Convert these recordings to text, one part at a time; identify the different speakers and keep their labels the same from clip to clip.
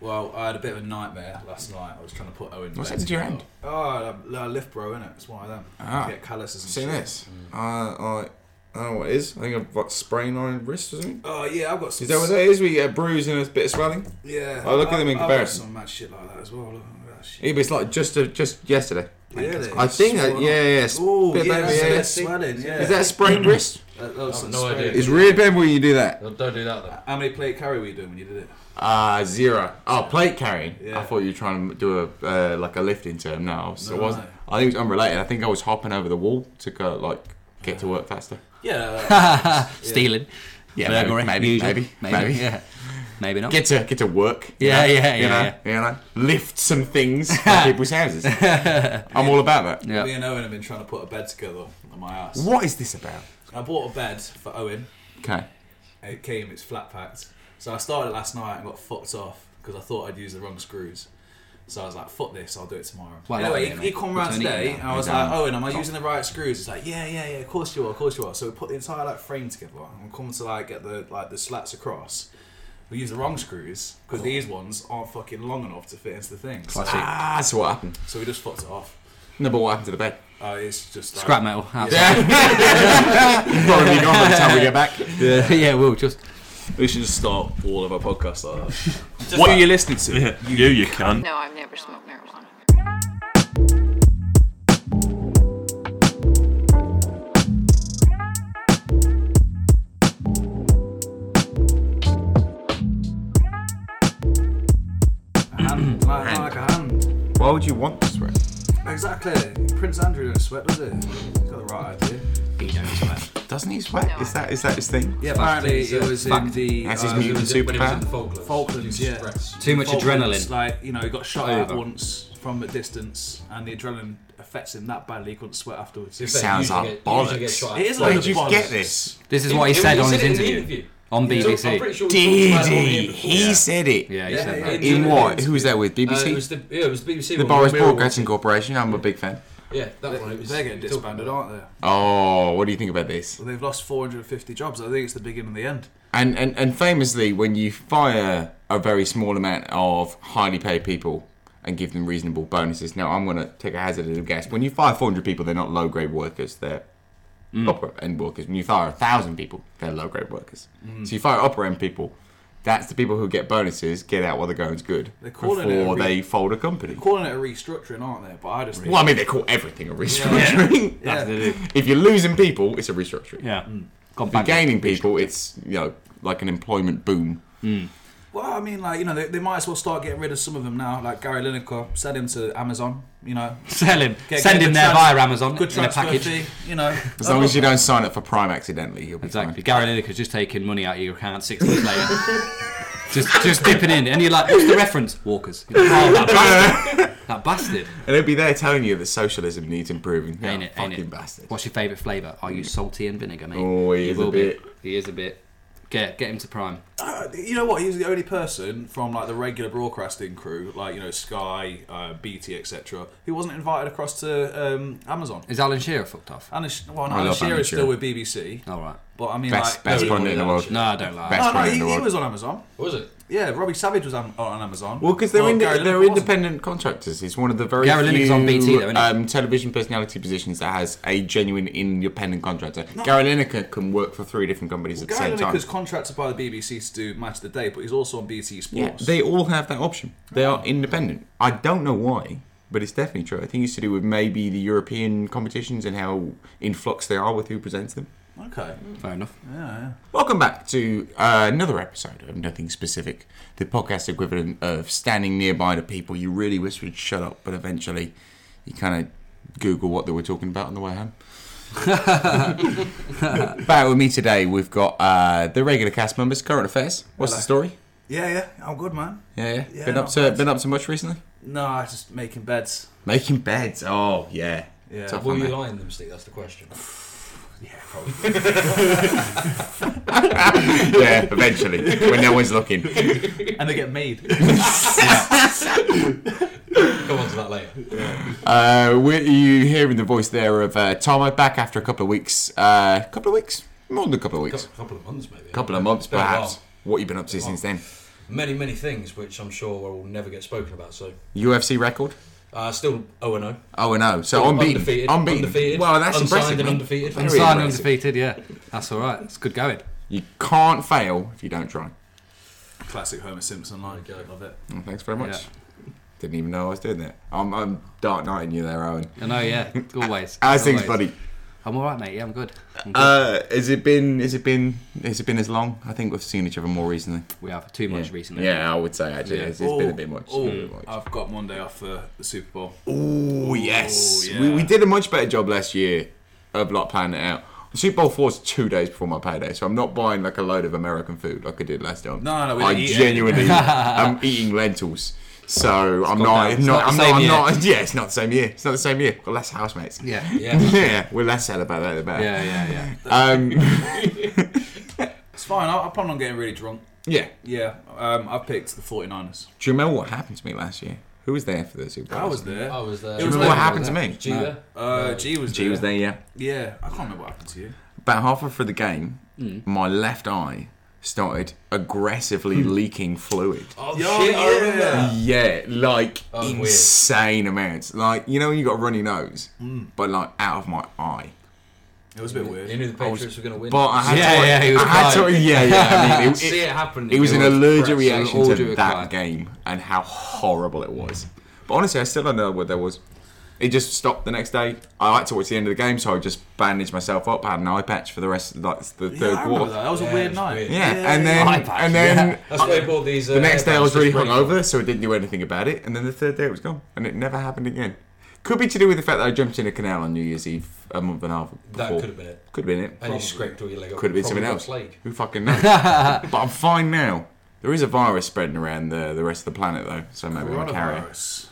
Speaker 1: Well, I had a bit of a nightmare last night. I was trying to put Owen. to
Speaker 2: What's
Speaker 1: bed.
Speaker 2: happened to your hand?
Speaker 1: Oh, uh, left bro, innit? It's one of them.
Speaker 2: Ah.
Speaker 1: You get calluses and
Speaker 2: Seen
Speaker 1: shit.
Speaker 2: this? Uh, I, I don't know what it is. I think I've got sprain on my wrist or something.
Speaker 1: Oh yeah, I've got some.
Speaker 2: Is that what that is? We get a bruise and a bit of swelling.
Speaker 1: Yeah.
Speaker 2: Oh, look at them in
Speaker 1: I've- I've got
Speaker 2: comparison.
Speaker 1: Some mad shit like that as well. Look at that shit.
Speaker 2: Yeah, but it's like just a, just yesterday.
Speaker 1: Really?
Speaker 2: I think that
Speaker 1: Swollen.
Speaker 2: yeah yeah.
Speaker 1: Oh,
Speaker 2: bit
Speaker 1: yeah,
Speaker 2: of-
Speaker 1: that's a bit
Speaker 2: yeah.
Speaker 1: of swelling, yeah.
Speaker 2: Is that a sprained wrist?
Speaker 1: That- that was
Speaker 3: I've
Speaker 1: some
Speaker 3: no
Speaker 1: spray.
Speaker 3: idea.
Speaker 2: It's really painful when you do that.
Speaker 3: Don't do that though.
Speaker 1: How many plate carry were you doing when you did it?
Speaker 2: Uh zero. Oh, plate carrying. I
Speaker 1: Yeah.
Speaker 2: thought you were trying to do a uh, like a lifting term. No, so it
Speaker 1: No.
Speaker 2: wasn't. I think it was unrelated. I think I was hopping over the wall to go like get to work faster.
Speaker 1: Yeah.
Speaker 4: Stealing.
Speaker 2: Yeah,
Speaker 4: Burglary.
Speaker 2: maybe,
Speaker 4: usually.
Speaker 2: maybe, maybe,
Speaker 4: Maybe. Yeah. Maybe not.
Speaker 2: Get to get to work. you
Speaker 4: Yeah,
Speaker 2: know,
Speaker 4: yeah,
Speaker 2: you
Speaker 4: yeah,
Speaker 2: know, You know, lift some things from people's houses. I'm all about that.
Speaker 1: me
Speaker 4: yeah.
Speaker 1: and Owen have been trying to put a bed together on my ass.
Speaker 2: What is this about?
Speaker 1: I bought a bed for Owen.
Speaker 2: Okay.
Speaker 1: It came, it's flat packed. So I started last night and got fucked off because I thought I'd use the wrong screws. So I was like, fuck this, I'll do it tomorrow.
Speaker 4: Why not,
Speaker 1: anyway,
Speaker 4: innit,
Speaker 1: he, he
Speaker 4: mate?
Speaker 1: come round
Speaker 4: Return it,
Speaker 1: today
Speaker 4: yeah.
Speaker 1: and I was
Speaker 4: You're
Speaker 1: like,
Speaker 4: done.
Speaker 1: Owen, am I using the right screws? He's like, yeah, yeah, yeah, of course you are, of course you are. So we put the entire like frame together and we come to like get the like the slats across. We use the wrong screws because these ones aren't fucking long enough to fit into the thing. So,
Speaker 4: Classic.
Speaker 2: Ah, so what happened?
Speaker 1: so we just fucked it off.
Speaker 2: No, but what happened to the bed?
Speaker 1: Uh, it's just like,
Speaker 4: Scrap metal. Outside.
Speaker 2: Probably gone by the time we get back.
Speaker 4: Yeah. yeah, we'll just.
Speaker 1: We should just start all of our podcasts like that.
Speaker 5: What are you listening to? You, you can.
Speaker 6: No, I've never smoked marijuana.
Speaker 1: hand, like, like a hand.
Speaker 2: Why would you want this, right?
Speaker 1: Exactly. Prince Andrew don't sweat, does it? He's got the right idea.
Speaker 2: Doesn't he sweat?
Speaker 6: No,
Speaker 2: Is that is that his thing?
Speaker 1: Yeah, apparently it was in the.
Speaker 2: That's his
Speaker 1: uh,
Speaker 2: mutant superpower.
Speaker 3: Falklands.
Speaker 1: Falklands, yeah.
Speaker 4: Too much
Speaker 1: Falklands,
Speaker 4: adrenaline.
Speaker 1: Like, you know, he got shot at
Speaker 4: Over.
Speaker 1: once from a distance, and the adrenaline affects him that badly he couldn't sweat afterwards. It
Speaker 2: Sounds like bollocks.
Speaker 1: is
Speaker 2: Where
Speaker 1: like
Speaker 2: did you get this?
Speaker 4: This is what he said on his interview. On BBC.
Speaker 3: I'm pretty sure
Speaker 2: Did
Speaker 3: talked about it on the
Speaker 2: he?
Speaker 3: interview.
Speaker 2: He said it.
Speaker 4: Yeah, he
Speaker 3: Yeah,
Speaker 4: said
Speaker 3: yeah,
Speaker 4: that.
Speaker 3: yeah.
Speaker 2: In what? Who was that with?
Speaker 3: Uh,
Speaker 2: BBC.
Speaker 3: it was the, yeah, it was BBC.
Speaker 2: the
Speaker 3: one,
Speaker 2: Boris
Speaker 3: we were all-
Speaker 2: Broadcasting Corporation. I'm a big fan.
Speaker 3: Yeah, that one. It was,
Speaker 1: They're getting disbanded, aren't they?
Speaker 2: Oh, what do you think about this?
Speaker 1: Well, they've lost 450 jobs. I think it's the beginning and the end.
Speaker 2: And and, and famously, when you fire a very small amount of highly paid people and give them reasonable bonuses, now I'm going to take a hazard of guess. When you fire 400 people, they're not low grade workers. They're upper end workers. When you fire a thousand people, they're low grade workers. So you fire upper end people. That's the people who get bonuses, get out while the going's good,
Speaker 1: They're calling it a
Speaker 2: before
Speaker 1: re-
Speaker 2: they fold a company.
Speaker 1: They're calling it a restructuring, aren't they? But I just think.
Speaker 2: Well, I mean, they call everything a restructuring.
Speaker 1: Yeah.
Speaker 2: if you're losing people, it's a restructuring.
Speaker 4: Yeah. Gone
Speaker 2: If you're
Speaker 4: back.
Speaker 2: gaining people, it's you know like an employment boom.
Speaker 1: Well, I mean, like you know, they, they might as well start getting rid of some of them now. Like Gary Lineker, send him to Amazon. You know,
Speaker 4: Sell him.
Speaker 1: Get-
Speaker 4: Send
Speaker 1: get
Speaker 4: him
Speaker 1: the
Speaker 4: there
Speaker 1: trans-
Speaker 4: via Amazon
Speaker 1: good
Speaker 4: in a
Speaker 1: transfer
Speaker 4: package.
Speaker 1: fee. You know,
Speaker 2: As long as you don't sign up for Prime accidentally, you'll be
Speaker 4: Oh. Exactly.
Speaker 2: exactly.
Speaker 4: Gary Lineker's just taking money out of your account six weeks later. just just dipping in. And you're like, what's the reference? Walkers. You're like, oh, that bastard. that bastard.
Speaker 2: And they'll be there telling you that socialism needs improving. Yeah,
Speaker 4: ain't it?
Speaker 2: fucking
Speaker 4: ain't it?
Speaker 2: bastard.
Speaker 4: What's your favourite flavour? Are you salty and vinegar, mate?
Speaker 2: Oh, he is a
Speaker 4: will be.
Speaker 2: bit.
Speaker 4: He is a bit. Get, get him to prime.
Speaker 1: Uh, you know what? He was the only person from like the regular broadcasting crew, like you know Sky, uh, BT, etc., who wasn't invited across to um, Amazon.
Speaker 4: Is Alan Shearer fucked off?
Speaker 1: Alan, Sh- well, no,
Speaker 2: I
Speaker 1: Alan
Speaker 2: love
Speaker 1: Shearer
Speaker 2: Alan
Speaker 1: is
Speaker 2: Shearer. Oh.
Speaker 1: still with BBC,
Speaker 4: All right.
Speaker 1: but I mean,
Speaker 2: Best
Speaker 1: like,
Speaker 2: best
Speaker 1: no,
Speaker 2: pundit in the world.
Speaker 4: No, I don't like.
Speaker 2: Best
Speaker 1: no, no, he,
Speaker 2: pundit in the
Speaker 1: he
Speaker 2: world.
Speaker 1: was on Amazon.
Speaker 3: Was it?
Speaker 1: Yeah, Robbie Savage was on, on Amazon. Oh,
Speaker 2: Well, because
Speaker 4: Oh,
Speaker 2: they're, inde-
Speaker 1: Gary Lineker
Speaker 2: they're
Speaker 1: wasn't.
Speaker 2: independent contractors. He's one of the very
Speaker 4: Gary Lineker's
Speaker 2: few
Speaker 4: on BT though, isn't he?
Speaker 2: um, television personality positions that has a genuine independent contractor. Gary Lineker can work for three different companies at the
Speaker 1: Gary
Speaker 2: same time.
Speaker 1: Lineker's contracted by the BBC to do Match of the Day, but he's also on BT
Speaker 2: Yeah,
Speaker 1: Sports.
Speaker 2: they all have that option. They are independent. I don't know why, but it's definitely true. I think it's to do with maybe the European competitions and how in flux they are with who presents them.
Speaker 1: okay.
Speaker 4: Fair enough.
Speaker 2: Welcome back to uh, another episode of Nothing Specific, the podcast equivalent of standing nearby to people you really wish would shut up, but eventually you kind of Google what they were talking about on the way home. back with me today, we've got uh, the regular cast members, current affairs. What's the story?
Speaker 1: Yeah, yeah, I'm good, man.
Speaker 2: Yeah, yeah.
Speaker 1: Yeah,
Speaker 2: been up
Speaker 1: not
Speaker 2: to
Speaker 1: bad.
Speaker 2: been up to much recently.
Speaker 1: No, I just making beds.
Speaker 2: Making beds. Oh yeah.
Speaker 1: Yeah.
Speaker 2: Tough
Speaker 3: Were
Speaker 2: one
Speaker 3: you
Speaker 2: there.
Speaker 3: lying them, Steve? That's the question.
Speaker 2: yeah, eventually when no one's looking.
Speaker 1: And they get made.
Speaker 3: Come on to that later.
Speaker 2: Uh, we're, you hearing the voice there of uh, Tomo back after a couple of weeks? Uh, couple of weeks, more than a couple of
Speaker 3: A
Speaker 2: weeks,
Speaker 3: couple of months, maybe.
Speaker 2: couple of months
Speaker 3: Been a while.
Speaker 2: perhaps. What you been up to since then?
Speaker 3: many, many things which I'm sure will never get spoken about. So,
Speaker 2: UFC record.
Speaker 3: uh, still 0 0.
Speaker 2: Oh and oh, so unbeaten,
Speaker 3: Undefeated.
Speaker 2: unbeaten.
Speaker 3: Undefeated.
Speaker 2: Wow, that's
Speaker 3: Unsigned
Speaker 2: impressive.
Speaker 3: and
Speaker 2: man.
Speaker 3: undefeated.
Speaker 2: Very
Speaker 4: Unsigned,
Speaker 2: impressive.
Speaker 4: undefeated, yeah. That's all right. It's good going.
Speaker 2: You can't fail if you don't try.
Speaker 1: Classic Homer Simpson line.
Speaker 3: There you go.
Speaker 1: Love it.
Speaker 2: Well, thanks very much. Didn't even know I was doing that. I'm, I'm dark knighting you there, Owen.
Speaker 4: I know, yeah. Always.
Speaker 2: How's things,
Speaker 4: always.
Speaker 2: buddy?
Speaker 4: I'm all right, mate. Yeah, I'm good. I'm good.
Speaker 2: Uh, has it been? Has it been? Has it been as long? I think we've seen each other more recently.
Speaker 4: we have too much
Speaker 2: yeah.
Speaker 4: recently.
Speaker 2: Yeah, I would say actually,
Speaker 4: Yeah.
Speaker 2: it's, it's been a bit much.
Speaker 1: Oh,
Speaker 2: been a bit much.
Speaker 1: I've got Monday off for the Super Bowl.
Speaker 2: Oh yes,
Speaker 1: yeah.
Speaker 2: we, we did a much better job last year of like planning it out. The Super Bowl four is two days before my payday, so I'm not buying like a load of American food like I did last time.
Speaker 1: No, no, no, we
Speaker 2: I
Speaker 1: don't eat
Speaker 2: genuinely, I'm eating lentils, so I'm not,
Speaker 4: down. It's
Speaker 2: not,
Speaker 4: not
Speaker 2: I'm
Speaker 4: the
Speaker 2: not, I'm not.
Speaker 4: same
Speaker 2: Yeah, it's not the same year. It's not the same year. Got less housemates.
Speaker 4: Yeah.
Speaker 3: Yeah.
Speaker 2: yeah, we're less sad about that. The better.
Speaker 4: Yeah, yeah, yeah.
Speaker 2: Um,
Speaker 1: It's fine. I, I plan on getting really drunk.
Speaker 2: yeah.
Speaker 1: Yeah, um, I picked the 49ers.
Speaker 2: Do you remember what happened to me last year? Who was there for the Super Bowl?
Speaker 1: I was there.
Speaker 3: I was there.
Speaker 1: It
Speaker 2: Do you
Speaker 1: was
Speaker 2: remember what
Speaker 1: there.
Speaker 2: happened to me?
Speaker 3: G there?
Speaker 1: Uh, G was
Speaker 2: She was there, yeah.
Speaker 1: Yeah, I can't remember what happened to you.
Speaker 2: About halfway through the game, my left eye started aggressively leaking fluid.
Speaker 3: Oh,
Speaker 1: Yeah,
Speaker 3: shit, I remember
Speaker 1: yeah.
Speaker 3: that.
Speaker 2: Hmm. Yeah, like
Speaker 3: That was weird.
Speaker 2: insane amounts. Like you know when you got a runny nose, but like out of my eye.
Speaker 1: It was a bit
Speaker 3: You
Speaker 1: weird.
Speaker 3: knew the Patriots were going to win.
Speaker 2: But I had
Speaker 4: Yeah,
Speaker 2: to,
Speaker 4: yeah, he was
Speaker 2: I had to,
Speaker 4: right.
Speaker 2: yeah, yeah. I mean, it,
Speaker 3: see
Speaker 2: it,
Speaker 3: it happen.
Speaker 2: it was an allergic reaction
Speaker 4: all
Speaker 2: to
Speaker 4: due to
Speaker 2: that
Speaker 4: cry.
Speaker 2: game and how horrible it was. But honestly, I still don't know what there was. It just stopped the next day. I liked to watch the end of the game, so I just bandaged myself up. had an eye patch for the rest of like, the
Speaker 1: Yeah,
Speaker 2: third
Speaker 1: I remember
Speaker 2: quarter.
Speaker 1: that. That was
Speaker 3: Yeah,
Speaker 1: a
Speaker 3: it
Speaker 1: weird
Speaker 3: was
Speaker 1: night.
Speaker 3: weird.
Speaker 2: Yeah, and then
Speaker 4: Eye patch,
Speaker 2: and then
Speaker 4: yeah.
Speaker 3: That's why I bought these. Uh,
Speaker 2: the next day I was really
Speaker 3: hung over.
Speaker 2: hungover, so I didn't do anything about it. And then the third day it was gone, and it never happened again. Could be to do with the fact that I jumped in a canal on New Year's Eve a month and a half before.
Speaker 3: That could have been it.
Speaker 2: Could have been it.
Speaker 3: And you scraped all your leg up.
Speaker 2: Could have been
Speaker 3: Probably
Speaker 2: something
Speaker 3: got
Speaker 2: else.
Speaker 3: plague.
Speaker 2: Who fucking knows? but I'm fine now. There is a virus spreading around the, the rest of the planet though, so maybe I'm a carrier.
Speaker 1: Coronavirus.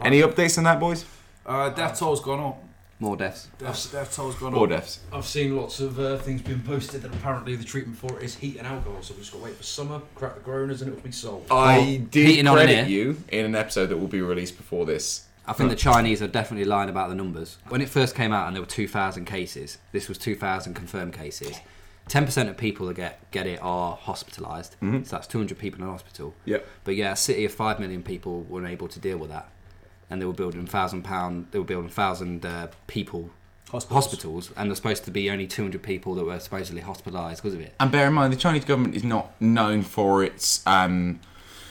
Speaker 2: Any updates on that, boys?
Speaker 1: Uh, death toll's gone up.
Speaker 4: More deaths.
Speaker 1: Death, death toll's gone
Speaker 2: Or
Speaker 1: up.
Speaker 2: deaths?
Speaker 3: I've seen lots of uh, things being posted that apparently the treatment for it is heat and alcohol. So we've just got to wait for summer, crack the coronas, and it'll be solved.
Speaker 2: I did
Speaker 4: heating on
Speaker 2: credit
Speaker 4: air.
Speaker 2: you in an episode that will be released before this.
Speaker 4: I think the Chinese are definitely lying about the numbers. When it first came out and there were 2,000 cases, this was 2,000 confirmed cases. 10% of people that get, get it are hospitalized
Speaker 2: Mm-hmm.
Speaker 4: So that's 200 people in hospital.
Speaker 2: Yep.
Speaker 4: But yeah, a city of 5 million people weren't able to deal with that. And they were building 1,000 pound, they were building 1,000 uh, people
Speaker 1: Hospitals.
Speaker 4: hospitals and there's supposed to be only 200 people that were supposedly hospitalized because of it.
Speaker 2: And bear in mind, the Chinese government is not known for its um,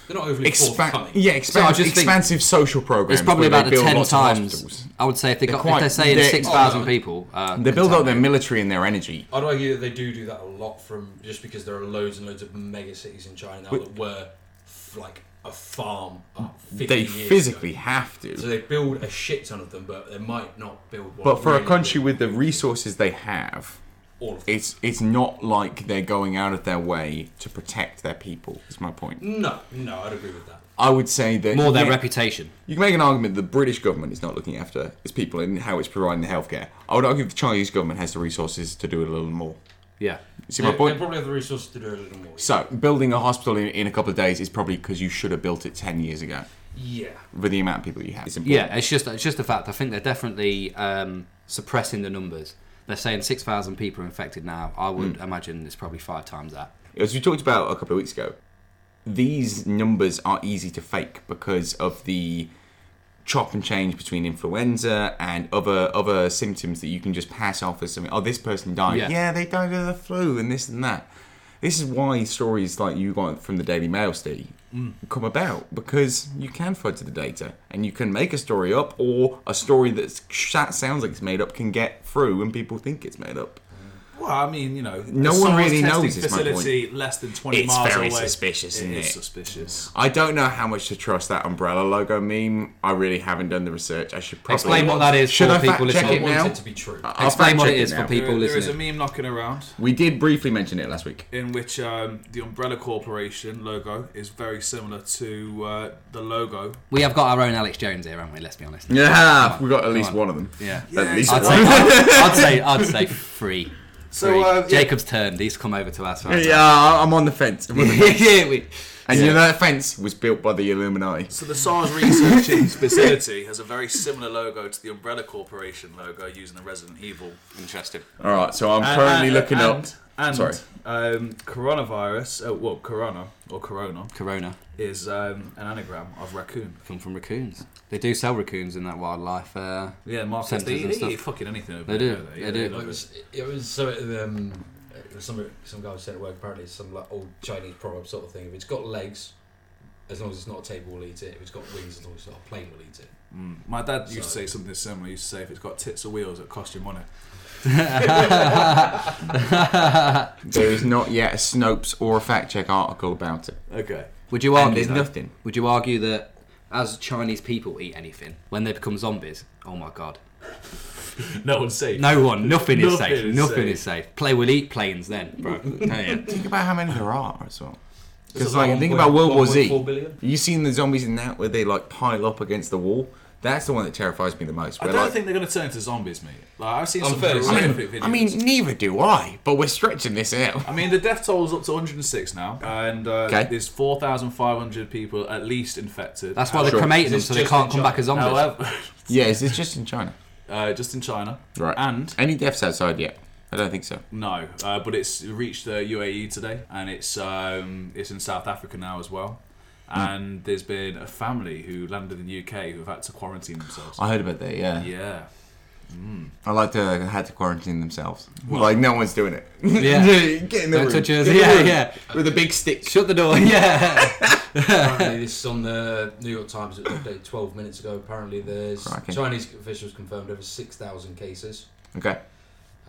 Speaker 3: They're not overly
Speaker 2: expan-
Speaker 3: forthcoming.
Speaker 2: yeah,
Speaker 4: So I
Speaker 2: expan-
Speaker 4: just think-
Speaker 2: expansive social programs.
Speaker 4: It's probably
Speaker 2: where they
Speaker 4: about the
Speaker 2: build
Speaker 4: 10
Speaker 2: lots of
Speaker 4: times.
Speaker 2: hospitals.
Speaker 4: I would say if, they
Speaker 2: They're
Speaker 4: got,
Speaker 2: quite-
Speaker 4: if they're saying
Speaker 2: they're-
Speaker 4: 6,000
Speaker 3: Oh, no.
Speaker 4: people. Uh,
Speaker 2: They build up their
Speaker 4: contaminated.
Speaker 2: military and their energy.
Speaker 3: I'd argue that they do do that a lot from just because there are loads and loads of mega cities in China now that were f- like a farm. Up 50
Speaker 2: They
Speaker 3: years ago.
Speaker 2: physically have to.
Speaker 3: So they build a shit ton of them, but they might not build one.
Speaker 2: but for a
Speaker 3: really
Speaker 2: country
Speaker 3: big.
Speaker 2: with the resources they have,
Speaker 3: all of them.
Speaker 2: it's it's not like they're going out of their way to protect their people. Is my point.
Speaker 3: No, no, I'd agree with that.
Speaker 2: I would say that
Speaker 4: More their
Speaker 2: yeah,
Speaker 4: reputation.
Speaker 2: You can make an argument the British government is not looking after its people and how it's providing the healthcare. I would argue the Chinese government has the resources to do it a little more.
Speaker 4: Yeah.
Speaker 2: You see
Speaker 3: they,
Speaker 2: my point?
Speaker 3: they probably have the resources to do a little more.
Speaker 2: So building a hospital in, in a couple of days is probably because you should have built it ten years ago
Speaker 3: yeah.
Speaker 2: with the amount of people you have. It's important.
Speaker 4: Yeah, it's just it's just a fact. I think they're definitely um, suppressing the numbers. They're saying six thousand people are infected now. I would
Speaker 2: Hmm.
Speaker 4: imagine it's probably five times that.
Speaker 2: As we talked about a couple of weeks ago, these numbers are easy to fake because of the chop and change between influenza and other other symptoms that you can just pass off as something. Oh, this person died.
Speaker 4: Yeah.
Speaker 2: Yeah, they died of the flu and this and that. This is why stories like you got from the Daily Mail, Steve, come about because you can fudge the data and you can make a story up or a story that's- that sounds like it's made up can get through and people think it's made up.
Speaker 1: Well, I mean, you know,
Speaker 2: No
Speaker 1: there's
Speaker 2: one
Speaker 1: someone
Speaker 2: really
Speaker 1: testing
Speaker 2: knows is my
Speaker 1: Facility less than 20
Speaker 2: It's
Speaker 1: miles
Speaker 2: very
Speaker 1: away.
Speaker 2: suspicious, isn't
Speaker 1: It
Speaker 2: it?
Speaker 1: is suspicious.
Speaker 2: I don't know how much to trust that umbrella logo meme. I really haven't done the research. I should probably
Speaker 4: Explain what that is
Speaker 2: Should
Speaker 4: for
Speaker 2: I
Speaker 4: people
Speaker 2: fact
Speaker 4: listening.
Speaker 2: check
Speaker 3: I
Speaker 2: it
Speaker 3: want
Speaker 2: now?
Speaker 3: it to be true.
Speaker 2: I'll
Speaker 4: Explain
Speaker 2: fact
Speaker 4: what
Speaker 2: check
Speaker 4: it is
Speaker 2: now.
Speaker 4: for people
Speaker 1: There- there is a
Speaker 4: listening.
Speaker 1: meme knocking around
Speaker 2: We did briefly mention it last week.
Speaker 1: in which um, the Umbrella Corporation logo is very similar to uh, the logo.
Speaker 4: We have got our own Alex Jones here, haven't we? Let's be honest.
Speaker 2: Yeah, we got at least
Speaker 4: on.
Speaker 2: one of them.
Speaker 4: Yeah.
Speaker 1: Yeah,
Speaker 2: At least
Speaker 4: I'd
Speaker 2: one.
Speaker 4: say, I'd, I'd say I'd say free.
Speaker 1: So, uh, yeah.
Speaker 4: Jacob's turn. He's come over to us. Right?
Speaker 2: Yeah, I- I'm on the fence. I'm on the fence.
Speaker 4: yeah, we,
Speaker 2: and you know that fence was built by the Illuminati.
Speaker 1: So the SARS Research Facility has a very similar logo to the Umbrella Corporation logo used in the Resident Evil.
Speaker 4: interested. Uh,
Speaker 2: All right, so I'm currently looking
Speaker 1: and,
Speaker 2: up.
Speaker 1: And
Speaker 2: Sorry.
Speaker 1: Um, coronavirus, uh, well, corona or corona
Speaker 4: Corona
Speaker 1: is um, an anagram of raccoon.
Speaker 4: come from raccoons. They do sell raccoons in that wildlife. Uh,
Speaker 1: Yeah, markets.
Speaker 4: Centres
Speaker 1: They,
Speaker 4: and
Speaker 1: they
Speaker 4: stuff.
Speaker 1: eat fucking anything over
Speaker 4: They
Speaker 1: there.
Speaker 4: do,
Speaker 1: don't
Speaker 4: they
Speaker 1: Yeah,
Speaker 4: do.
Speaker 1: love
Speaker 3: It was it was so um, it was some some guy said at work apparently it's some like old Chinese proverb sort of thing. If it's got legs, as long as it's not a table, we'll eat it. If it's got wings, as long as it's not a plane, we'll eat it.
Speaker 1: Mm. My dad used to
Speaker 3: Sorry.
Speaker 1: say something similar. He used to say, if it's got tits or wheels, it costs you money.
Speaker 2: There is not yet a Snopes or a fact check article about it.
Speaker 1: Okay.
Speaker 4: would you
Speaker 2: And
Speaker 4: argue?
Speaker 2: there's
Speaker 4: though-
Speaker 2: nothing.
Speaker 4: Would you argue that as Chinese people eat anything when they become zombies? Oh my god.
Speaker 1: No one's safe.
Speaker 4: No one, nothing is
Speaker 1: Nothing
Speaker 4: safe.
Speaker 1: is
Speaker 4: nothing
Speaker 1: safe.
Speaker 4: is safe. Play will eat planes then, bro. Tell ya.
Speaker 2: Think about how many there are as well.
Speaker 3: This
Speaker 2: Because
Speaker 3: is
Speaker 2: like,
Speaker 3: like
Speaker 2: think
Speaker 3: 1.4
Speaker 2: about World War Z.
Speaker 3: 1.4 billion.
Speaker 2: You seen the zombies in that where they like pile up against the wall? That's the one that terrifies me the most.
Speaker 1: I
Speaker 2: where,
Speaker 1: don't
Speaker 2: like-
Speaker 1: think they're going to turn into zombies, mate. Like, I've seen some
Speaker 3: Unfair to say.
Speaker 1: horrific videos.
Speaker 2: I mean, neither do I. But we're stretching this out.
Speaker 1: I mean, the death toll is up to 106 now, and uh,
Speaker 2: Okay.
Speaker 1: there's 4,500 people at least infected.
Speaker 4: That's why they're
Speaker 2: Sure.
Speaker 4: cremating them
Speaker 3: It's
Speaker 4: so they
Speaker 3: just
Speaker 4: can't
Speaker 3: in
Speaker 4: come
Speaker 3: China.
Speaker 4: back as zombies.
Speaker 1: However,
Speaker 2: Yeah, is this just in China?
Speaker 1: uh, just in China,
Speaker 2: Right.
Speaker 1: And
Speaker 2: Any deaths outside yet? I don't think so.
Speaker 1: no, uh, but it's reached the UAE today, and it's um, it's in South Africa now as well. And there's been a family who landed in the UK who have had to quarantine themselves.
Speaker 2: I heard about that. Yeah,
Speaker 1: yeah,
Speaker 2: I like to uh, had to quarantine themselves. like no one's doing it.
Speaker 4: Yeah.
Speaker 2: get in the
Speaker 4: Don't
Speaker 2: room.
Speaker 4: touch us.
Speaker 2: Get in the
Speaker 4: Yeah,
Speaker 2: room.
Speaker 4: yeah.
Speaker 2: With a big stick.
Speaker 4: Shut the door. Yeah.
Speaker 3: apparently this is on the New York Times it was updated 12 minutes ago. Apparently there's
Speaker 2: Crikey.
Speaker 3: Chinese officials confirmed over 6,000 cases
Speaker 2: Okay,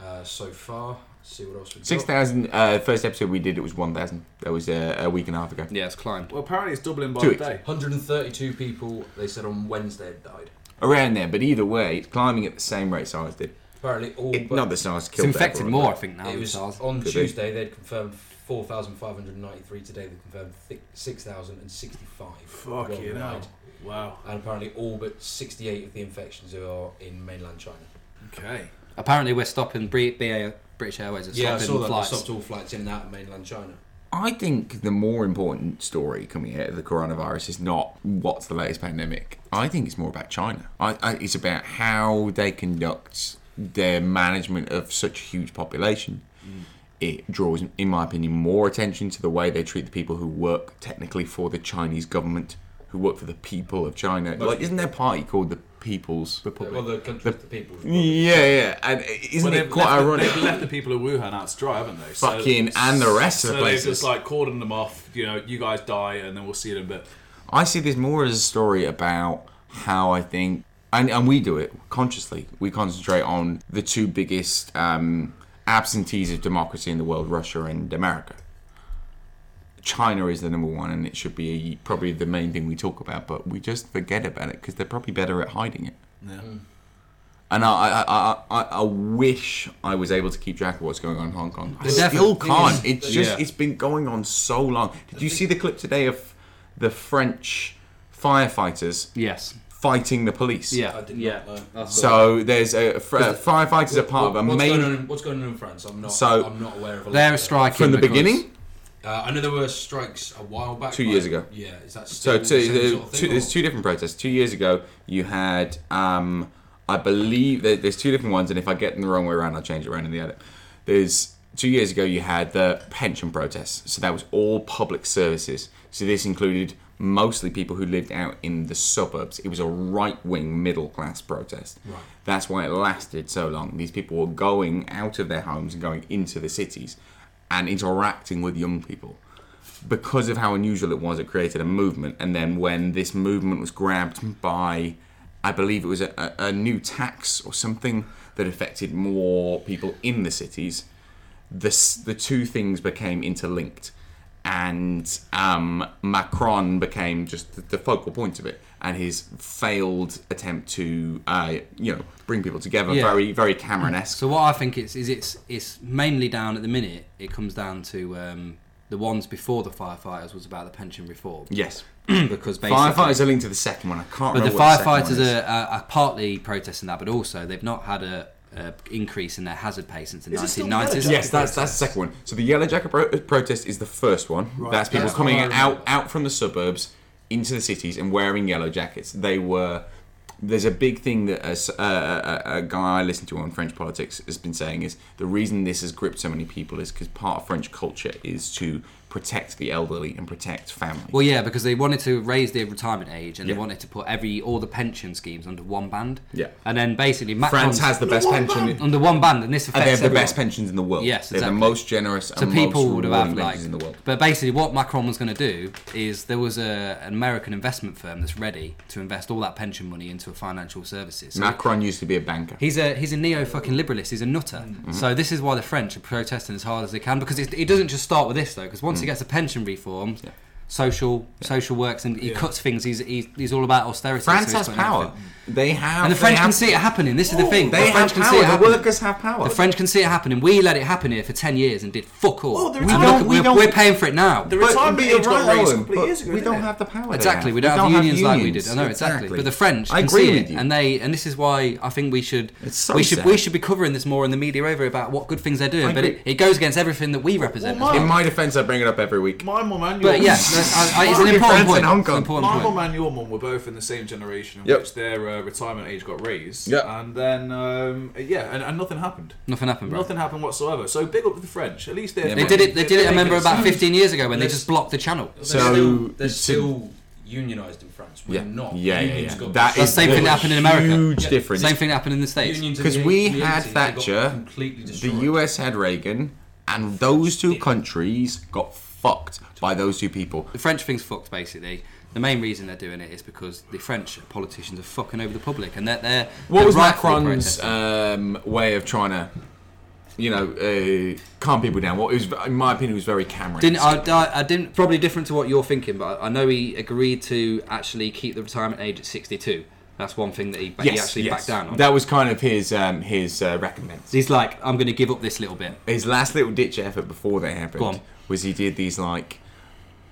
Speaker 3: uh, so far. see what else we got.
Speaker 2: six thousand. Uh, first episode we did it was one thousand. That was uh, a week and a half ago.
Speaker 4: yeah, it's climbed.
Speaker 1: well, apparently it's doubling by
Speaker 2: Two
Speaker 1: the day.
Speaker 2: weeks.
Speaker 3: 132 people they said on Wednesday had died.
Speaker 2: Around there, but either way, it's climbing at the same rate SARS did.
Speaker 3: Apparently all
Speaker 2: It,
Speaker 3: but
Speaker 2: not that SARS
Speaker 4: It's
Speaker 2: killed.
Speaker 4: infected
Speaker 2: everyone,
Speaker 4: more, I
Speaker 2: but-
Speaker 4: think, now.
Speaker 3: it
Speaker 4: than
Speaker 3: was
Speaker 4: SARS.
Speaker 3: on
Speaker 2: Could be.
Speaker 3: Tuesday they'd confirmed 4,593 today they confirmed thi- 6,065
Speaker 1: Fucking hell!
Speaker 3: worldwide.
Speaker 1: Wow.
Speaker 3: And apparently all but 68 of the infections are in mainland China.
Speaker 1: Okay.
Speaker 4: Apparently, we're stopping Bri- BA, British Airways. Are
Speaker 3: Yeah, I saw
Speaker 4: stopping
Speaker 3: that
Speaker 4: flights.
Speaker 3: they stopped all flights in and out of mainland China.
Speaker 2: I think the more important story coming out of the coronavirus is not what's the latest pandemic. I think it's more about China. I, I, it's about how they conduct their management of such a huge population. It draws, in my opinion, more attention to the way they treat the people who work technically for the Chinese government, who work for the people of China. Like, isn't their party called the People's Republic?
Speaker 3: Well, the country, the people.
Speaker 2: Yeah, yeah. And isn't
Speaker 1: Well,
Speaker 2: it
Speaker 1: they've
Speaker 2: quite
Speaker 1: left the-
Speaker 2: ironic?
Speaker 1: they've left the people of Wuhan out to dry, haven't they? So-
Speaker 2: Fucking and the rest
Speaker 1: So
Speaker 2: of the
Speaker 1: they've
Speaker 2: places.
Speaker 1: just like cordoned them off. You know, you guys die, and then we'll see you in a bit.
Speaker 2: I see this more as a story about how I think, and, and we do it consciously. We concentrate on the two biggest um, absentees of democracy in the world Russia and America. China is the number one, and it should be probably the main thing we talk about, but we just forget about it because they're probably better at hiding it.
Speaker 1: Yeah.
Speaker 2: And I, I, I, I, I wish I was able to keep track of what's going on in Hong Kong. I
Speaker 4: The
Speaker 2: still
Speaker 4: definite thing
Speaker 2: can't.
Speaker 4: is-
Speaker 2: It's just
Speaker 1: Yeah.
Speaker 2: it's been going on so long. Did you see the clip today of the French firefighters
Speaker 4: Yes.
Speaker 2: fighting the police?
Speaker 3: I
Speaker 4: Yeah.
Speaker 3: did
Speaker 4: Yeah.
Speaker 3: not know.
Speaker 2: So there's a fr- uh, firefighters are part of a
Speaker 3: what's Going on
Speaker 2: main
Speaker 3: in, what's going on in France? I'm not.
Speaker 2: So-
Speaker 3: I'm not aware of. A
Speaker 4: They're
Speaker 3: lot.
Speaker 4: striking.
Speaker 2: from the
Speaker 4: because-
Speaker 2: beginning.
Speaker 3: Uh, I know there were strikes a while back.
Speaker 2: Two
Speaker 3: like-
Speaker 2: years ago.
Speaker 3: Yeah, is that
Speaker 2: So
Speaker 3: still
Speaker 2: two,
Speaker 3: the same
Speaker 2: there-
Speaker 3: sort of
Speaker 2: two,
Speaker 3: thing,
Speaker 2: there's
Speaker 3: or-
Speaker 2: two different protests. Two years ago, you had, um, I believe, there, there's two different ones, and if I get them the wrong way around, I'll change it around in the edit. There's two years ago, you had the pension protests. So that was all public services. So this included mostly people who lived out in the suburbs. It was a right wing middle class protest.
Speaker 3: Right.
Speaker 2: That's why it lasted so long. These people were going out of their homes and going into the cities and interacting with young people because of how unusual it was, it created a movement. And then when this movement was grabbed by, I believe it was a, a, a new tax or something that affected more people in the cities, this, the two things became interlinked. And um, Macron became just the, the focal point of it, and his failed attempt to, uh, you know, bring people together,
Speaker 4: Yeah.
Speaker 2: very, very Cameron-esque.
Speaker 4: So what I think it's is it's it's mainly down at the minute. It comes down to um, the ones before the firefighters was about the pension reform
Speaker 2: yes,
Speaker 4: because basically
Speaker 2: firefighters are linked to the second one. I can't.
Speaker 4: But the
Speaker 2: remember what second one
Speaker 4: firefighters
Speaker 2: is.
Speaker 4: are, are, are partly protesting that, but also they've not had a, a increase in their hazard pay since the
Speaker 1: Is it still
Speaker 4: 1990s.
Speaker 1: Yellow
Speaker 2: Yes, that's that's the second one. So the Yellow Jacket pro- protest is the first one. That's people
Speaker 3: that's
Speaker 2: coming
Speaker 3: what I
Speaker 2: out
Speaker 3: remember.
Speaker 2: out from the suburbs into the cities and wearing yellow jackets. They were there's a big thing that a, s- a- a- a guy I listen to on French politics has been saying is the reason this has gripped so many people is because part of French culture is to protect the elderly and protect family.
Speaker 4: Well, yeah, because they wanted to raise the retirement age, and
Speaker 2: Yeah.
Speaker 4: they wanted to put every all the pension schemes under one band.
Speaker 2: Yeah.
Speaker 4: and then basically Macron's
Speaker 2: France has the best pension. in-
Speaker 4: under one band, and this affects
Speaker 2: And they have the
Speaker 4: everyone.
Speaker 2: best pensions in the world.
Speaker 4: Yes,
Speaker 2: They're the
Speaker 4: exactly.
Speaker 2: most generous
Speaker 4: So
Speaker 2: and
Speaker 4: people
Speaker 2: most
Speaker 4: would have
Speaker 2: rewarding
Speaker 4: had, like,
Speaker 2: pensions in the world.
Speaker 4: but basically what Macron was going to do is there was a, an American investment firm that's ready to invest all that pension money into financial services. So
Speaker 2: Macron used to be a banker.
Speaker 4: He's a he's a neo fucking liberalist. He's a nutter.
Speaker 2: Mm-hmm.
Speaker 4: So this is why the French are protesting as hard as they can because it, it doesn't just start with this though. Because once
Speaker 2: Mm.
Speaker 4: he gets a pension reform, social social works and he
Speaker 1: Yeah.
Speaker 4: cuts things. He's, he's he's all about austerity. so
Speaker 2: France
Speaker 4: he's
Speaker 2: has
Speaker 4: putting
Speaker 2: power.
Speaker 4: everything-
Speaker 2: They have.
Speaker 4: and the French
Speaker 2: they
Speaker 4: can
Speaker 2: have-
Speaker 4: see it happening. This is the thing.
Speaker 2: They
Speaker 4: the
Speaker 2: have
Speaker 4: French can see it
Speaker 2: power. The
Speaker 4: happening.
Speaker 2: workers have power.
Speaker 4: the French can see it happening. We let it happen here for ten years and did fuck all.
Speaker 1: Oh, the
Speaker 4: we
Speaker 1: retirement-
Speaker 4: look at-
Speaker 2: We
Speaker 4: we're,
Speaker 2: don't-
Speaker 4: we're paying for it now.
Speaker 1: The retirement
Speaker 2: but
Speaker 1: age got raised a
Speaker 2: Owen,
Speaker 1: couple of
Speaker 2: but
Speaker 1: years ago,
Speaker 2: We
Speaker 1: didn't
Speaker 2: don't
Speaker 1: it?
Speaker 2: have the power. they
Speaker 4: Exactly,
Speaker 2: have.
Speaker 4: we don't, have, unions, like we did. I know
Speaker 2: unions.
Speaker 4: exactly. but the French
Speaker 2: I
Speaker 4: can
Speaker 2: agree
Speaker 4: see
Speaker 2: with
Speaker 4: it,
Speaker 2: you.
Speaker 4: and they and this is why I think we should
Speaker 2: It's so
Speaker 4: we should
Speaker 2: sad.
Speaker 4: we should be covering this more in the media over about what good things they're doing.
Speaker 2: I
Speaker 4: but it,
Speaker 2: agree.
Speaker 4: it goes against everything that we represent.
Speaker 1: Well,
Speaker 4: as
Speaker 2: In
Speaker 4: well.
Speaker 2: my defence, I bring it up every week.
Speaker 1: My mum and your
Speaker 4: But yeah, no, I, I, it's an important
Speaker 2: France
Speaker 4: point.
Speaker 2: and Hong
Speaker 4: It's an
Speaker 2: Kong.
Speaker 4: important
Speaker 1: My
Speaker 4: point.
Speaker 1: mum and your mum were both in the same generation in
Speaker 2: Yep.
Speaker 1: which their uh, retirement age got raised.
Speaker 2: Yep.
Speaker 1: And then, um, yeah, and, and nothing happened.
Speaker 4: Nothing happened, bro.
Speaker 1: Nothing happened whatsoever. So big up to the French. At least they're
Speaker 2: Yeah,
Speaker 4: They
Speaker 2: man.
Speaker 4: did it. They did it. I
Speaker 1: They're
Speaker 4: remember
Speaker 1: making
Speaker 4: about
Speaker 1: some-
Speaker 4: 15 years ago when they
Speaker 3: This-
Speaker 4: just blocked the channel.
Speaker 3: They're
Speaker 2: So,
Speaker 3: still, they're
Speaker 2: you should-
Speaker 3: still unionised in France. We're
Speaker 2: Yeah,
Speaker 3: not.
Speaker 2: yeah, yeah.
Speaker 3: Unions
Speaker 2: yeah.
Speaker 3: got-
Speaker 2: That
Speaker 4: the
Speaker 2: is
Speaker 4: same thing
Speaker 2: the
Speaker 4: that happened in America.
Speaker 2: Huge
Speaker 3: Yeah.
Speaker 2: difference.
Speaker 4: Same thing that happened in the states.
Speaker 3: Unions in
Speaker 2: 'Cause
Speaker 3: the
Speaker 2: we
Speaker 3: 80s,
Speaker 2: had
Speaker 3: they got
Speaker 2: Thatcher,
Speaker 3: Completely
Speaker 2: The
Speaker 3: destroyed.
Speaker 2: US had Reagan, and those two countries got fucked by those two people.
Speaker 4: The French thing's fucked basically. The main reason they're doing it is because the French politicians are fucking over the public, and they're they're.
Speaker 2: What
Speaker 4: they're
Speaker 2: was
Speaker 4: rightfully
Speaker 2: Macron's
Speaker 4: protesting.
Speaker 2: um, way of trying to, you know, uh, calm people down? What it was, in my opinion, it was very Cameron.
Speaker 4: Didn't I, I, I didn't probably different to what you're thinking, but I, I know he agreed to actually keep the retirement age at 62. That's one thing that he, he actually backed down on.
Speaker 2: That was kind of his um, his uh, recompense.
Speaker 4: He's like, I'm going to give up this little bit.
Speaker 2: His last little ditch effort before that happened
Speaker 4: Go on.
Speaker 2: was he did these like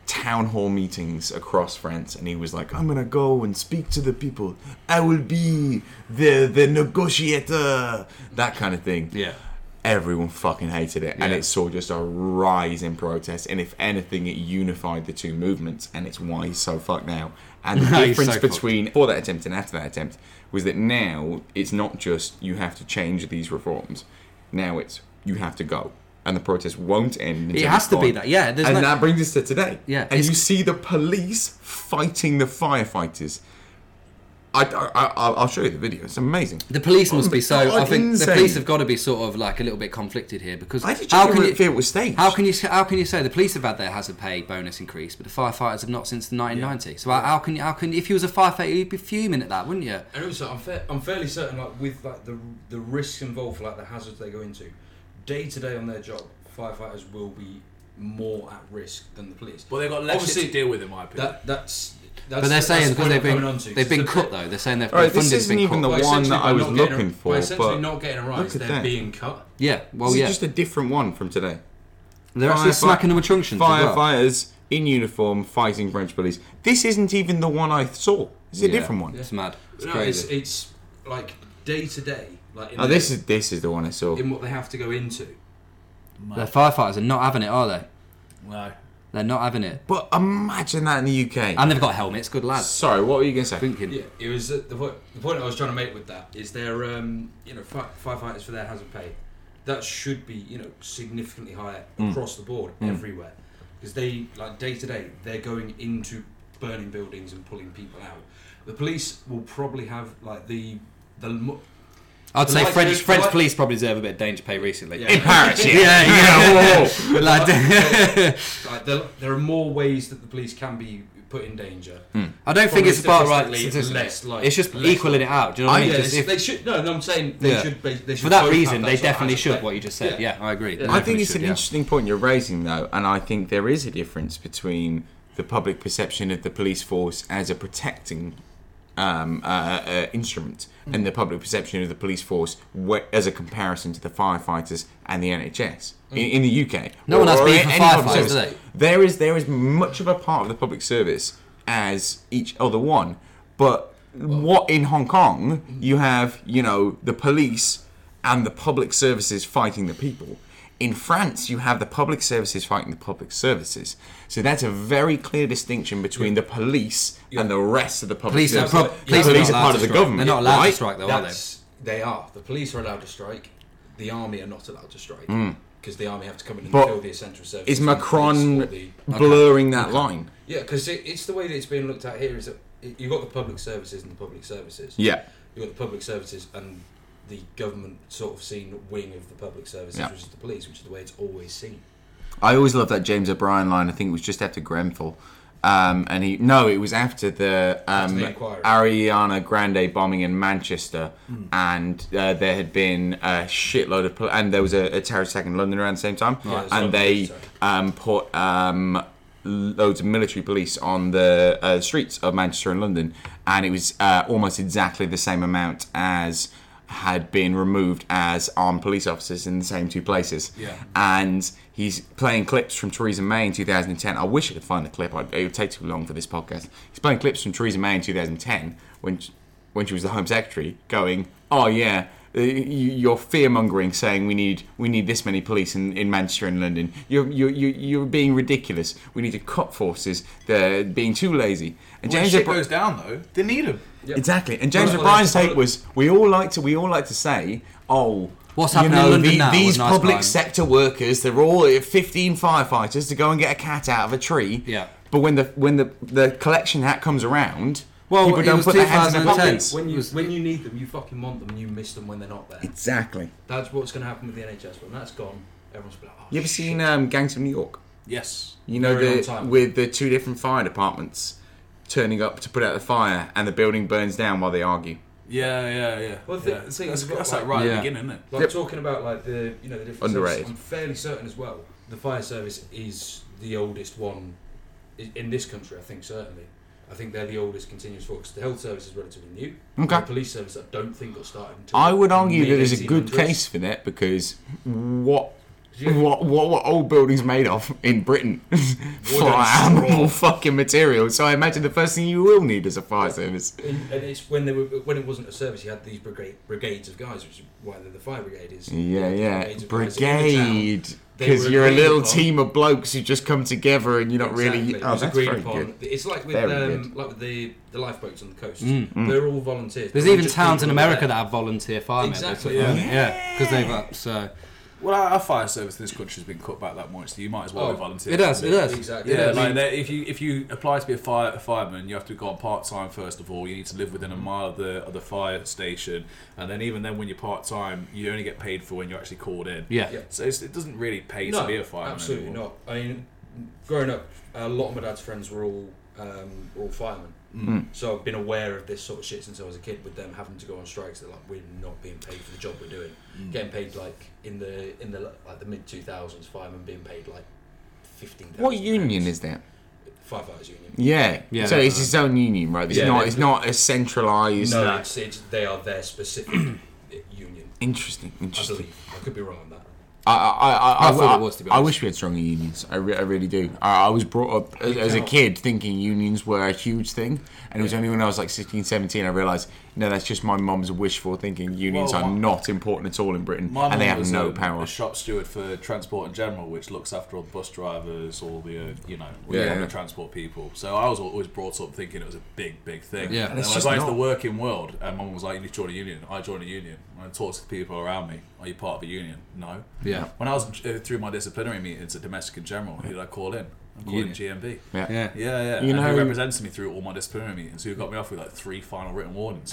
Speaker 2: town hall meetings across France, and he was like, "I'm gonna go and speak to the people. I will be the the negotiator." That kind of thing.
Speaker 4: Yeah.
Speaker 2: Everyone fucking hated it, and
Speaker 4: Yeah.
Speaker 2: it saw just a rise in protest. And if anything, it unified the two movements, and it's why he's so fucked now. And the
Speaker 4: No, he's
Speaker 2: difference
Speaker 4: so fucked.
Speaker 2: between before that attempt and after that attempt was that now it's not just you have to change these reforms. Now it's you have to go, and the protest won't end. until
Speaker 4: It has
Speaker 2: it's
Speaker 4: to be
Speaker 2: gone.
Speaker 4: that. Yeah. There's
Speaker 2: and
Speaker 4: no,
Speaker 2: that brings us to today.
Speaker 4: Yeah,
Speaker 2: and
Speaker 4: it's-
Speaker 2: you see the police fighting the firefighters. I, I, I, I'll I'll show you the video. It's amazing.
Speaker 4: the police must be so.
Speaker 2: Oh my God,
Speaker 4: I think the
Speaker 2: insane.
Speaker 4: police have got to be sort of like a little bit conflicted here because
Speaker 2: I just
Speaker 4: how can
Speaker 2: if it
Speaker 4: you?
Speaker 2: was staged.
Speaker 4: How can you s- how can you say the police have had their hazard pay bonus increase, but the firefighters have not since the 1990? So how, how can you- how can if you was a firefighter you'd be fuming at that, wouldn't you?
Speaker 3: And also, I'm, fa- I'm fairly certain, like with like the the risks involved, for, like the hazards they go into, day to day on their job, firefighters will be more at risk than the police.
Speaker 1: Well, they've got less shit
Speaker 3: Obviously,
Speaker 1: to deal with, in my opinion.
Speaker 3: that that's. that's
Speaker 4: But they're
Speaker 3: that's
Speaker 4: saying
Speaker 3: the
Speaker 4: because
Speaker 3: point
Speaker 4: they've
Speaker 3: I'm
Speaker 4: been
Speaker 3: coming on to,
Speaker 4: they've been
Speaker 3: 'cause
Speaker 4: cut though. They're saying their
Speaker 2: All right, this
Speaker 4: funding's
Speaker 2: isn't
Speaker 4: been
Speaker 2: even
Speaker 4: cut.
Speaker 2: the
Speaker 3: by
Speaker 2: one
Speaker 3: essentially
Speaker 2: that I
Speaker 3: by
Speaker 2: was
Speaker 3: not getting a-
Speaker 2: looking for,
Speaker 3: By essentially
Speaker 2: but
Speaker 3: not getting a
Speaker 2: look
Speaker 3: rise,
Speaker 2: at
Speaker 3: they're
Speaker 2: that.
Speaker 3: being cut.
Speaker 4: Yeah, well,
Speaker 2: This is
Speaker 4: yeah.
Speaker 2: just a different one from today.
Speaker 4: They're actually
Speaker 2: Firefight-
Speaker 4: smacking them with truncheons. as well.
Speaker 2: Firefighters in uniform fighting French police. This isn't even the one I saw. It's a
Speaker 4: Yeah.
Speaker 2: different one.
Speaker 4: It's mad. It's
Speaker 3: no,
Speaker 4: crazy.
Speaker 3: it's it's like day to day, like in,
Speaker 2: Oh,
Speaker 3: their-
Speaker 2: this is this is the one I saw.
Speaker 3: in what they have to go into.
Speaker 4: the firefighters are not having it, are they?
Speaker 1: no.
Speaker 4: They're not having it.
Speaker 2: But imagine that in the UK.
Speaker 4: And they've got helmets. Good lads.
Speaker 2: Sorry, what were you gonna say?
Speaker 4: Thinking.
Speaker 3: Yeah, it was uh, the point. The point I was trying to make with that is their, um, you know, fi- firefighters for their hazard pay, that should be, you know, significantly higher
Speaker 4: Mm.
Speaker 3: across the board everywhere, because they like day to day they're going into burning buildings and pulling people out. The police will probably have like the the mo-
Speaker 4: I'd say
Speaker 3: Like,
Speaker 4: French
Speaker 3: like-
Speaker 4: French police probably deserve a bit of danger pay recently.
Speaker 3: Yeah. In
Speaker 2: Paris, yeah.
Speaker 4: yeah,
Speaker 2: Yeah,
Speaker 4: yeah. Like,
Speaker 3: like there, there are more ways that the police can be put in danger.
Speaker 4: Mm. I don't think it's about right.
Speaker 3: Statistically, less likely.
Speaker 4: It's just
Speaker 3: Less Oh,
Speaker 4: equaling it out. Do you know what I mean?
Speaker 3: yeah,
Speaker 4: Just
Speaker 3: they,
Speaker 4: if-
Speaker 3: they should. No, no, I'm saying they
Speaker 4: Yeah.
Speaker 3: should. They, they should
Speaker 4: for that
Speaker 3: both
Speaker 4: reason,
Speaker 3: have
Speaker 4: they
Speaker 3: sort of
Speaker 4: definitely
Speaker 3: hazard
Speaker 4: should.
Speaker 3: pay.
Speaker 4: What you just said. Yeah,
Speaker 3: Yeah.
Speaker 4: I agree. They
Speaker 2: I think
Speaker 4: definitely
Speaker 2: it's
Speaker 4: should,
Speaker 2: an
Speaker 4: yeah.
Speaker 2: interesting point you're raising though, and I think there is a difference between the public perception of the police force as a protecting um, uh, uh, instrument
Speaker 4: Mm.
Speaker 2: and the public perception of the police force wh- as a comparison to the firefighters and the NHS in, in the UK.
Speaker 4: Mm. No one has beef
Speaker 2: a-
Speaker 4: with
Speaker 2: any public
Speaker 4: firefighters,
Speaker 2: service.
Speaker 4: do they?
Speaker 2: There is there is much of a part of the public service as each other one, but what in Hong Kong you have you know the police and the public services fighting the people. In France, you have the public services fighting the public services. So that's a very clear distinction between the police and the rest of the public
Speaker 4: Police are
Speaker 2: service.
Speaker 4: prob-
Speaker 2: The
Speaker 4: police are
Speaker 2: police
Speaker 4: not
Speaker 2: are part
Speaker 4: allowed
Speaker 2: of
Speaker 4: to
Speaker 2: the
Speaker 4: strike.
Speaker 2: government.
Speaker 4: They're not allowed to
Speaker 2: right?
Speaker 4: strike, though, are they?
Speaker 3: That's, they are. The police are allowed to strike. The army are not allowed to strike
Speaker 4: Hmm.
Speaker 3: because the army have to come in and
Speaker 2: But
Speaker 3: kill the essential service.
Speaker 2: Is
Speaker 3: and the police or
Speaker 2: Macron
Speaker 3: the-
Speaker 2: blurring that line?
Speaker 3: Yeah, because it, it's the way that it's being looked at here is that it- you've got the public services and the public services.
Speaker 2: Yeah.
Speaker 3: You've got the public services and the government sort of seen wing of the public services,
Speaker 2: Yeah.
Speaker 3: which is the police, which is the way it's always seen.
Speaker 2: I always loved that James O'Brien line. I think it was just after Grenfell. Um, and he no, it was after the, um,
Speaker 3: After the inquiry.
Speaker 2: Ariana Grande bombing in Manchester, and uh, there had been a shitload of pol- and there was a, a terrorist attack in London around the same time,
Speaker 3: Yeah, it's
Speaker 2: and
Speaker 3: London,
Speaker 2: they
Speaker 3: sorry.
Speaker 2: um, put um, loads of military police on the uh, streets of Manchester and London, and it was uh, almost exactly the same amount as had been removed as armed police officers in the same two places.
Speaker 1: Yeah.
Speaker 2: And he's playing clips from Theresa May in 2010. I wish I could find the clip. I, it would take too long for this podcast. He's playing clips from Theresa May in 2010 when sh- when she was the Home Secretary, going, "Oh yeah." uh, you- You're fear mongering, saying we need we need this many police in, in Manchester and London. You're you're you're you're being ridiculous. We need to cut forces. They're being too lazy. And
Speaker 1: When
Speaker 2: James
Speaker 1: shit
Speaker 2: O'Bri-
Speaker 1: goes down though, they need him.
Speaker 3: Yep.
Speaker 2: Exactly. And James
Speaker 3: Well,
Speaker 2: O'Brien's
Speaker 3: well,
Speaker 2: take was we all like to we all like to say, oh
Speaker 4: What's
Speaker 2: you
Speaker 4: happening in
Speaker 2: know,
Speaker 4: London
Speaker 2: the-
Speaker 4: now
Speaker 2: These
Speaker 4: was nice
Speaker 2: public
Speaker 4: crime.
Speaker 2: sector workers, they're all 15 firefighters to go and get a cat out of a tree.
Speaker 4: Yeah.
Speaker 2: But when the when the, the collection hat comes around,
Speaker 4: Well,
Speaker 2: people
Speaker 4: it
Speaker 2: don't
Speaker 4: was
Speaker 2: put their hands in their
Speaker 4: 2010.
Speaker 2: pockets.
Speaker 3: When you
Speaker 4: Was-
Speaker 3: when you need them, you fucking want them, and you miss them when they're not there.
Speaker 2: Exactly.
Speaker 3: That's what's going to happen with the NHS. When that's gone, everyone's gonna be like, oh,
Speaker 2: You ever seen um, Gangs of New York?
Speaker 1: Yes.
Speaker 2: You know,
Speaker 3: Very long
Speaker 2: the,
Speaker 3: time.
Speaker 2: with the two different fire departments turning up to put out the fire, and the building burns down while they argue.
Speaker 1: Yeah, yeah, yeah.
Speaker 3: Well,
Speaker 1: Well,
Speaker 3: the-
Speaker 1: yeah.
Speaker 3: the
Speaker 1: That's,
Speaker 3: thing is, we've got,
Speaker 1: that's
Speaker 3: like-
Speaker 1: like right
Speaker 4: Yeah.
Speaker 1: at the beginning, isn't it?
Speaker 3: Like
Speaker 2: Yep.
Speaker 3: talking about like the you know the different
Speaker 2: Underrated.
Speaker 3: services, I'm fairly certain as well. The fire service is the oldest one i- in this country. I think certainly. I think they're the oldest continuous force. The health service is relatively new.
Speaker 2: Okay.
Speaker 3: The police service I don't think got started until.
Speaker 2: I would argue that there's a good
Speaker 3: mid-1800s.
Speaker 2: case for that because what what what were old buildings made of in Britain? Flammable fucking material. So I imagine the first thing you will need is a fire service.
Speaker 3: And, and it's when they were when it wasn't a service, you had these brigade, brigades of guys, which is why they're the fire brigade is.
Speaker 2: Yeah, yeah,
Speaker 3: Brigades of guys in the town.
Speaker 2: brigade.
Speaker 3: They
Speaker 2: Because
Speaker 3: were
Speaker 2: you're a
Speaker 3: agreed
Speaker 2: little
Speaker 3: upon.
Speaker 2: team of blokes who just come together and you're not
Speaker 3: Exactly.
Speaker 2: really.
Speaker 3: It
Speaker 2: Oh,
Speaker 3: was
Speaker 2: that's
Speaker 3: agreed
Speaker 2: very
Speaker 3: upon.
Speaker 2: good.
Speaker 3: It's like with
Speaker 2: Very
Speaker 3: um,
Speaker 2: good. Mm,
Speaker 3: like with the the lifeboats on the coast. They're all volunteers.
Speaker 4: There's
Speaker 3: They're
Speaker 4: even
Speaker 3: just
Speaker 4: towns in
Speaker 3: people that are
Speaker 4: America
Speaker 3: there.
Speaker 4: that have volunteer firemen.
Speaker 3: Exactly,
Speaker 4: That's-
Speaker 3: yeah.
Speaker 4: Yeah, because they've up. So
Speaker 1: Well, our, our fire service in this country has been cut back that much, so you might as well
Speaker 3: Oh,
Speaker 1: be volunteer.
Speaker 4: it does. It does.
Speaker 3: Exactly.
Speaker 1: Yeah,
Speaker 3: I
Speaker 1: like
Speaker 3: mean,
Speaker 1: that- if you if you apply to be a fire a fireman, you have to go on part time first of all. You need to live within a mile of the of the fire station, and then even then, when you're part time, you only get paid for when you're actually called in.
Speaker 4: Yeah.
Speaker 3: Yeah.
Speaker 1: So it's, it doesn't really pay
Speaker 3: no,
Speaker 1: to be a fireman.
Speaker 3: absolutely
Speaker 1: anymore.
Speaker 3: not. I mean, growing up, uh, a lot of my dad's friends were all um, all firemen.
Speaker 2: Mm.
Speaker 3: So I've been aware of this sort of shit since I was a kid. With them having to go on strikes, they're like, we're not being paid for the job we're doing.
Speaker 2: Mm.
Speaker 3: Getting paid like in the in the like the mid two thousands, firemen being paid like fifteen.
Speaker 2: What union is that?
Speaker 3: Firefighters union.
Speaker 2: Yeah.
Speaker 4: Yeah,
Speaker 2: so
Speaker 4: that's
Speaker 2: it's its own union, right? It's
Speaker 3: Yeah,
Speaker 2: not.
Speaker 3: they-
Speaker 2: It's not a centralised.
Speaker 3: No, it's, it's they are their specific union.
Speaker 2: Interesting.
Speaker 3: I
Speaker 2: Interesting.
Speaker 3: believe. I could be wrong on that.
Speaker 2: I, I, I, I,
Speaker 4: I thought it
Speaker 2: I-
Speaker 4: was, to be
Speaker 2: I
Speaker 4: honest.
Speaker 2: wish we had stronger unions. I, re- I really do. I, I was brought up as, as a kid thinking unions were a huge thing, and it was only when I was like 16, 17 I realised no, that's just my mum's wishful thinking. Unions
Speaker 1: Well,
Speaker 2: are
Speaker 1: my-
Speaker 2: not important at all in Britain,
Speaker 1: My
Speaker 2: and they
Speaker 1: mum
Speaker 2: have
Speaker 1: was
Speaker 2: no
Speaker 1: a,
Speaker 2: power.
Speaker 1: A shop steward for transport in general, which looks after all the bus drivers, all the uh, you know, all
Speaker 2: Yeah,
Speaker 1: the
Speaker 2: yeah.
Speaker 1: public transport people. So I was always brought up thinking it was a big, big thing.
Speaker 4: Yeah.
Speaker 1: and
Speaker 4: It's
Speaker 1: then when I
Speaker 2: just
Speaker 1: got into
Speaker 2: not.
Speaker 1: the working world, and mum was like, "You need to join a union." I joined a union. And I talked to the people around me. Are you part of a union? No.
Speaker 4: Yeah.
Speaker 1: When I was uh, through my disciplinary meetings at domestic in general, who did I call in? I called in GMB.
Speaker 4: yeah.
Speaker 1: Yeah, yeah.
Speaker 2: You
Speaker 1: and
Speaker 2: know-
Speaker 1: who represented me through all my disciplinary meetings? Who got me off with like three final written warnings?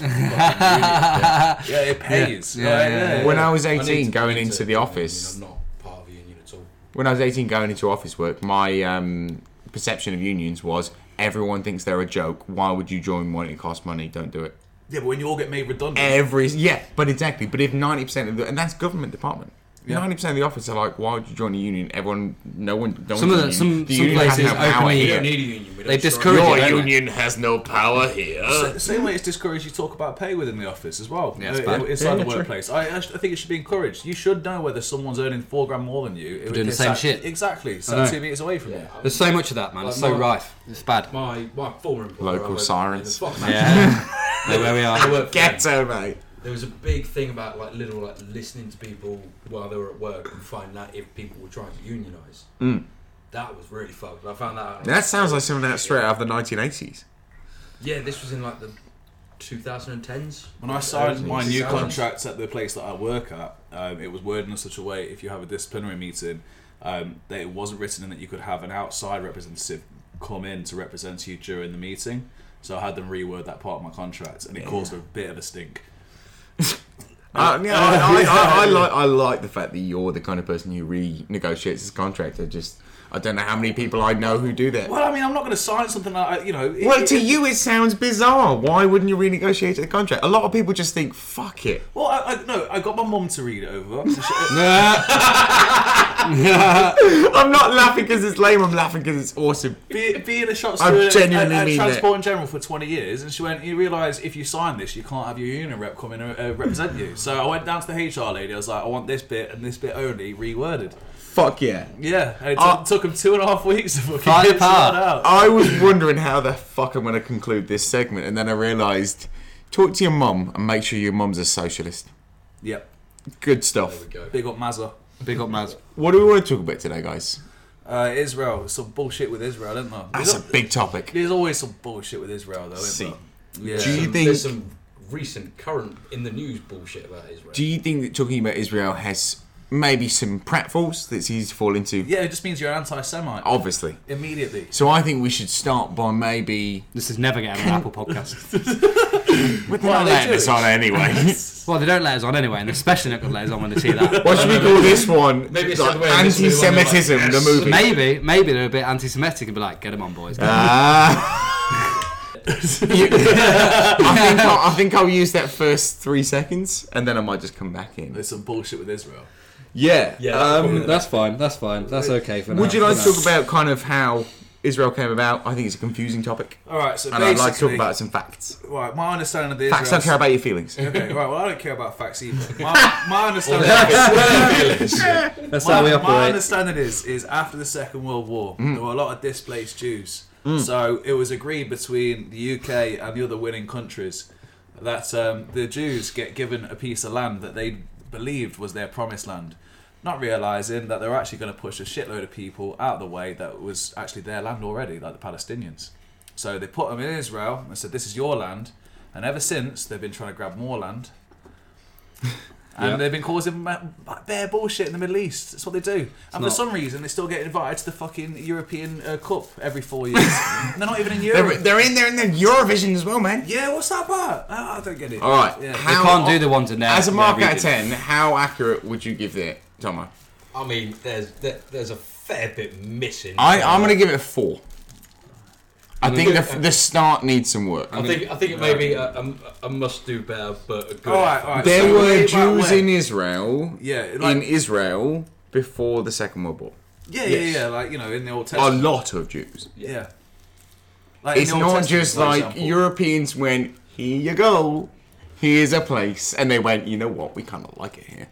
Speaker 1: yeah, it pays.
Speaker 4: Yeah,
Speaker 1: Like,
Speaker 4: yeah, yeah.
Speaker 2: When I was
Speaker 3: I need
Speaker 2: 18,
Speaker 3: to- I
Speaker 2: going
Speaker 3: need
Speaker 2: into
Speaker 3: to
Speaker 2: the
Speaker 3: join a
Speaker 2: office,
Speaker 3: union. I'm not part of a union at all.
Speaker 2: when I was 18 going into office work, my um, perception of unions was everyone thinks they're a joke. Why would you join one? It costs money. Don't do it.
Speaker 1: Yeah, but when you all get made redundant,
Speaker 2: Every yeah, but exactly. But if ninety percent of the and that's government department. Ninety percent of the office are like, why would you join a union? Everyone, no one, no
Speaker 4: Some
Speaker 2: one's
Speaker 4: of the-
Speaker 2: a union.
Speaker 4: some-
Speaker 2: the
Speaker 4: some
Speaker 2: union has
Speaker 4: places
Speaker 2: no power
Speaker 4: openly-
Speaker 3: We
Speaker 2: here.
Speaker 3: don't need a union. We don't
Speaker 4: They
Speaker 3: strike.
Speaker 4: discourage
Speaker 2: Your
Speaker 4: it, don't they?
Speaker 2: union has no power here.
Speaker 1: the same way it's discouraged you talk about pay within the office as well
Speaker 4: Yeah, it's
Speaker 1: uh,
Speaker 4: bad.
Speaker 1: inside
Speaker 2: Yeah,
Speaker 1: the
Speaker 2: true.
Speaker 1: workplace I, I, sh- I think it should be encouraged you should know whether someone's earning four grand more than you for
Speaker 4: doing the same shit.
Speaker 1: exactly
Speaker 4: I know.
Speaker 1: so two metres away from you
Speaker 4: There's so much of that, man. It's so
Speaker 3: Like, my-
Speaker 4: rife. It's bad.
Speaker 3: My my former employer.
Speaker 2: Local
Speaker 3: I worked-
Speaker 2: sirens.
Speaker 3: Fuck, man.
Speaker 4: Yeah. Know where we
Speaker 3: I
Speaker 4: are.
Speaker 3: worked for them.
Speaker 2: Ghetto, mate.
Speaker 3: there was a big thing about like little like listening to people while they were at work and find out if people were trying to unionise.
Speaker 2: Mm.
Speaker 3: That was really fucked. I found that out.
Speaker 2: That sounds like something out straight out of the 1980s.
Speaker 3: Yeah, this was in like the 2010s.
Speaker 1: When I signed my new
Speaker 3: 2000s.
Speaker 1: contract at the place that I work at, um, it was worded in such a way if you have a disciplinary meeting, um, that it wasn't written in that you could have an outside representative come in to represent you during the meeting. So I had them reword that part of my contract, and it caused a bit of a stink.
Speaker 2: Uh, yeah, I, I, I, I, like, I like the fact that you're the kind of person who renegotiates his contract. I just I don't know how many people I know who do that.
Speaker 1: Well, I mean, I'm not going to sign something that I, you know. it-
Speaker 2: Well, to
Speaker 1: it-
Speaker 2: you it sounds bizarre. Why wouldn't you renegotiate the contract? A lot of people just think, "Fuck it."
Speaker 1: Well, I, I, no, I got my mum to read it over.
Speaker 2: I'm not laughing because it's lame. I'm laughing because it's awesome.
Speaker 1: Be, being a shop
Speaker 2: I
Speaker 1: steward at,
Speaker 2: genuinely
Speaker 1: at
Speaker 2: mean
Speaker 1: Transport in General for 20 years, and she went, You realise if you sign this, you can't have your union rep come in and uh, represent you. So I went down to the HR lady, I was like, I want this bit and this bit only reworded.
Speaker 2: Fuck yeah.
Speaker 1: Yeah, and it
Speaker 2: Uh,
Speaker 1: took took them two and a half weeks to fucking
Speaker 4: Find
Speaker 1: get it sorted
Speaker 4: apart.
Speaker 1: out.
Speaker 2: I was wondering how the fuck I'm going to conclude this segment, and then I realised, talk to your mum and make sure your mum's a socialist.
Speaker 1: Yep,
Speaker 2: Good
Speaker 3: There
Speaker 2: stuff.
Speaker 3: we go.
Speaker 1: big up Mazza.
Speaker 4: Big up, Maz.
Speaker 2: What do we want to talk about today, guys?
Speaker 1: Uh, Israel, some bullshit with Israel, isn't there?
Speaker 2: That's a
Speaker 1: there's,
Speaker 2: big topic.
Speaker 1: there's always some bullshit with Israel, though, isn't
Speaker 2: See.
Speaker 1: there? Yeah.
Speaker 2: Do you
Speaker 3: Some-
Speaker 2: think-
Speaker 3: there's some recent, current, in the news bullshit about Israel?
Speaker 2: Do you think that talking about Israel has maybe some pratfalls that's easy to fall into?
Speaker 1: yeah, it just means you're an anti Semite.
Speaker 2: Obviously.
Speaker 1: Immediately.
Speaker 2: So I think we should start by maybe.
Speaker 4: This is never getting on Apple Podcast.
Speaker 2: With
Speaker 1: Why are they
Speaker 2: letting us
Speaker 1: Jewish?
Speaker 2: on anyway.
Speaker 4: well, they don't let us on anyway, and they're especially not going to let us on when they see that.
Speaker 2: what should we call this one?
Speaker 3: Maybe it's the
Speaker 2: like
Speaker 3: other way around. This will be the one they're like,
Speaker 2: anti-Semitism, the
Speaker 3: yes.
Speaker 2: movie.
Speaker 4: Maybe, maybe they're a bit anti-Semitic and be like, "Get them on, boys."
Speaker 2: Ah. You- I, think I'll, I think I'll use that first three seconds, and then I might just come back in.
Speaker 1: There's some bullshit with Israel.
Speaker 2: Yeah.
Speaker 3: Yeah,
Speaker 2: Um,
Speaker 4: that's fine. That's fine. That's okay for now.
Speaker 2: would you like to talk about kind of how Israel came about? I think it's a confusing topic,
Speaker 1: Alright, so
Speaker 2: and I'd
Speaker 1: basically.
Speaker 2: like to talk about some facts.
Speaker 1: Right, my understanding of the
Speaker 2: Facts
Speaker 1: Israel
Speaker 2: don't care about your feelings.
Speaker 1: Okay, right. Well, I don't care about facts either. My, my understanding,
Speaker 4: That's
Speaker 1: my, my understanding is, is after the Second World War, there were a lot of displaced Jews. So it was agreed between the UK and the other winning countries that um, the Jews get given a piece of land that they believed was their promised land, not realizing that they were actually going to push a shitload of people out of the way that was actually their land already, like the Palestinians. So they put them in Israel and said, "This is your land." And ever since, they've been trying to grab more land. And
Speaker 4: Yeah.
Speaker 1: they've been causing ma- bare bullshit in the Middle East. That's what they do. and for
Speaker 4: not-
Speaker 1: some reason, they still get invited to the fucking European uh, Cup every four years. and they're not even in Europe.
Speaker 2: They're, they're in there in the Eurovision as well, man.
Speaker 1: yeah, what's that about? I, I don't get it.
Speaker 2: All right.
Speaker 1: Yeah.
Speaker 4: They
Speaker 2: How-
Speaker 4: can't do the ones in there.
Speaker 2: As a
Speaker 4: their
Speaker 2: mark out of
Speaker 4: region.
Speaker 2: ten, how accurate would you give it, Tomo?
Speaker 3: I mean, there's there, there's a fair bit missing.
Speaker 2: I, I'm going to give it a four. I think
Speaker 3: gonna-
Speaker 2: the, the start needs some work.
Speaker 3: I think I think it may be a, a, a must do better, but a good.
Speaker 1: All right,
Speaker 3: effort.
Speaker 1: all right.
Speaker 2: There
Speaker 1: so way
Speaker 2: were
Speaker 1: back
Speaker 2: Jews
Speaker 1: when-
Speaker 2: in Israel.
Speaker 1: Yeah,
Speaker 2: in
Speaker 1: like-
Speaker 2: Israel before the Second World War.
Speaker 1: Yeah,
Speaker 2: Yes.
Speaker 1: yeah, yeah. Like you know, in the Old
Speaker 2: A
Speaker 1: Testament.
Speaker 2: lot of Jews.
Speaker 1: yeah. Like, in
Speaker 2: It's
Speaker 1: the Old
Speaker 2: not
Speaker 1: Testament,
Speaker 2: just
Speaker 1: for
Speaker 2: like
Speaker 1: example.
Speaker 2: Europeans went, here you go, here's a place, and they went, you know what, we kind of like it here.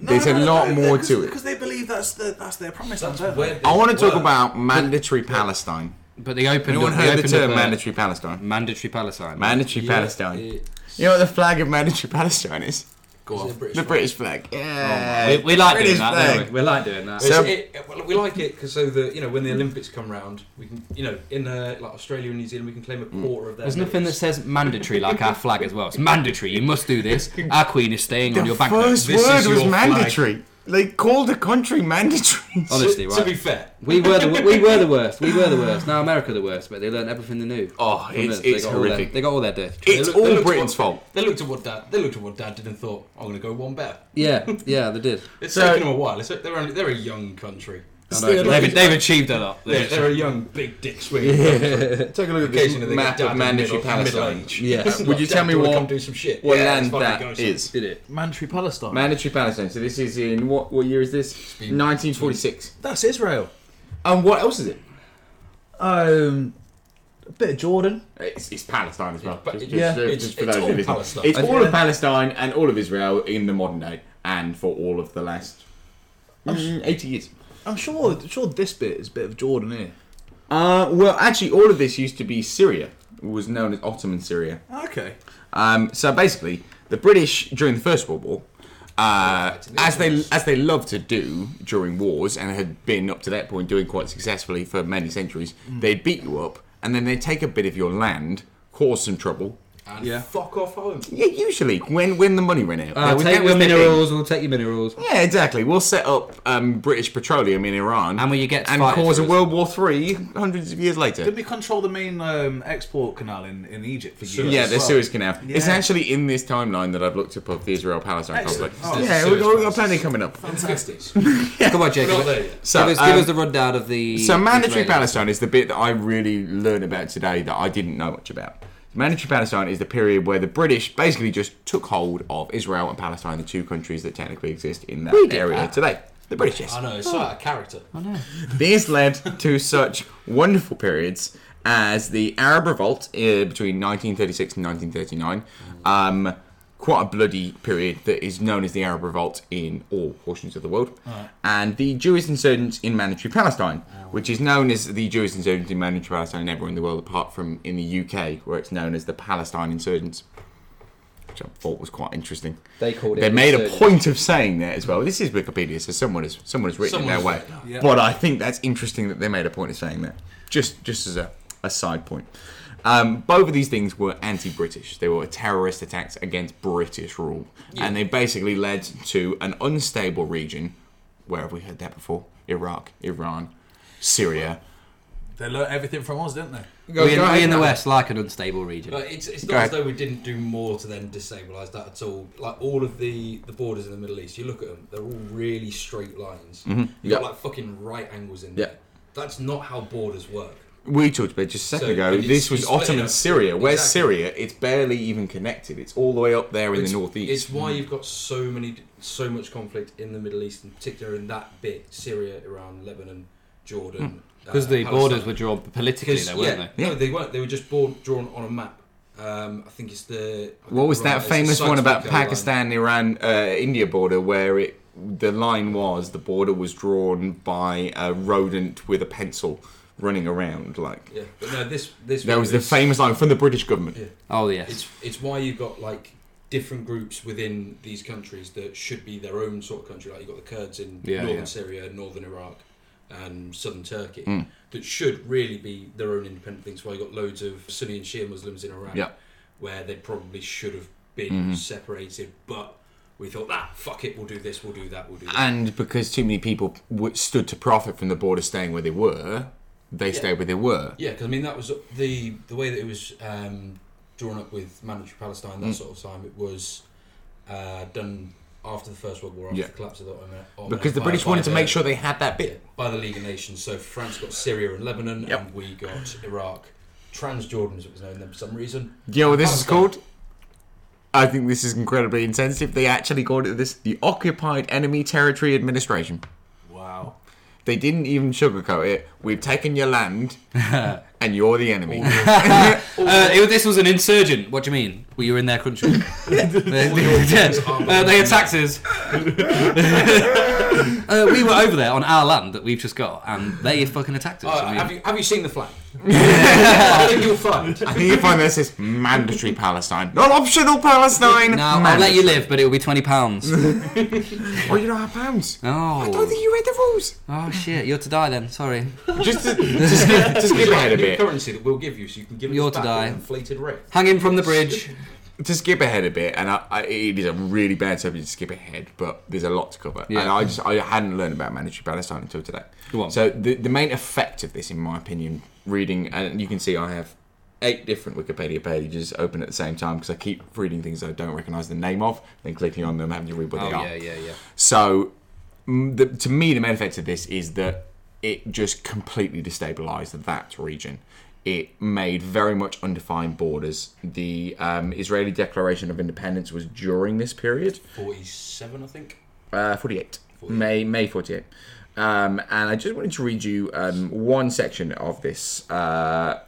Speaker 2: There's a lot more to it.
Speaker 1: because they believe that's the, that's their promise.
Speaker 3: That's
Speaker 1: land, don't
Speaker 3: where
Speaker 1: they?
Speaker 2: I want to talk
Speaker 3: work.
Speaker 2: about mandatory Palestine.
Speaker 4: But they opened.
Speaker 2: Anyone
Speaker 4: up, they
Speaker 2: heard the
Speaker 4: opened
Speaker 2: term
Speaker 4: up a-
Speaker 2: mandatory Palestine?
Speaker 4: mandatory Palestine.
Speaker 2: Mandatory
Speaker 3: Yeah,
Speaker 2: Palestine.
Speaker 3: it's-
Speaker 2: You know what the flag of mandatory Palestine is?
Speaker 1: Go
Speaker 3: it's
Speaker 1: on.
Speaker 3: a British
Speaker 2: The
Speaker 3: flag.
Speaker 2: British flag. Yeah.
Speaker 4: Oh, we, we like
Speaker 2: British
Speaker 4: doing that.
Speaker 2: flag.
Speaker 4: Don't we? we like doing that.
Speaker 3: It's-
Speaker 2: So-
Speaker 3: it- well, we like it because so the you know when the Olympics come round, we can you know in uh, like Australia and New Zealand we can claim a
Speaker 2: Mm.
Speaker 3: quarter of their.
Speaker 4: There's nothing that
Speaker 3: medals.
Speaker 4: says mandatory like our flag as well. It's mandatory. You must do this. Our queen is staying on
Speaker 2: The
Speaker 4: your banknotes.
Speaker 2: first
Speaker 4: This
Speaker 2: word
Speaker 4: is
Speaker 2: was
Speaker 4: your flag.
Speaker 2: mandatory. Like, call the country mandatory.
Speaker 4: Honestly,
Speaker 3: To
Speaker 4: right?
Speaker 3: be fair,
Speaker 4: we were the we were the worst. We were the worst. Now America the worst, but they learned everything they knew.
Speaker 2: Oh,
Speaker 4: From
Speaker 2: it's,
Speaker 4: us. They
Speaker 2: it's
Speaker 4: got all their-
Speaker 2: horrific.
Speaker 4: they got all their death.
Speaker 3: they
Speaker 2: It's
Speaker 3: look- they looked
Speaker 2: all
Speaker 3: at
Speaker 2: Britain's
Speaker 3: what-
Speaker 2: fault.
Speaker 3: They looked at what dad. They looked at what dad did and thought, I'm going to go one better.
Speaker 4: Yeah, yeah, they did.
Speaker 3: It's
Speaker 2: So-
Speaker 3: taken them a while. It's, they're only, they're a young country.
Speaker 4: I know. They've, they've achieved a lot.
Speaker 3: They're, they're a young big dick swinging. country.
Speaker 2: Take a look at this
Speaker 3: Occasionally they get
Speaker 2: map
Speaker 3: down
Speaker 2: of
Speaker 3: to
Speaker 2: mandatory
Speaker 3: middle- middle
Speaker 2: Palestine.
Speaker 3: age.
Speaker 4: Yes.
Speaker 2: Would you
Speaker 3: Like,
Speaker 2: tell
Speaker 3: dad,
Speaker 2: me
Speaker 3: do you wanna
Speaker 2: what-
Speaker 3: come do some shit?
Speaker 2: What
Speaker 3: Yeah,
Speaker 2: land
Speaker 3: let's fucking go
Speaker 2: that
Speaker 3: somewhere.
Speaker 2: is?
Speaker 4: Did it?
Speaker 1: Mandatory Palestine.
Speaker 2: Mandatory Palestine. So this is in what what year is this? 1946.
Speaker 1: that's Israel.
Speaker 2: And what else is it?
Speaker 1: Um, a bit of Jordan.
Speaker 2: It's, it's Palestine as well.
Speaker 3: But
Speaker 2: just,
Speaker 3: it-
Speaker 2: just-
Speaker 1: yeah,
Speaker 2: just
Speaker 3: it's-
Speaker 2: for
Speaker 3: it's
Speaker 2: those
Speaker 3: all
Speaker 2: who listen.
Speaker 3: Palestine.
Speaker 2: It's
Speaker 4: I-
Speaker 2: all of Palestine and all of Israel in the modern day, and for all of the last mm, 80 years.
Speaker 1: I'm sure. Sure, this bit is a bit of Jordan here.
Speaker 2: Uh, well, actually, all of this used to be Syria. was known as Ottoman Syria.
Speaker 1: Okay.
Speaker 2: Um, so basically, the British during the First World War, uh, as they as they love to do during wars, and had been up to that point doing quite successfully for many centuries, they'd beat you up, and then they'd take a bit of your land, cause some trouble.
Speaker 3: And
Speaker 1: Yeah.
Speaker 3: fuck off home.
Speaker 2: Yeah, usually when when the money ran out. That was-
Speaker 4: Uh, take
Speaker 2: that was
Speaker 4: your
Speaker 2: their thing.
Speaker 4: minerals. We'll take your minerals.
Speaker 2: Yeah, exactly. We'll set up um, British petroleum in Iran,
Speaker 4: And will you get to
Speaker 2: and
Speaker 4: fight it
Speaker 2: cause a
Speaker 4: for us?
Speaker 2: World War Three hundreds of years later.
Speaker 1: Did we control the main um, export canal in, in Egypt for years?
Speaker 2: Yeah,
Speaker 1: as
Speaker 2: the
Speaker 1: well?
Speaker 2: Suez Canal. It's
Speaker 1: Yeah.
Speaker 2: actually in this timeline that I've looked up of the Israel-Palestine
Speaker 1: Excellent.
Speaker 2: conflict.
Speaker 1: Oh,
Speaker 2: yeah,
Speaker 3: the
Speaker 2: we've got,
Speaker 3: Suez
Speaker 2: we've got plenty coming up.
Speaker 1: Fantastic.
Speaker 4: Come on, Jacob.
Speaker 3: Not there yet.
Speaker 2: So,
Speaker 4: give, us,
Speaker 2: um,
Speaker 4: give us the rundown of the.
Speaker 2: So mandatory
Speaker 4: Israeli-
Speaker 2: Palestine is the bit that I really learned about today that I didn't know much about. Mandatory Palestine is the period where the British basically just took hold of Israel and Palestine, the two countries that technically exist in that
Speaker 4: did
Speaker 2: area
Speaker 4: that.
Speaker 2: today. The British, yes.
Speaker 3: I know, it's out of character.
Speaker 2: These led to such wonderful periods as the Arab Revolt uh, between 1936 and 1939. Um, quite a bloody period that is known as the Arab Revolt in all portions of the world. And the Jewish insurgents in Mandatory Palestine,
Speaker 4: Ah,
Speaker 2: which is known as the Jewish insurgents in Mandatory Palestine everywhere in the world apart from in the UK, where it's known as the Palestine insurgents. Which I thought was quite interesting.
Speaker 4: They called it.
Speaker 2: They made a
Speaker 4: insurgent.
Speaker 2: point of saying that as well. This is Wikipedia, so someone has someone has written it
Speaker 3: Someone's
Speaker 2: their way.
Speaker 3: written it,
Speaker 1: yeah.
Speaker 2: But I think that's interesting that they made a point of saying that. Just just as a, a side point. Um, both of these things were anti-British. They were terrorist attacks against British rule, and they basically led to an unstable region. Where have we heard that before? Iraq, Iran, Syria.
Speaker 1: they learnt everything from us, didn't they?
Speaker 4: We in, we in the West like an unstable region.
Speaker 3: But it's, it's
Speaker 2: Go
Speaker 3: not as
Speaker 2: ahead.
Speaker 3: though we didn't do more to then destabilise that at all. Like all of the, the borders in the Middle East, you look at them, they're all really straight lines. You've got
Speaker 2: Mm-hmm. Yep.
Speaker 3: like fucking right angles in
Speaker 2: Yep.
Speaker 3: there. That's not how borders work.
Speaker 2: We talked about it just a second
Speaker 3: So,
Speaker 2: ago.
Speaker 3: but it's-
Speaker 2: This was
Speaker 3: it's split
Speaker 2: Ottoman
Speaker 3: up.
Speaker 2: Syria. Where's
Speaker 3: Exactly.
Speaker 2: Syria? It's barely even connected. It's all the way up there in
Speaker 3: It's-
Speaker 2: the northeast.
Speaker 3: It's why you've got so many, so much conflict in the Middle East, in particular in that bit: Syria, Iran, Lebanon,
Speaker 2: Hmm.
Speaker 3: Jordan.
Speaker 4: Because
Speaker 3: uh,
Speaker 4: the borders
Speaker 3: Palestine.
Speaker 4: were drawn politically,
Speaker 3: Because,
Speaker 4: though, weren't
Speaker 3: yeah,
Speaker 4: they?
Speaker 2: Yeah.
Speaker 3: No, they weren't. They were just born, drawn on a map. Um, I think it's the. I
Speaker 2: What
Speaker 3: think
Speaker 2: was
Speaker 3: I'm
Speaker 2: that
Speaker 3: right, it's the
Speaker 2: famous one
Speaker 3: Sykes-Picot
Speaker 2: about
Speaker 3: line.
Speaker 2: Pakistan, Iran, uh, India border where it the line was the border was drawn by a rodent with a pencil running around like
Speaker 3: Yeah, but no, this this.
Speaker 2: that
Speaker 3: one
Speaker 2: was the
Speaker 3: is-
Speaker 2: famous line from the British government.
Speaker 3: Yeah.
Speaker 4: Oh yes.
Speaker 3: It's it's why you've got like different groups within these countries that should be their own sort of country. Like you've got the Kurds in
Speaker 4: Yeah,
Speaker 3: northern
Speaker 4: yeah. Hmm.
Speaker 3: Syria, northern Iraq, and southern Turkey that should really be their own independent things. Why you've got loads of Sunni and Shia Muslims in Iraq
Speaker 2: Yeah.
Speaker 3: where they probably should have been
Speaker 4: Mm-hmm.
Speaker 3: separated, but we thought, ah, fuck it, we'll do this, we'll do that, we'll do that.
Speaker 2: And because too many people w- stood to profit from the border staying where they were, they stayed where they were.
Speaker 3: Yeah, because I mean that was the the way that it was um, drawn up with Mandatory Palestine that
Speaker 2: Mm.
Speaker 3: sort of time. It was uh, done after the First World War, after
Speaker 2: Yeah.
Speaker 3: the collapse of the Ottoman, Ottoman
Speaker 2: Because the
Speaker 3: Empire
Speaker 2: British
Speaker 3: by
Speaker 2: wanted to
Speaker 3: the-
Speaker 2: make sure they had that bit.
Speaker 3: by the League of Nations. So France got Syria and Lebanon,
Speaker 2: Yep.
Speaker 3: and we got Iraq, Transjordan as it was known then for some reason.
Speaker 2: Do you know what this is
Speaker 3: Palestine.
Speaker 2: called? I think this is incredibly insensitive. They actually called it this the Occupied Enemy Territory Administration.
Speaker 1: Wow.
Speaker 2: They didn't even sugarcoat it. We've taken your land, and you're the enemy.
Speaker 4: Uh, it, was- this was an insurgent. What do you mean? Well, you were in their country. they, uh, they attacked us. uh, we were over there on our land that we've just got, and they fucking attacked us.
Speaker 3: Uh,
Speaker 4: I mean,
Speaker 3: have you have you seen the flag? I think you'll find.
Speaker 2: I think you find this is mandatory Palestine, not optional Palestine.
Speaker 4: no, I'll let you live, but it will be twenty pounds.
Speaker 2: Oh, you don't have pounds. I don't think
Speaker 4: Oh,
Speaker 2: you read the rules.
Speaker 4: oh shit! You're to die then. Sorry.
Speaker 2: Just, to, just, skip- just skip ahead a
Speaker 3: New
Speaker 2: bit.
Speaker 3: currency that we'll give you, so you can give
Speaker 4: You're
Speaker 3: it
Speaker 4: to
Speaker 3: back
Speaker 4: die.
Speaker 3: at an inflated rate.
Speaker 4: Hanging from the bridge.
Speaker 2: Just skip ahead a bit, and I, I, it is a really bad subject to skip ahead, but there's a lot to cover,
Speaker 4: Yeah.
Speaker 2: and I just I hadn't learned about mandatory Palestine until today.
Speaker 4: Go on.
Speaker 2: So the the main effect of this, in my opinion, reading, and you can see I have eight different Wikipedia pages open at the same time because I keep reading things I don't recognise the name of, then clicking on them, having to read what
Speaker 4: Oh
Speaker 2: they are.
Speaker 4: yeah, yeah, yeah.
Speaker 2: So, mm, the, to me, the main effect of this is that it just completely destabilized that region. It made very much undefined borders. The um, Israeli Declaration of Independence was during this period,
Speaker 3: Forty-seven, I think.
Speaker 2: uh, 48, May May 48. Um, and I just wanted to read you um, one section of this. Uh,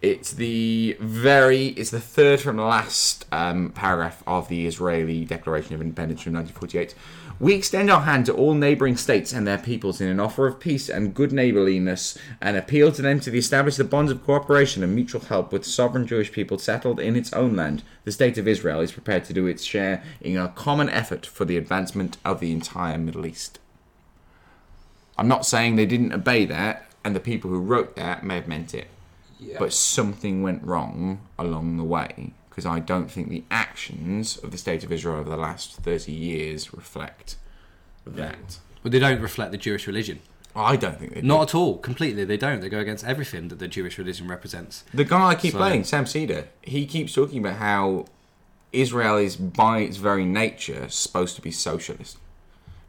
Speaker 2: it's the very, it's the third from last um, paragraph of the Israeli Declaration of Independence from 1948. We extend our hand to all neighbouring states and their peoples in an offer of peace and good neighbourliness, and appeal to them to establish the bonds of cooperation and mutual help with sovereign Jewish people settled in its own land. The state of Israel is prepared to do its share in a common effort for the advancement of the entire Middle East. I'm not saying they didn't obey that, and the people who wrote that may have meant it,
Speaker 3: Yeah.
Speaker 2: but something went wrong along the way because I don't think the actions of the state of Israel over the last 30 years reflect that.
Speaker 4: But they don't reflect the Jewish religion.
Speaker 2: I don't think they
Speaker 4: Not at all. Completely, they don't. They go against everything that the Jewish religion represents.
Speaker 2: The guy I keep
Speaker 4: So-
Speaker 2: playing, Sam Cedar, he keeps talking about how Israel is, by its very nature, supposed to be socialist.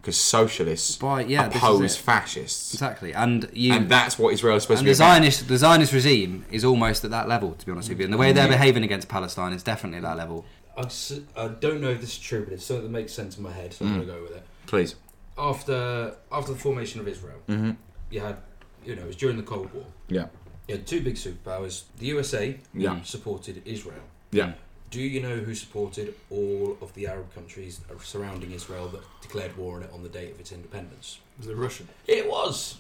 Speaker 2: Because socialists
Speaker 4: By- yeah, this is
Speaker 2: oppose
Speaker 4: it.
Speaker 2: fascists.
Speaker 4: Exactly. And you
Speaker 2: And that's what Israel is supposed
Speaker 4: and
Speaker 2: to
Speaker 4: the
Speaker 2: be. about.
Speaker 4: Zionist the Zionist regime is almost at that level, to be honest with you. And the way they're behaving against Palestine is definitely at that level.
Speaker 3: I, s- I don't know if this is true, but it's something that makes sense in my head, so I'm
Speaker 2: Mm.
Speaker 3: gonna go with it.
Speaker 2: Please.
Speaker 3: After after the formation of Israel,
Speaker 2: Mm-hmm.
Speaker 3: you had you know it was during the Cold War.
Speaker 2: Yeah.
Speaker 3: You had two big superpowers. The USA
Speaker 2: Yeah.
Speaker 3: supported Israel.
Speaker 2: Yeah.
Speaker 3: Do you know who supported all of the Arab countries surrounding Israel that declared war on it on the date of its independence?
Speaker 1: was the Russian.
Speaker 3: It was.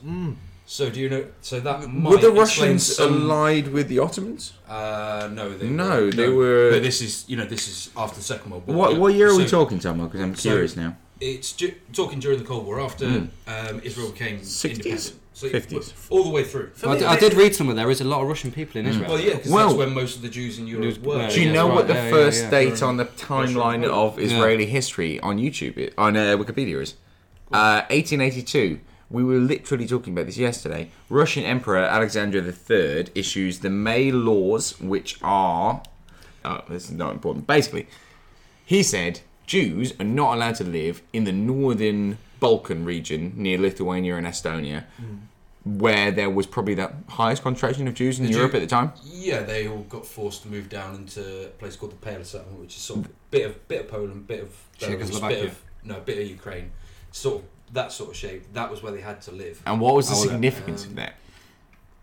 Speaker 3: So do you know? So that might
Speaker 2: Mm. Were the
Speaker 3: explain
Speaker 2: Russians
Speaker 3: some-
Speaker 2: allied with the Ottomans?
Speaker 3: Uh, no, they
Speaker 2: No,
Speaker 3: were,
Speaker 2: they were-
Speaker 3: But this is you know this is after the Second World War.
Speaker 2: What, what year are we
Speaker 3: So
Speaker 2: talking, Tom? Because I'm
Speaker 3: so-
Speaker 2: curious now.
Speaker 3: It's ju- talking during the Cold War after
Speaker 2: Hmm.
Speaker 3: um, Israel became
Speaker 2: 60s?
Speaker 3: independent. So it
Speaker 2: 50s?
Speaker 3: was all the way through.
Speaker 4: I d- I did read somewhere there is a lot of Russian people in Israel.
Speaker 3: Well, yeah, because
Speaker 2: Well-
Speaker 3: that's when most of the Jews in Europe were.
Speaker 2: Do you
Speaker 4: Yeah,
Speaker 2: know
Speaker 4: right,
Speaker 2: what the
Speaker 4: yeah, yeah,
Speaker 2: first
Speaker 4: yeah.
Speaker 2: date on the timeline of Israeli history on YouTube, i- on uh, Wikipedia is? Uh, 1882. We were literally talking about this yesterday. Russian Emperor Alexander III issues the May Laws, which are. Oh, this is not important. Basically, he said Jews are not allowed to live in the northern Balkan region near Lithuania and Estonia,
Speaker 4: Hmm.
Speaker 2: where there was probably the highest concentration of Jews in
Speaker 3: Jew-
Speaker 2: Europe at the time.
Speaker 3: Yeah, they all got forced to move down into a place called the Pale Settlement, which is sort of a bit of bit of Poland, bit of Belarus, bit
Speaker 4: Czechoslovakia.
Speaker 3: of no, bit of Ukraine, sort of that sort of shape. That was where they had to live.
Speaker 2: And what was the
Speaker 4: Oh, well,
Speaker 2: significance of that?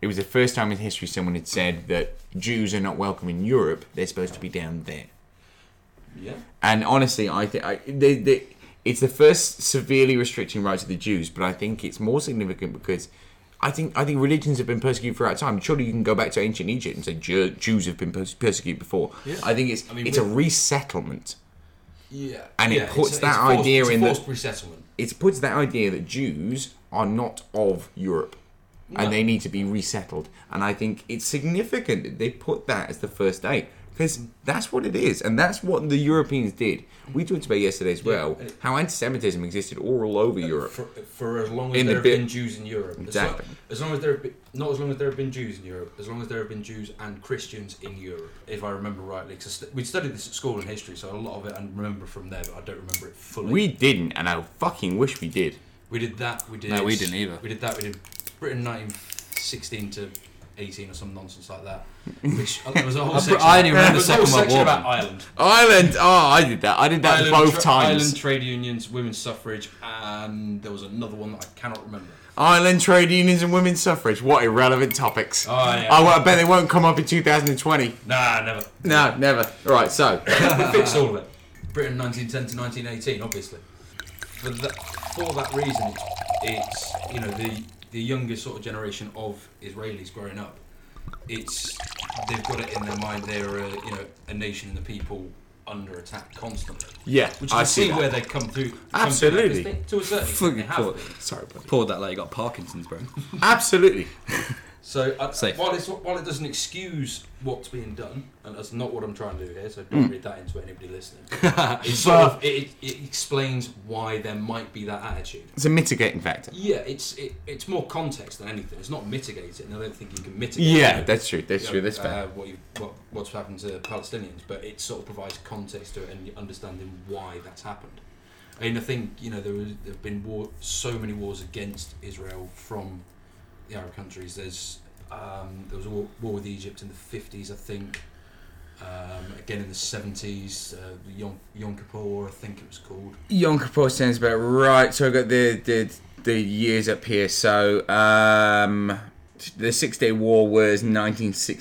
Speaker 2: It was the first time in history someone had said that Jews are not welcome in Europe; they're supposed to be down there.
Speaker 3: Yeah,
Speaker 2: And honestly, I think I, they, they, it's the first severely restricting rights of the Jews, but I think it's more significant because I think I think religions have been persecuted throughout time. Surely you can go back to ancient Egypt and say Ju- Jews have been perse- persecuted before. I think it's
Speaker 3: I mean,
Speaker 2: it's a
Speaker 3: we-
Speaker 2: resettlement.
Speaker 3: yeah,
Speaker 2: And it
Speaker 3: yeah,
Speaker 2: puts that
Speaker 3: forced,
Speaker 2: idea
Speaker 3: it's a
Speaker 2: in the-
Speaker 3: forced resettlement.
Speaker 2: It puts that idea that Jews are not of Europe and they need to be resettled. And I think it's significant that they put that as the first date because that's what it is. And that's what the Europeans did. We talked about yesterday as well
Speaker 3: and it-
Speaker 2: how anti Semitism existed all over Europe.
Speaker 3: for, for as long as
Speaker 2: In the
Speaker 3: there have
Speaker 2: bit-
Speaker 3: been Jews in Europe.
Speaker 2: Exactly.
Speaker 3: As long as, long as there have been, not as long as there have been Jews in Europe, as long as there have been Jews and Christians in Europe, if I remember rightly. Because st- we studied this at school in history, so a lot of it I remember from there, but I don't remember it fully.
Speaker 2: We didn't, and I fucking wish we did.
Speaker 3: we did that. We did.
Speaker 4: No, we didn't either.
Speaker 3: We did that. We did Britain 1916 to 18 or some nonsense like that. Which uh, there was a whole
Speaker 4: I
Speaker 3: section.
Speaker 4: pr- I only
Speaker 3: there
Speaker 4: remember
Speaker 3: was a whole
Speaker 4: Second World
Speaker 3: section
Speaker 4: War.
Speaker 3: about Ireland.
Speaker 2: Ireland! Oh, I did that. I did that
Speaker 3: Ireland
Speaker 2: both
Speaker 3: tra-
Speaker 2: times.
Speaker 3: Ireland trade unions, women's suffrage, and there was another one that I cannot remember.
Speaker 2: Ireland trade unions and women's suffrage. What irrelevant topics.
Speaker 3: Oh, yeah.
Speaker 2: I, I bet they won't come up in 2020.
Speaker 3: Nah, never.
Speaker 2: No, never. Right, so.
Speaker 3: we fixed all of it. Britain 1910 to 1918, obviously. For that, for that reason, it's you know the the youngest sort of generation of Israelis growing up. It's they've got it in their mind they're a, you know a nation and the people under attack constantly.
Speaker 2: Yeah,
Speaker 3: Which you
Speaker 2: I
Speaker 3: can
Speaker 2: see
Speaker 3: see,
Speaker 2: that.
Speaker 3: where they come through. come through that,
Speaker 2: Absolutely.
Speaker 3: 'cause they- to a certain extent, they have been.
Speaker 2: Sorry, buddy.
Speaker 4: Poured that like you got Parkinson's, bro.
Speaker 2: Absolutely.
Speaker 3: So uh,
Speaker 4: Safe.
Speaker 3: while it's while it doesn't excuse what's being done, and that's not what I'm trying to do here, so don't read that into anybody listening. it, sort of, it, it explains why there might be that attitude.
Speaker 2: It's a mitigating factor.
Speaker 3: Yeah, it's it, it's more context than anything. It's not mitigating. I don't think you can mitigate.
Speaker 2: Yeah,
Speaker 3: it.
Speaker 2: that's true. That's
Speaker 3: You know,
Speaker 2: true. That's
Speaker 3: uh,
Speaker 2: fair.
Speaker 3: What, you, what what's happened to Palestinians, but it sort of provides context to it and understanding why that's happened. And I think you know there was there have been war, so many wars against Israel from the Arab countries. There's um, there was a war, war with Egypt in the fifties, I think. Um, again in the seventies, uh, the Yom, Yom Kippur War, I think it was called.
Speaker 2: Yom Kippur sounds about right. So I got the the the years up here. So um, the Six Day War was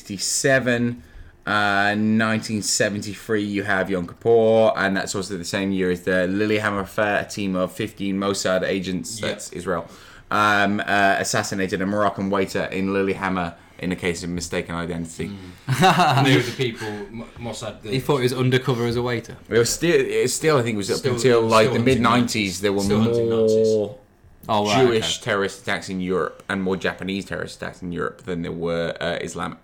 Speaker 2: 1967. Uh, 1973, you have Yom Kippur, and that's also the same year as the Lilyhammer Affair, a team of 15 Mossad agents,
Speaker 3: Yeah.
Speaker 2: that's Israel, um, uh, assassinated a Moroccan waiter in Lilyhammer in a case of mistaken identity.
Speaker 3: And they were the people Mo- Mossad. The,
Speaker 4: He thought he was undercover as a waiter.
Speaker 2: It was still, it still, I think, it was up
Speaker 3: Still-
Speaker 2: until like
Speaker 3: still
Speaker 2: the
Speaker 3: hunting
Speaker 2: mid '90s. There were
Speaker 3: Still hunting Nazis.
Speaker 2: more
Speaker 4: Oh, right, okay.
Speaker 2: Jewish terrorist attacks in Europe and more Japanese terrorist attacks in Europe than there were uh, Islamic.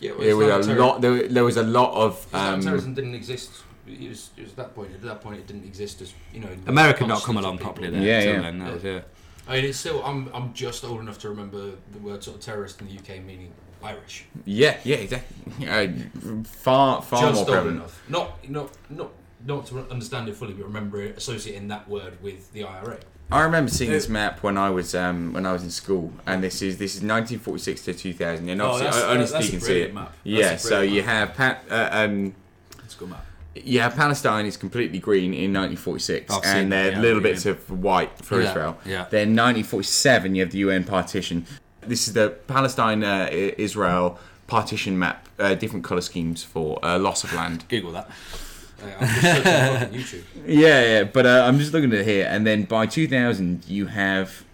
Speaker 3: yeah, well,
Speaker 2: There was a
Speaker 3: Islamic terror-
Speaker 2: lot. There, were- there was a lot of.
Speaker 3: Islamic
Speaker 2: Um,
Speaker 3: terrorism didn't exist. It was, it was at that point. At that point, it didn't exist as you know.
Speaker 4: America not come
Speaker 3: constant
Speaker 4: along
Speaker 3: to
Speaker 4: properly
Speaker 3: people.
Speaker 4: there.
Speaker 2: Yeah,
Speaker 4: until
Speaker 2: yeah.
Speaker 4: Then, that was, yeah.
Speaker 3: I mean, it's still. I'm I'm just old enough to remember the word sort of terrorist in the UK meaning Irish.
Speaker 2: yeah, yeah, exactly. Uh, far, far
Speaker 3: just
Speaker 2: more
Speaker 3: old
Speaker 2: prevalent.
Speaker 3: enough. Not not not not to understand it fully, but remember it, associating that word with the IRA.
Speaker 2: I remember seeing this map when I was um, when I was in school, and this is this is 1946 to 2000, and
Speaker 1: Oh,
Speaker 2: obviously
Speaker 1: that's-
Speaker 2: I- only
Speaker 1: that's a
Speaker 2: Steve can see
Speaker 1: brilliant
Speaker 2: it.
Speaker 1: map. That's
Speaker 2: Yeah,
Speaker 1: a
Speaker 2: so
Speaker 1: brilliant
Speaker 2: you
Speaker 1: map.
Speaker 2: have Pat. Uh, um,
Speaker 1: It's a good map.
Speaker 2: Yeah, Palestine is completely green in 1946,
Speaker 4: I've seen
Speaker 2: and
Speaker 4: that,
Speaker 2: they're
Speaker 4: yeah,
Speaker 2: little
Speaker 4: green.
Speaker 2: bits of white for
Speaker 4: Yeah,
Speaker 2: Israel.
Speaker 4: yeah.
Speaker 2: Then 1947, you have the UN partition. This is the Palestine uh, I- Israel partition map. Uh, different color schemes for uh, loss of land.
Speaker 4: Google that.
Speaker 3: Uh, I'm just searching it up on YouTube.
Speaker 2: yeah, yeah. But uh, I'm just looking at it here, and then by 2000, you have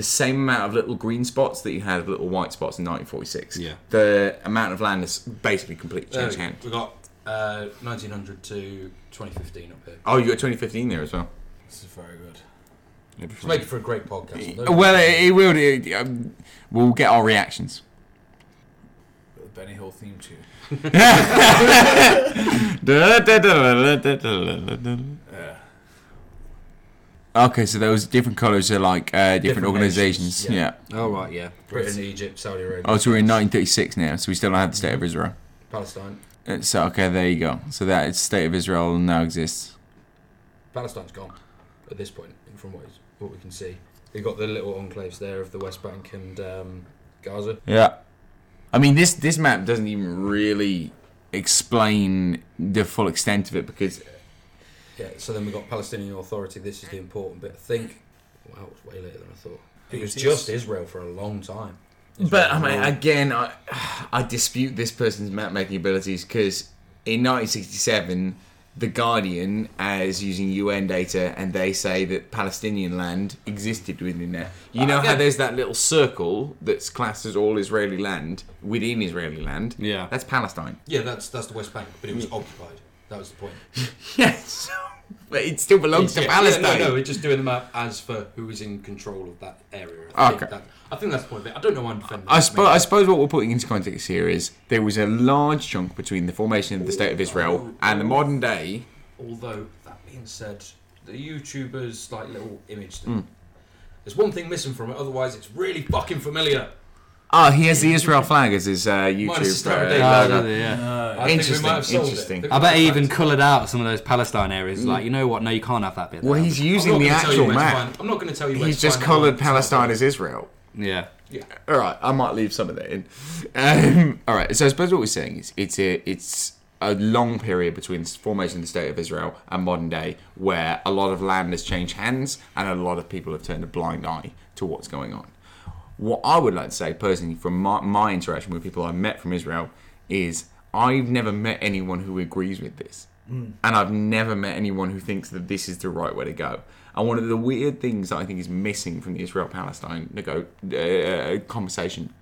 Speaker 2: the same amount of little green spots that you had of little white spots in 1946.
Speaker 4: Yeah.
Speaker 2: The amount of land has basically completely
Speaker 3: There
Speaker 2: changed
Speaker 3: we go.
Speaker 2: hand.
Speaker 3: We got uh, 1900 to 2015 up here.
Speaker 2: Oh, you got 2015 there as well.
Speaker 1: This is very good.
Speaker 3: It's making for a great podcast. although-
Speaker 2: Well, it, it will. It, um, we'll get our reactions.
Speaker 1: Got the Benny Hill theme tune.
Speaker 2: okay, so those different colours are like uh, different,
Speaker 3: Different
Speaker 2: organisations.
Speaker 3: nations,
Speaker 2: yeah.
Speaker 4: Oh, right, yeah.
Speaker 3: Britain, Egypt, Saudi Arabia,
Speaker 2: Oh, so we're in 1936 now, so we still don't have the state of Israel.
Speaker 3: Palestine.
Speaker 2: Uh, So okay, there you go. So that is state of Israel now exists.
Speaker 3: Palestine's gone at this point, from what, is, what we can see. We've got the little enclaves there of the West Bank and um, Gaza.
Speaker 2: Yeah. I mean, this this map doesn't even really explain the full extent of it because
Speaker 3: Yeah, so then we've got Palestinian Authority. This is the important bit. I think, wow, it's way later than I thought. It was
Speaker 1: It is.
Speaker 3: just Israel for a long time.
Speaker 2: But I mean, again, I I dispute this person's map making abilities because in 1967, the Guardian uh, is using UN data, and they say that Palestinian land existed within there. You know how
Speaker 3: Again-
Speaker 2: there's that little circle that's classed as all Israeli land within Israeli land.
Speaker 4: Yeah.
Speaker 2: that's Palestine.
Speaker 3: Yeah, that's that's the West Bank, but it was occupied. That was the point.
Speaker 2: Yes, but it still belongs to
Speaker 3: Yeah,
Speaker 2: Palestine.
Speaker 3: No, no, we're just doing the map as for who is in control of that area. I
Speaker 2: Okay.
Speaker 3: Think that, I think that's the point of it. I don't know why I'm defending
Speaker 2: I
Speaker 3: this,
Speaker 2: suppose,
Speaker 3: mate.
Speaker 2: I suppose what we're putting into context here is there was a large chunk between the formation of the state of Israel and the modern day
Speaker 3: Although, that being said, the YouTuber's like little image
Speaker 2: Hmm.
Speaker 3: thing. There's one thing missing from it, otherwise it's really fucking familiar.
Speaker 2: Oh, he has the Israel flag as his uh,
Speaker 3: Minus the
Speaker 2: YouTube
Speaker 3: Star of
Speaker 2: uh,
Speaker 3: David.
Speaker 2: logo.
Speaker 3: I
Speaker 4: yeah.
Speaker 2: Uh,
Speaker 3: think
Speaker 2: Interesting,
Speaker 3: we might have sold
Speaker 2: interesting.
Speaker 3: It.
Speaker 4: I bet he even coloured out some of those Palestine areas. Like, you know what? No, you can't have that bit.
Speaker 2: Well,
Speaker 4: there.
Speaker 2: he's
Speaker 3: I'm
Speaker 2: using
Speaker 3: not
Speaker 2: the
Speaker 3: gonna tell you
Speaker 2: actual
Speaker 3: where to
Speaker 2: map.
Speaker 3: find- I'm not going to tell you where
Speaker 2: He's
Speaker 3: to
Speaker 2: just
Speaker 3: find the
Speaker 2: coloured
Speaker 3: lines.
Speaker 2: Palestine as Israel.
Speaker 4: Yeah.
Speaker 3: Yeah.
Speaker 2: All right, I might leave some of that in. Um, all right, so I suppose what we're saying is it's a it's a long period between the formation of the state of Israel and modern day, where a lot of land has changed hands and a lot of people have turned a blind eye to what's going on. What I would like to say personally, from my, my interaction with people I met from Israel, is I've never met anyone who agrees with this, and I've never met anyone who thinks that this is the right way to go. And one of the weird things that I think is missing from the Israel-Palestine nego- uh, conversation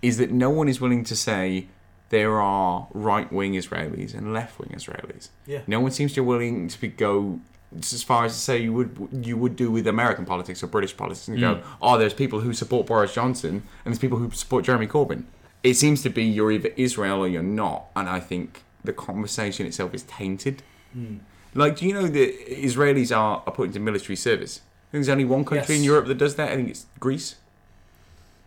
Speaker 2: is that no one is willing to say there are right wing Israelis and left wing Israelis.
Speaker 1: Yeah.
Speaker 2: No one seems to be willing to be, go as far as to say you would you would do with American politics or British politics and
Speaker 1: Mm.
Speaker 2: go, oh, there's people who support Boris Johnson and there's people who support Jeremy Corbyn. It seems to be you're either Israel or you're not, and I think the conversation itself is tainted.
Speaker 1: Hmm.
Speaker 2: Like, do you know that Israelis are, are put into military service? I think there's only one country
Speaker 1: Yes.
Speaker 2: in Europe that does that. I think it's Greece.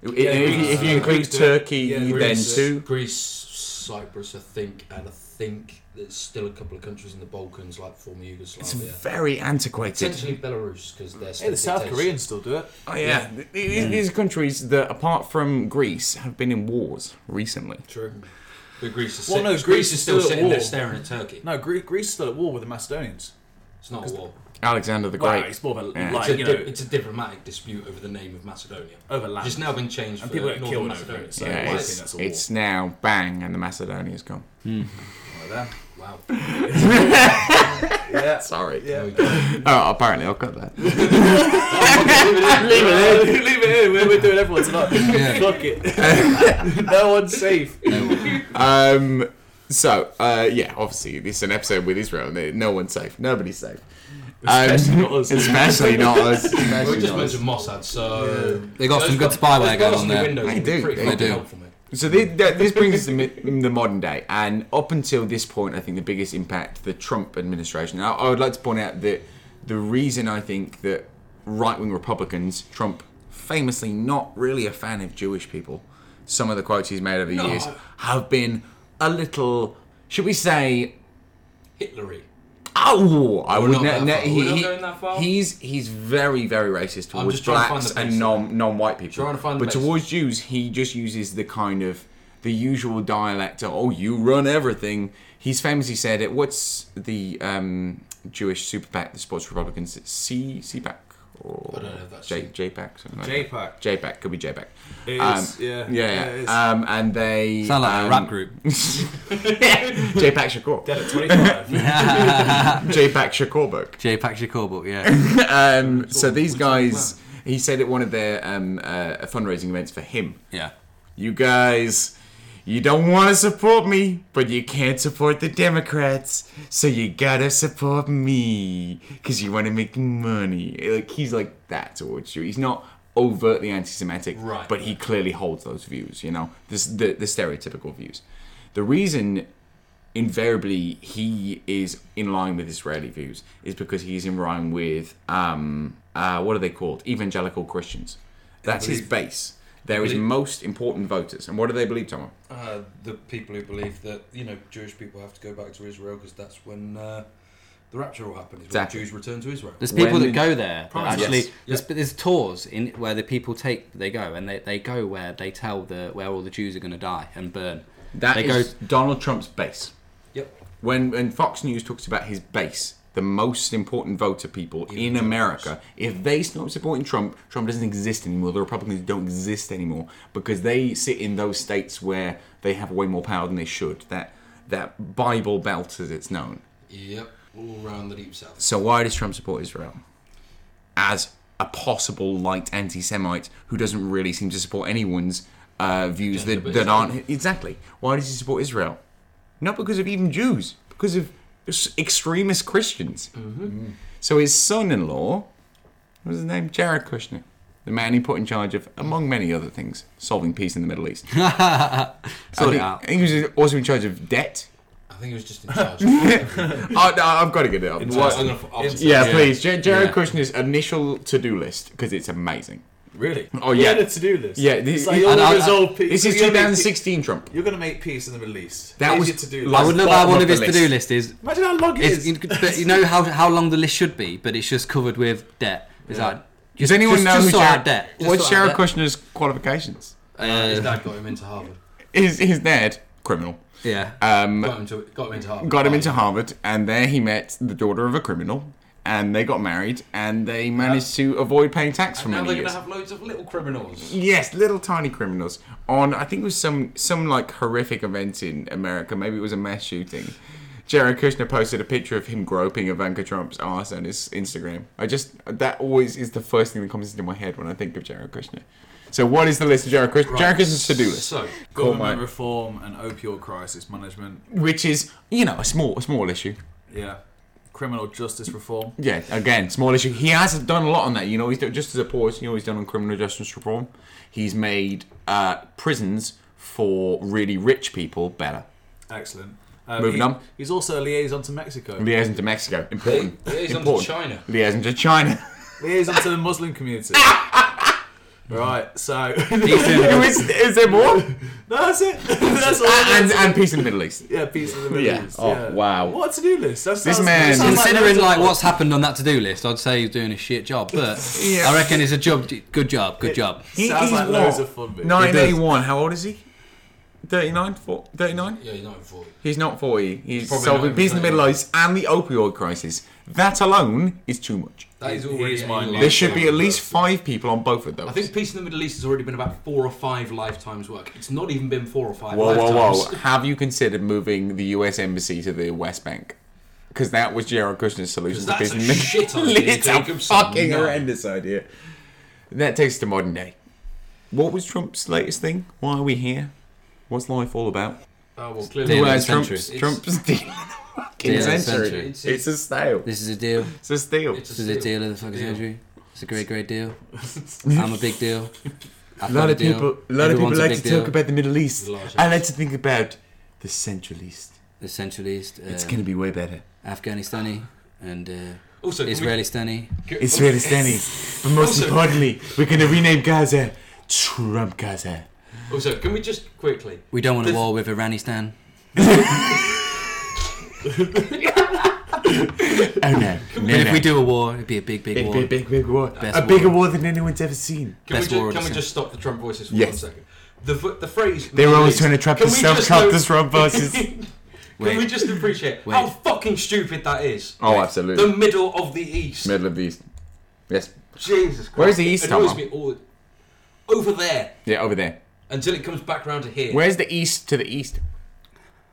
Speaker 2: If-
Speaker 1: Yeah,
Speaker 2: if,
Speaker 1: Greece,
Speaker 2: if you
Speaker 1: uh,
Speaker 2: include
Speaker 1: Greece do it.
Speaker 2: Turkey,
Speaker 1: Yeah,
Speaker 2: then
Speaker 1: Greece.
Speaker 2: two.
Speaker 3: Greece, Cyprus, I think, and I think there's still a couple of countries in the Balkans, like former
Speaker 2: It's
Speaker 3: Yugoslavia.
Speaker 2: very antiquated.
Speaker 3: Potentially Belarus, because they're still
Speaker 1: Hey, the South
Speaker 3: dictators.
Speaker 1: Koreans still do it.
Speaker 2: Oh yeah, Th- th- these are countries that, apart from Greece, have been in wars recently.
Speaker 1: True.
Speaker 3: But Greece is,
Speaker 1: Well,
Speaker 3: sit-
Speaker 1: no,
Speaker 3: Greece
Speaker 1: Greece
Speaker 3: is
Speaker 1: is
Speaker 3: still,
Speaker 1: still at
Speaker 3: sitting there
Speaker 1: war.
Speaker 3: staring at Turkey.
Speaker 1: No, Gre- Greece is still at war with the Macedonians.
Speaker 3: It's not a war.
Speaker 2: Alexander the
Speaker 1: Well,
Speaker 2: Great.
Speaker 1: it's more of a,
Speaker 2: Yeah.
Speaker 1: like,
Speaker 3: It's a,
Speaker 1: you know,
Speaker 3: di- it's a diplomatic dispute over the name of Macedonia.
Speaker 1: over land.
Speaker 3: It's now been changed
Speaker 1: And
Speaker 3: for
Speaker 1: people get
Speaker 3: Northern
Speaker 1: killed over
Speaker 3: Macedonia.
Speaker 1: it. So,
Speaker 2: yeah,
Speaker 1: in my opinion,
Speaker 2: it's,
Speaker 1: that's a war.
Speaker 2: it's now bang, and the Macedonia's gone.
Speaker 1: Like that.
Speaker 3: Wow.
Speaker 1: Yeah.
Speaker 2: Sorry.
Speaker 1: Yeah.
Speaker 2: Oh, apparently I've got that.
Speaker 1: Leave it in. Leave it in. We're, we're doing everyone tonight. Fuck it. no one's safe.
Speaker 2: Um, so uh, yeah, obviously this is an episode with Israel, and no one's safe. Nobody's safe. Um,
Speaker 1: Especially not us.
Speaker 2: Especially not us.
Speaker 3: we
Speaker 2: Especially
Speaker 3: just
Speaker 2: not us.
Speaker 3: mentioned Mossad, so
Speaker 4: They got
Speaker 3: Those
Speaker 4: some good
Speaker 3: gu-
Speaker 4: spyware
Speaker 3: those
Speaker 4: going
Speaker 3: guys
Speaker 4: on
Speaker 3: the
Speaker 4: there.
Speaker 3: windows
Speaker 2: They
Speaker 3: would be
Speaker 2: do,
Speaker 3: pretty
Speaker 2: they
Speaker 3: fucking
Speaker 2: do.
Speaker 3: helpful, mate.
Speaker 2: So this, that, this brings us to mi- the modern day, and up until this point, I think the biggest impact the Trump administration. Now, I would like to point out that the reason I think that right-wing Republicans, Trump, famously not really a fan of Jewish people. Some of the quotes he's made over the years have been a little, should we say,
Speaker 3: Hitlery.
Speaker 2: Oh, I would
Speaker 3: not
Speaker 2: ne-
Speaker 3: that
Speaker 2: ne-
Speaker 3: far.
Speaker 2: he-
Speaker 3: We're not
Speaker 2: he-
Speaker 3: going that far.
Speaker 2: He's he's very very racist
Speaker 3: I'm
Speaker 2: towards
Speaker 3: just trying to find
Speaker 2: blacks
Speaker 3: the
Speaker 2: and
Speaker 3: basics.
Speaker 2: non non white people.
Speaker 3: Trying to find the
Speaker 2: but
Speaker 3: basics.
Speaker 2: towards Jews, he just uses the kind of the usual dialect. Of, oh, you run everything. He's famously said it. What's the um, Jewish super PAC that supports Republicans? It's C CPAC or
Speaker 3: I don't know if that's
Speaker 2: J
Speaker 3: true.
Speaker 2: JPAC. something like that.
Speaker 1: JPAC.
Speaker 2: JPAC could be JPAC.
Speaker 1: It
Speaker 2: Um,
Speaker 1: is, yeah.
Speaker 2: yeah, yeah.
Speaker 1: it is.
Speaker 2: Um, and they
Speaker 4: Sound like
Speaker 2: um,
Speaker 4: a rap group.
Speaker 2: JPAC Shakur.
Speaker 1: Dead at 25.
Speaker 2: JPAC Shakurberg.
Speaker 4: J-Pack Shakur book, yeah.
Speaker 2: Um, so
Speaker 3: all-
Speaker 2: these
Speaker 3: it's all
Speaker 2: guys, he said at one of their um, uh, fundraising events for him,
Speaker 4: yeah.
Speaker 2: you guys, you don't want to support me, but you can't support the Democrats, so you gotta support me because you want to make money. Like he's like that towards you. He's not overtly anti-Semitic,
Speaker 3: Right.
Speaker 2: but he clearly holds those views. You know, this the, the stereotypical views. The reason invariably he is in line with Israeli views is because he's in line with um uh what are they called evangelical Christians. That's his base. There is
Speaker 3: believe-
Speaker 2: most important voters, and what do they believe, Tom?
Speaker 3: Uh, the people who believe that you know Jewish people have to go back to Israel because that's when uh, the rapture will happen. Is
Speaker 2: Exactly.
Speaker 3: when Jews return to Israel.
Speaker 4: There's people
Speaker 2: When-
Speaker 4: that go there. that
Speaker 3: Promise.
Speaker 4: actually,
Speaker 2: Yes.
Speaker 4: there's, there's tours in where the people take they go and they, they go where they tell the where all the Jews are going to die and burn.
Speaker 2: That
Speaker 4: They
Speaker 2: is Donald Trump's base.
Speaker 3: Yep.
Speaker 2: When when Fox News talks about his base, the most important voter people in America, if they stop supporting Trump, Trump doesn't exist anymore. The Republicans don't exist anymore because they sit in those states where they have way more power than they should. That that Bible Belt, as it's known.
Speaker 3: Yep. All around the deep south.
Speaker 2: So why does Trump support Israel? As a possible light anti-Semite who doesn't really seem to support anyone's uh, views that,
Speaker 3: Gender-based.
Speaker 2: that aren't exactly. Why does he support Israel? Not because of even Jews, because of s- extremist Christians.
Speaker 4: Mm-hmm.
Speaker 2: Mm-hmm. So his son-in-law, what was his name? Jared Kushner, the man he put in charge of, among many other things, solving peace in the Middle East. I
Speaker 4: Sort it
Speaker 2: think-
Speaker 4: out.
Speaker 2: I think he was also in charge of debt.
Speaker 3: I think it was just in charge. I'm
Speaker 2: Oh, no, I've got to get it up. What-
Speaker 3: gonna, I'll-
Speaker 2: yeah,
Speaker 4: Yeah.
Speaker 2: please. J- Jared
Speaker 4: Yeah.
Speaker 2: Kushner's initial to-do list because it's amazing.
Speaker 1: really?
Speaker 2: Oh, yeah.
Speaker 1: He had a to-do list.
Speaker 2: Yeah, this-
Speaker 1: It's like, you're
Speaker 4: and
Speaker 1: gonna
Speaker 4: I-
Speaker 1: resolve peace.
Speaker 2: This is
Speaker 1: you're gonna make pe-
Speaker 2: 2016 Trump.
Speaker 1: You're going to make peace in the Middle East.
Speaker 2: That
Speaker 1: Here's
Speaker 2: was
Speaker 1: your to-do
Speaker 2: like-
Speaker 4: I
Speaker 1: list.
Speaker 4: would love
Speaker 2: bottom
Speaker 4: how one
Speaker 2: of
Speaker 4: of
Speaker 2: the
Speaker 4: his to do
Speaker 2: list.
Speaker 4: list is.
Speaker 1: Imagine how long it
Speaker 4: is
Speaker 1: is.
Speaker 4: you, but you know how how long the list should be, but it's just covered with debt. It's like,
Speaker 2: Does
Speaker 4: just-
Speaker 2: anyone
Speaker 4: just-
Speaker 2: know
Speaker 4: just
Speaker 2: who
Speaker 4: sort
Speaker 2: Jared,
Speaker 4: out debt. Just
Speaker 2: what's
Speaker 4: sort
Speaker 2: Jared
Speaker 4: out debt.
Speaker 2: Kushner's qualifications?
Speaker 3: His
Speaker 4: Uh,
Speaker 3: dad got him into Harvard.
Speaker 2: His his dad criminal
Speaker 4: yeah.
Speaker 3: Got him, to, got him into Harvard.
Speaker 2: Um, got him
Speaker 3: Right.
Speaker 2: into Harvard, and there he met the daughter of a criminal, and they got married, and they managed to avoid paying tax for
Speaker 3: Now they're
Speaker 2: many
Speaker 3: gonna
Speaker 2: years.
Speaker 3: have loads of little criminals.
Speaker 2: Yes, little tiny criminals on I think it was some some like horrific event in America. Maybe it was a mass shooting. Jared Kushner posted a picture of him groping Ivanka Trump's ass on his Instagram. I just that always is the first thing that comes into my head when I think of Jared Kushner. So what is the list of Jared Kushner? Jared Kushner's to do list,
Speaker 3: So
Speaker 2: Cool,
Speaker 1: Government
Speaker 2: mate.
Speaker 1: reform and opioid crisis management.
Speaker 2: which is you know a small a small issue.
Speaker 1: Yeah. Criminal justice reform.
Speaker 2: Yeah, again, small issue. He has done a lot on that. You know, he's done, just as a pause. You know, he's done on criminal justice reform. He's made uh, prisons for really rich people better.
Speaker 1: Excellent. Um,
Speaker 2: Moving
Speaker 1: he-
Speaker 2: on.
Speaker 1: He's also a liaison to Mexico.
Speaker 2: Liaison to Mexico. Important.
Speaker 3: he's on to
Speaker 2: Important.
Speaker 3: China.
Speaker 2: Liaison to China.
Speaker 1: liaison to the Muslim community. right, so
Speaker 2: is, is there more?
Speaker 1: No, that's it. That's all.
Speaker 2: and, and peace in the Middle East.
Speaker 1: yeah, peace in the Middle
Speaker 2: Yeah.
Speaker 1: East.
Speaker 2: Oh,
Speaker 1: yeah.
Speaker 2: wow.
Speaker 1: What to do list? That sounds-
Speaker 2: man-
Speaker 1: that sounds
Speaker 4: Considering
Speaker 1: loads of
Speaker 4: like
Speaker 1: work.
Speaker 4: what's happened on that to do list, I'd say he's doing a shit job. But
Speaker 2: Yeah.
Speaker 4: I reckon it's a job. Good job. Good job.
Speaker 1: Sounds
Speaker 2: he's
Speaker 1: like loads
Speaker 2: what?
Speaker 1: of fun. mate.
Speaker 2: 1981. How old is he? 39? Four, 39?
Speaker 3: Yeah, you're not in 40.
Speaker 2: He's not 40. He's
Speaker 3: Probably not
Speaker 2: solving
Speaker 3: even
Speaker 2: peace in the
Speaker 3: 39.
Speaker 2: Middle East and the opioid crisis. That alone is too much.
Speaker 3: That is
Speaker 1: He- he
Speaker 3: already
Speaker 1: is
Speaker 3: a
Speaker 1: my new-
Speaker 2: There
Speaker 3: lifetime
Speaker 2: should be at least
Speaker 3: worth.
Speaker 2: five people on both of those.
Speaker 3: I think Peace in the Middle East has already been about four or five lifetimes' work. It's not even been four or five
Speaker 2: Whoa, whoa,
Speaker 3: lifetimes.
Speaker 2: whoa. Have you considered moving the US embassy to the West Bank? Because that was Jared Kushner's solution to
Speaker 3: That's
Speaker 2: peace
Speaker 3: a
Speaker 2: in the Middle
Speaker 3: shit idea,
Speaker 2: It's a
Speaker 3: Jacobson.
Speaker 2: fucking
Speaker 3: No.
Speaker 2: horrendous idea. That takes us to modern day. What was Trump's latest thing? Why are we here? What's life all about?
Speaker 3: Oh, well, clearly.
Speaker 4: Deal
Speaker 2: Well,
Speaker 4: with
Speaker 2: Trump's,
Speaker 4: centuries.
Speaker 2: Trump's deal of the fucking
Speaker 4: Deal of the
Speaker 2: century.
Speaker 4: century.
Speaker 2: It's, a steal.
Speaker 4: This is a deal.
Speaker 2: It's a steal.
Speaker 3: It's
Speaker 4: This is a
Speaker 3: steal.
Speaker 4: deal of the fucking
Speaker 3: Deal.
Speaker 4: century. It's a great, great deal. I'm a big deal. I've got deal. Everyone's a big deal.
Speaker 2: about the Middle East.
Speaker 3: The large
Speaker 2: like to think about the Central East.
Speaker 4: the Central East, uh,
Speaker 2: It's going to be way better.
Speaker 4: Afghanistani, and uh,
Speaker 3: Also, can we-
Speaker 4: Israelistani.
Speaker 3: can-
Speaker 2: It's really steady. But most
Speaker 3: Also-
Speaker 2: importantly, we're going to rename Gaza Trump Gaza.
Speaker 3: Also, can we just quickly?
Speaker 4: We don't want a
Speaker 3: The-
Speaker 4: war with Iranistan.
Speaker 2: Oh no. no,
Speaker 4: But if
Speaker 2: no.
Speaker 4: we do a war, it'd be a big, big
Speaker 2: It'd
Speaker 4: war.
Speaker 2: be a big, big war.
Speaker 4: Best
Speaker 2: a
Speaker 4: war.
Speaker 2: bigger war than anyone's ever seen.
Speaker 3: Can
Speaker 4: Best
Speaker 3: we
Speaker 4: war
Speaker 3: just, can
Speaker 4: of the
Speaker 3: we
Speaker 4: cen-
Speaker 3: just stop the Trump voices for
Speaker 2: Yes.
Speaker 3: one second? The v- the phrase
Speaker 2: They were
Speaker 3: Middle
Speaker 2: always
Speaker 3: East-
Speaker 2: trying to trap
Speaker 3: can we
Speaker 2: themselves,
Speaker 3: just
Speaker 2: trap
Speaker 3: know-
Speaker 2: the Trump voices.
Speaker 3: can
Speaker 4: Wait.
Speaker 3: we just appreciate
Speaker 4: Wait.
Speaker 3: how fucking stupid that is?
Speaker 2: Oh,
Speaker 3: The
Speaker 2: absolutely.
Speaker 3: middle of the East.
Speaker 2: Middle of the East. Yes.
Speaker 3: Jesus Christ.
Speaker 2: Where's the East,
Speaker 3: It annoys
Speaker 2: Tom?
Speaker 3: me all over there
Speaker 2: Yeah, over there.
Speaker 3: until it comes back round to here.
Speaker 2: Where's the East to the East?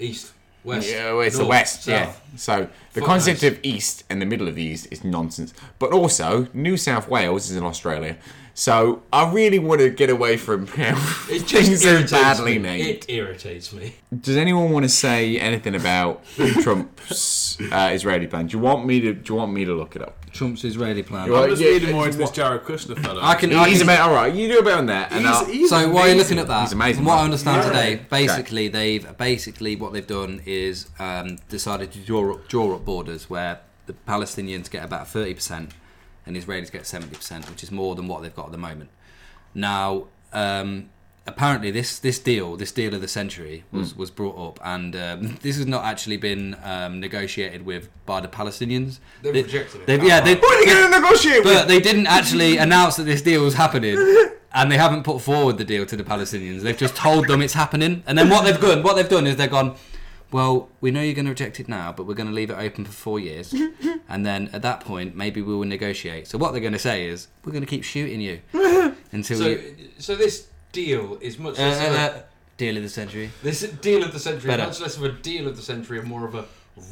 Speaker 3: East, west.
Speaker 2: Yeah, well, it's the
Speaker 3: north,
Speaker 2: West.
Speaker 3: south.
Speaker 2: Yeah. So the
Speaker 3: Fuck
Speaker 2: concept
Speaker 3: knows.
Speaker 2: of East and the middle of the East is nonsense. But also, New South Wales is in Australia. So I really want to get away from how
Speaker 3: It just
Speaker 2: things are
Speaker 3: irritates
Speaker 2: badly
Speaker 3: me.
Speaker 2: named.
Speaker 3: It irritates me.
Speaker 2: Does anyone want to say anything about Trump's uh, Israeli plan? Do you want me to? Do you want me to look it up?
Speaker 4: Trump's Israeli plan.
Speaker 2: Well,
Speaker 1: I'm just
Speaker 2: yeah,
Speaker 1: reading more
Speaker 2: it's
Speaker 1: into this Jared Kushner fellow.
Speaker 4: I can. I
Speaker 2: He's
Speaker 4: can-
Speaker 2: about all right. You do about that, and I'll-
Speaker 4: so while you're looking at that,
Speaker 2: He's amazing,
Speaker 4: from what I
Speaker 2: man.
Speaker 4: understand
Speaker 1: Yeah.
Speaker 4: today, basically they've basically what they've done is um, decided to draw up, draw up borders where the Palestinians get about thirty percent and Israelis get seventy percent, which is more than what they've got at the moment. Now, um, apparently, this this deal, this deal of the century, was
Speaker 2: Hmm.
Speaker 4: was brought up, and um, this has not actually been um, negotiated with by the Palestinians.
Speaker 3: They've
Speaker 4: They-
Speaker 3: rejected it.
Speaker 4: They've, yeah, they,
Speaker 2: What are you going to negotiate with?
Speaker 4: but they didn't actually announce that this deal was happening, and they haven't put forward the deal to the Palestinians. They've just told them it's happening, and then what they've done, what they've done is they've gone. Well, we know you're going to reject it now, but we're going to leave it open for four years, and then at that point, maybe we will negotiate. So what they're going to say is, we're going to keep shooting you until
Speaker 3: So,
Speaker 4: you.
Speaker 3: so this deal is much
Speaker 4: Uh,
Speaker 3: less of
Speaker 4: uh,
Speaker 3: a-
Speaker 4: uh, deal of the century.
Speaker 3: This deal of the century,
Speaker 4: Better.
Speaker 3: much less of a deal of the century, and more of a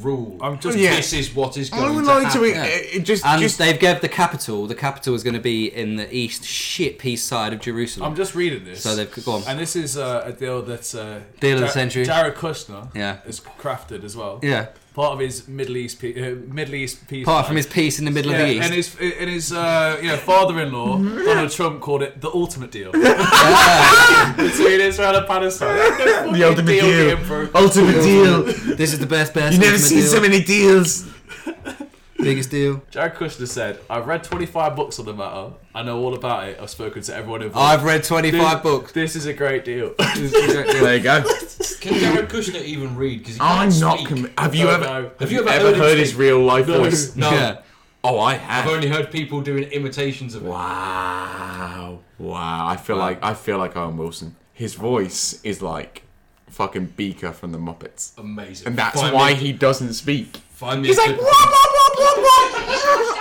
Speaker 3: rule.
Speaker 1: I'm just-
Speaker 2: Yeah.
Speaker 3: this is what is going
Speaker 2: I would
Speaker 3: to
Speaker 2: like to
Speaker 3: happen.
Speaker 2: uh, uh, just
Speaker 4: And
Speaker 2: just
Speaker 4: they've gave the capital. The capital is going to be in the east shit piece side of Jerusalem.
Speaker 1: I'm just reading this.
Speaker 4: So they've gone.
Speaker 1: And this is uh, a deal that uh,
Speaker 4: Deal of the century.
Speaker 1: Jared Kushner
Speaker 4: Yeah.
Speaker 1: has crafted as well.
Speaker 4: yeah,
Speaker 1: Part of his Middle East pe- uh, Middle East peace.
Speaker 4: apart from
Speaker 1: plan.
Speaker 4: his piece in the middle of the
Speaker 1: Yeah,
Speaker 4: east.
Speaker 1: and his and his uh, you know father-in-law Donald Trump called it the ultimate deal between Israel and Palestine.
Speaker 2: the ultimate
Speaker 1: deal
Speaker 2: deal.
Speaker 1: being broke.
Speaker 2: Ultimate deal.
Speaker 4: This is the best, best.
Speaker 2: You never
Speaker 4: ultimate
Speaker 2: seen
Speaker 4: deal,
Speaker 2: so many deals.
Speaker 4: biggest deal.
Speaker 1: Jared Kushner said, "I've read 25 books on the matter. I know all about it. I've spoken to everyone involved.
Speaker 4: I've read
Speaker 1: This-
Speaker 4: 25 books.
Speaker 1: This is a great deal.
Speaker 2: There you go.
Speaker 3: Can Jared Kushner even read? Because
Speaker 2: I'm not. Com- have you
Speaker 1: Don't
Speaker 2: ever?
Speaker 1: know.
Speaker 3: Have you ever,
Speaker 2: ever
Speaker 3: heard,
Speaker 2: heard
Speaker 3: him
Speaker 2: his
Speaker 3: speak?
Speaker 2: real life
Speaker 1: No.
Speaker 2: voice?
Speaker 3: No,
Speaker 4: Yeah.
Speaker 2: Oh, I
Speaker 3: I've
Speaker 2: have.
Speaker 3: only heard people doing imitations of it.
Speaker 2: wow, wow. I feel like I feel like Owen Wilson. His voice is like fucking Beaker from the Muppets,
Speaker 3: Amazing.
Speaker 2: and that's
Speaker 3: Find
Speaker 2: why
Speaker 3: me,
Speaker 2: he doesn't speak.
Speaker 3: find me
Speaker 2: He's
Speaker 3: a
Speaker 2: like
Speaker 3: clip.
Speaker 2: wah wah wah wah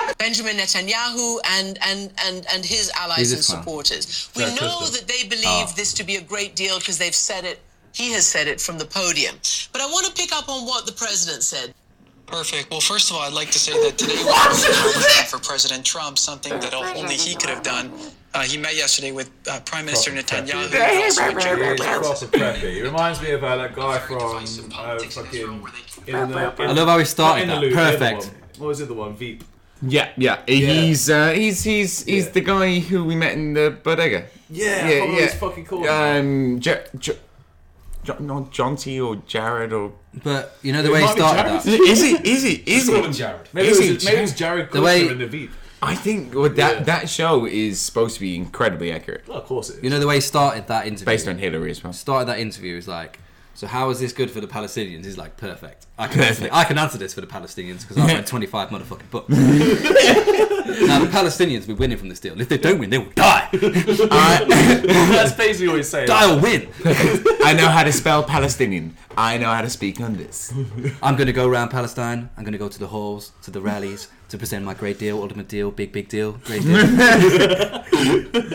Speaker 2: wah.
Speaker 6: Benjamin Netanyahu and, and, and, and his allies
Speaker 4: He's a
Speaker 6: and
Speaker 4: clown.
Speaker 6: supporters. We
Speaker 1: Sarah
Speaker 6: know
Speaker 1: Crystal.
Speaker 6: that they believe
Speaker 4: Ah.
Speaker 6: this to be a great deal because they've said it, he has said it from the podium. But I want to pick up on what the president said. Perfect. Well, first of all, I'd like to say that today was a accomplishment for President Trump, something that only he could have done. Uh, he met yesterday with uh, Prime Minister Netanyahu. and also with Jared
Speaker 1: He's proper preppy. He reminds me of uh, that guy from uh, fucking. In the, in
Speaker 4: I love how he started
Speaker 1: not
Speaker 4: that.
Speaker 1: in the Loop, the other
Speaker 4: Perfect.
Speaker 1: one. What was the other one? Veep.
Speaker 2: Yeah, yeah. He's uh, he's he's he's
Speaker 1: Yeah.
Speaker 2: the guy who we met in the bodega.
Speaker 1: Yeah, I can't remember his fucking called.
Speaker 2: Um, J- J- J- not Jonty or Jared or
Speaker 4: But you know the way he
Speaker 1: might be
Speaker 4: started
Speaker 1: Jared.
Speaker 4: that?
Speaker 2: is it is it is
Speaker 3: Call him
Speaker 2: it?
Speaker 3: Jared.
Speaker 1: maybe,
Speaker 2: is
Speaker 1: it
Speaker 2: it
Speaker 1: was, maybe it was Jared
Speaker 4: The
Speaker 1: Kushner
Speaker 4: way-
Speaker 1: in the Veep.
Speaker 2: I think well, that
Speaker 1: Yeah.
Speaker 2: that show is supposed to be incredibly accurate,
Speaker 1: Well, of course it is.
Speaker 4: You know the way he started that interview?
Speaker 2: based on Hillary as well.
Speaker 4: started that interview is like, So how is this good for the Palestinians? He's like, perfect. I can answer, I can answer this for the Palestinians because I read 25 motherfucking books. now the Palestinians will be winning from this deal. If they don't win, they will die.
Speaker 2: I,
Speaker 1: That's basically what he's saying.
Speaker 4: die or win.
Speaker 2: I know how to spell Palestinian. I know how to speak on this.
Speaker 4: I'm going to go around Palestine. I'm going to go to the halls, to the rallies, to present my great deal, ultimate deal, big big deal, great deal.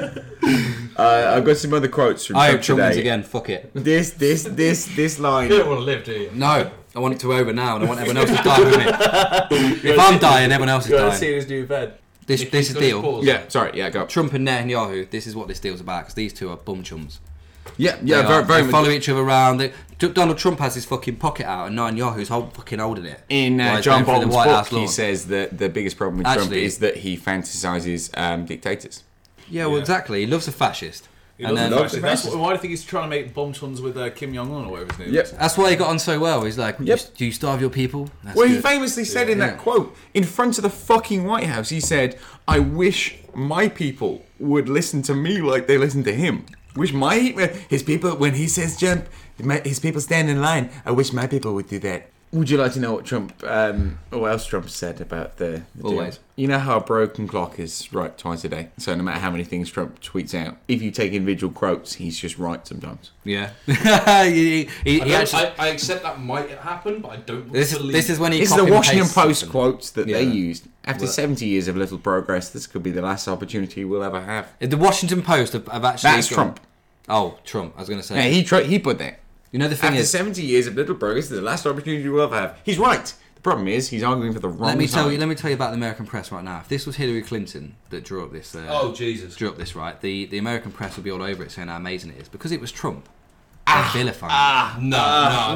Speaker 2: Uh, I've got some other quotes from
Speaker 4: I hope
Speaker 2: Trump
Speaker 4: Trump wins
Speaker 2: today.
Speaker 4: again. Fuck it.
Speaker 2: This, this, this, this line.
Speaker 3: You don't want to live, do you?
Speaker 4: No, I want it to over now, and I want everyone else to die with me. If I'm dying, everyone else is
Speaker 1: You gotta see
Speaker 4: dying.
Speaker 1: his new bed.
Speaker 4: This this is
Speaker 3: He's got his
Speaker 4: deal.
Speaker 3: balls.
Speaker 2: Yeah, sorry. Yeah, go.
Speaker 4: Trump and Netanyahu. This is what this deal's about because these two are bum chums.
Speaker 2: Yeah, yeah,
Speaker 4: They
Speaker 2: very,
Speaker 4: are.
Speaker 2: very
Speaker 4: They
Speaker 2: much.
Speaker 4: follow each other around. They, D- Donald Trump has his fucking pocket out, and Nine Yahoo's hold, fucking holding it.
Speaker 2: In
Speaker 4: While
Speaker 2: uh,
Speaker 4: he's
Speaker 2: John
Speaker 4: going through the
Speaker 2: Bolton's
Speaker 4: White
Speaker 2: book,
Speaker 4: House
Speaker 2: he
Speaker 4: lawn.
Speaker 2: says that the biggest problem with Trump
Speaker 4: Actually-
Speaker 2: is that he fantasizes um, dictators.
Speaker 4: "Yeah, well, exactly. He loves a fascist."
Speaker 1: He
Speaker 4: and then
Speaker 1: doesn't actually- that's
Speaker 2: racist.
Speaker 1: what- why do you think he's trying to make bomb chums with uh, Kim Jong Un or whatever his name is?
Speaker 4: that's why he got on so well. He's like,
Speaker 2: Yep.
Speaker 4: "You- "Do you starve your people?" That's
Speaker 2: Well, he
Speaker 4: good.
Speaker 2: famously said in that
Speaker 4: Yeah.
Speaker 2: quote in front of the fucking White House, he said, "I wish my people would listen to me like they listen to him. Wish my his people when he says jump, my- his people stand in line. I wish my people would do that." Would you like to know what Trump, um, or what else Trump said about the, the deal?
Speaker 4: Always.
Speaker 2: You know how a broken clock is right twice a day. So no matter how many things Trump tweets out, if you take individual quotes, he's just right sometimes.
Speaker 4: yeah. he, he-
Speaker 3: I,
Speaker 4: he
Speaker 3: don't-
Speaker 4: actually,
Speaker 3: I, I accept that might happen, but I don't
Speaker 4: this is
Speaker 3: believe
Speaker 4: this is when he.
Speaker 2: This is
Speaker 4: copy
Speaker 2: the
Speaker 4: and
Speaker 2: Washington
Speaker 4: pastes
Speaker 2: Post
Speaker 4: something.
Speaker 2: quotes that they
Speaker 4: Yeah.
Speaker 2: used. After 70 years of little progress, this could be the last opportunity we'll ever have.
Speaker 4: The Washington Post have, have actually.
Speaker 2: That's
Speaker 4: got-
Speaker 2: Trump.
Speaker 4: Oh, Trump. I was going to say.
Speaker 2: Yeah, he tr- he put that.
Speaker 4: you know the thing
Speaker 2: After
Speaker 4: is.
Speaker 2: 70 years of little progress, this is the last opportunity we'll ever have. He's right. The problem is, he's arguing for the wrong
Speaker 4: Let me
Speaker 2: side.
Speaker 4: tell you. Let me tell you about the American press right now. If this was Hillary Clinton that drew up this, uh,
Speaker 3: Oh Jesus!
Speaker 4: drew up this right, the, the American press would be all over it saying how amazing it is because it was Trump. Ah, vilifying.
Speaker 3: No,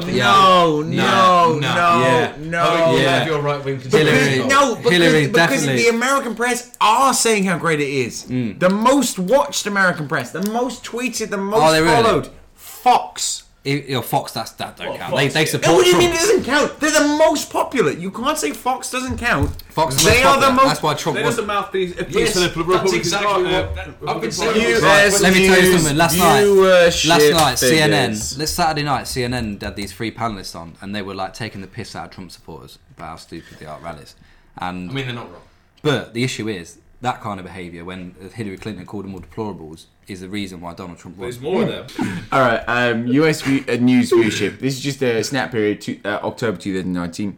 Speaker 3: no,
Speaker 4: yeah.
Speaker 2: No, no, no,
Speaker 3: No, no,
Speaker 4: yeah. Oh,
Speaker 2: no.
Speaker 4: yeah.
Speaker 3: Your right wing
Speaker 4: Hillary-
Speaker 3: conservative.
Speaker 2: No, because,
Speaker 4: Hillary,
Speaker 2: because
Speaker 4: definitely.
Speaker 2: the American press are saying how great it is. The most watched American press, the most tweeted, the most
Speaker 4: Are they really?
Speaker 2: followed. Fox.
Speaker 4: It- you know, Fox, that's, that don't count.
Speaker 1: Fox,
Speaker 4: they, they
Speaker 1: yeah.
Speaker 4: support
Speaker 2: And what do you
Speaker 4: Trump.
Speaker 2: mean it doesn't count? They're the most popular. You can't say Fox doesn't count.
Speaker 4: Fox is
Speaker 2: they
Speaker 4: less
Speaker 2: are the
Speaker 4: popular.
Speaker 2: most.
Speaker 4: That's why Trump
Speaker 1: They
Speaker 4: was.
Speaker 1: doesn't mouth these.
Speaker 3: Yes,
Speaker 1: these are
Speaker 3: that's
Speaker 1: Republican
Speaker 3: exactly
Speaker 1: Party,
Speaker 3: what-
Speaker 1: uh,
Speaker 3: that- I've been
Speaker 1: Republican
Speaker 3: saying
Speaker 1: Party.
Speaker 3: this.
Speaker 2: US
Speaker 4: Let me tell you
Speaker 2: news
Speaker 4: something. Last
Speaker 2: viewership
Speaker 4: night, last night,
Speaker 2: figures.
Speaker 4: CNN. Last Saturday night, CNN had these three panelists on, and they were like taking the piss out of Trump supporters about how stupid they are at rallies. And
Speaker 3: I mean, they're not wrong.
Speaker 4: But the issue is that kind of behaviour, when Hillary Clinton called them all deplorables, is the reason why Donald Trump
Speaker 1: There's
Speaker 4: was.
Speaker 1: more of them.
Speaker 2: All right, um, US view, uh, news viewership. This is just a snap period, to, uh, October 2019.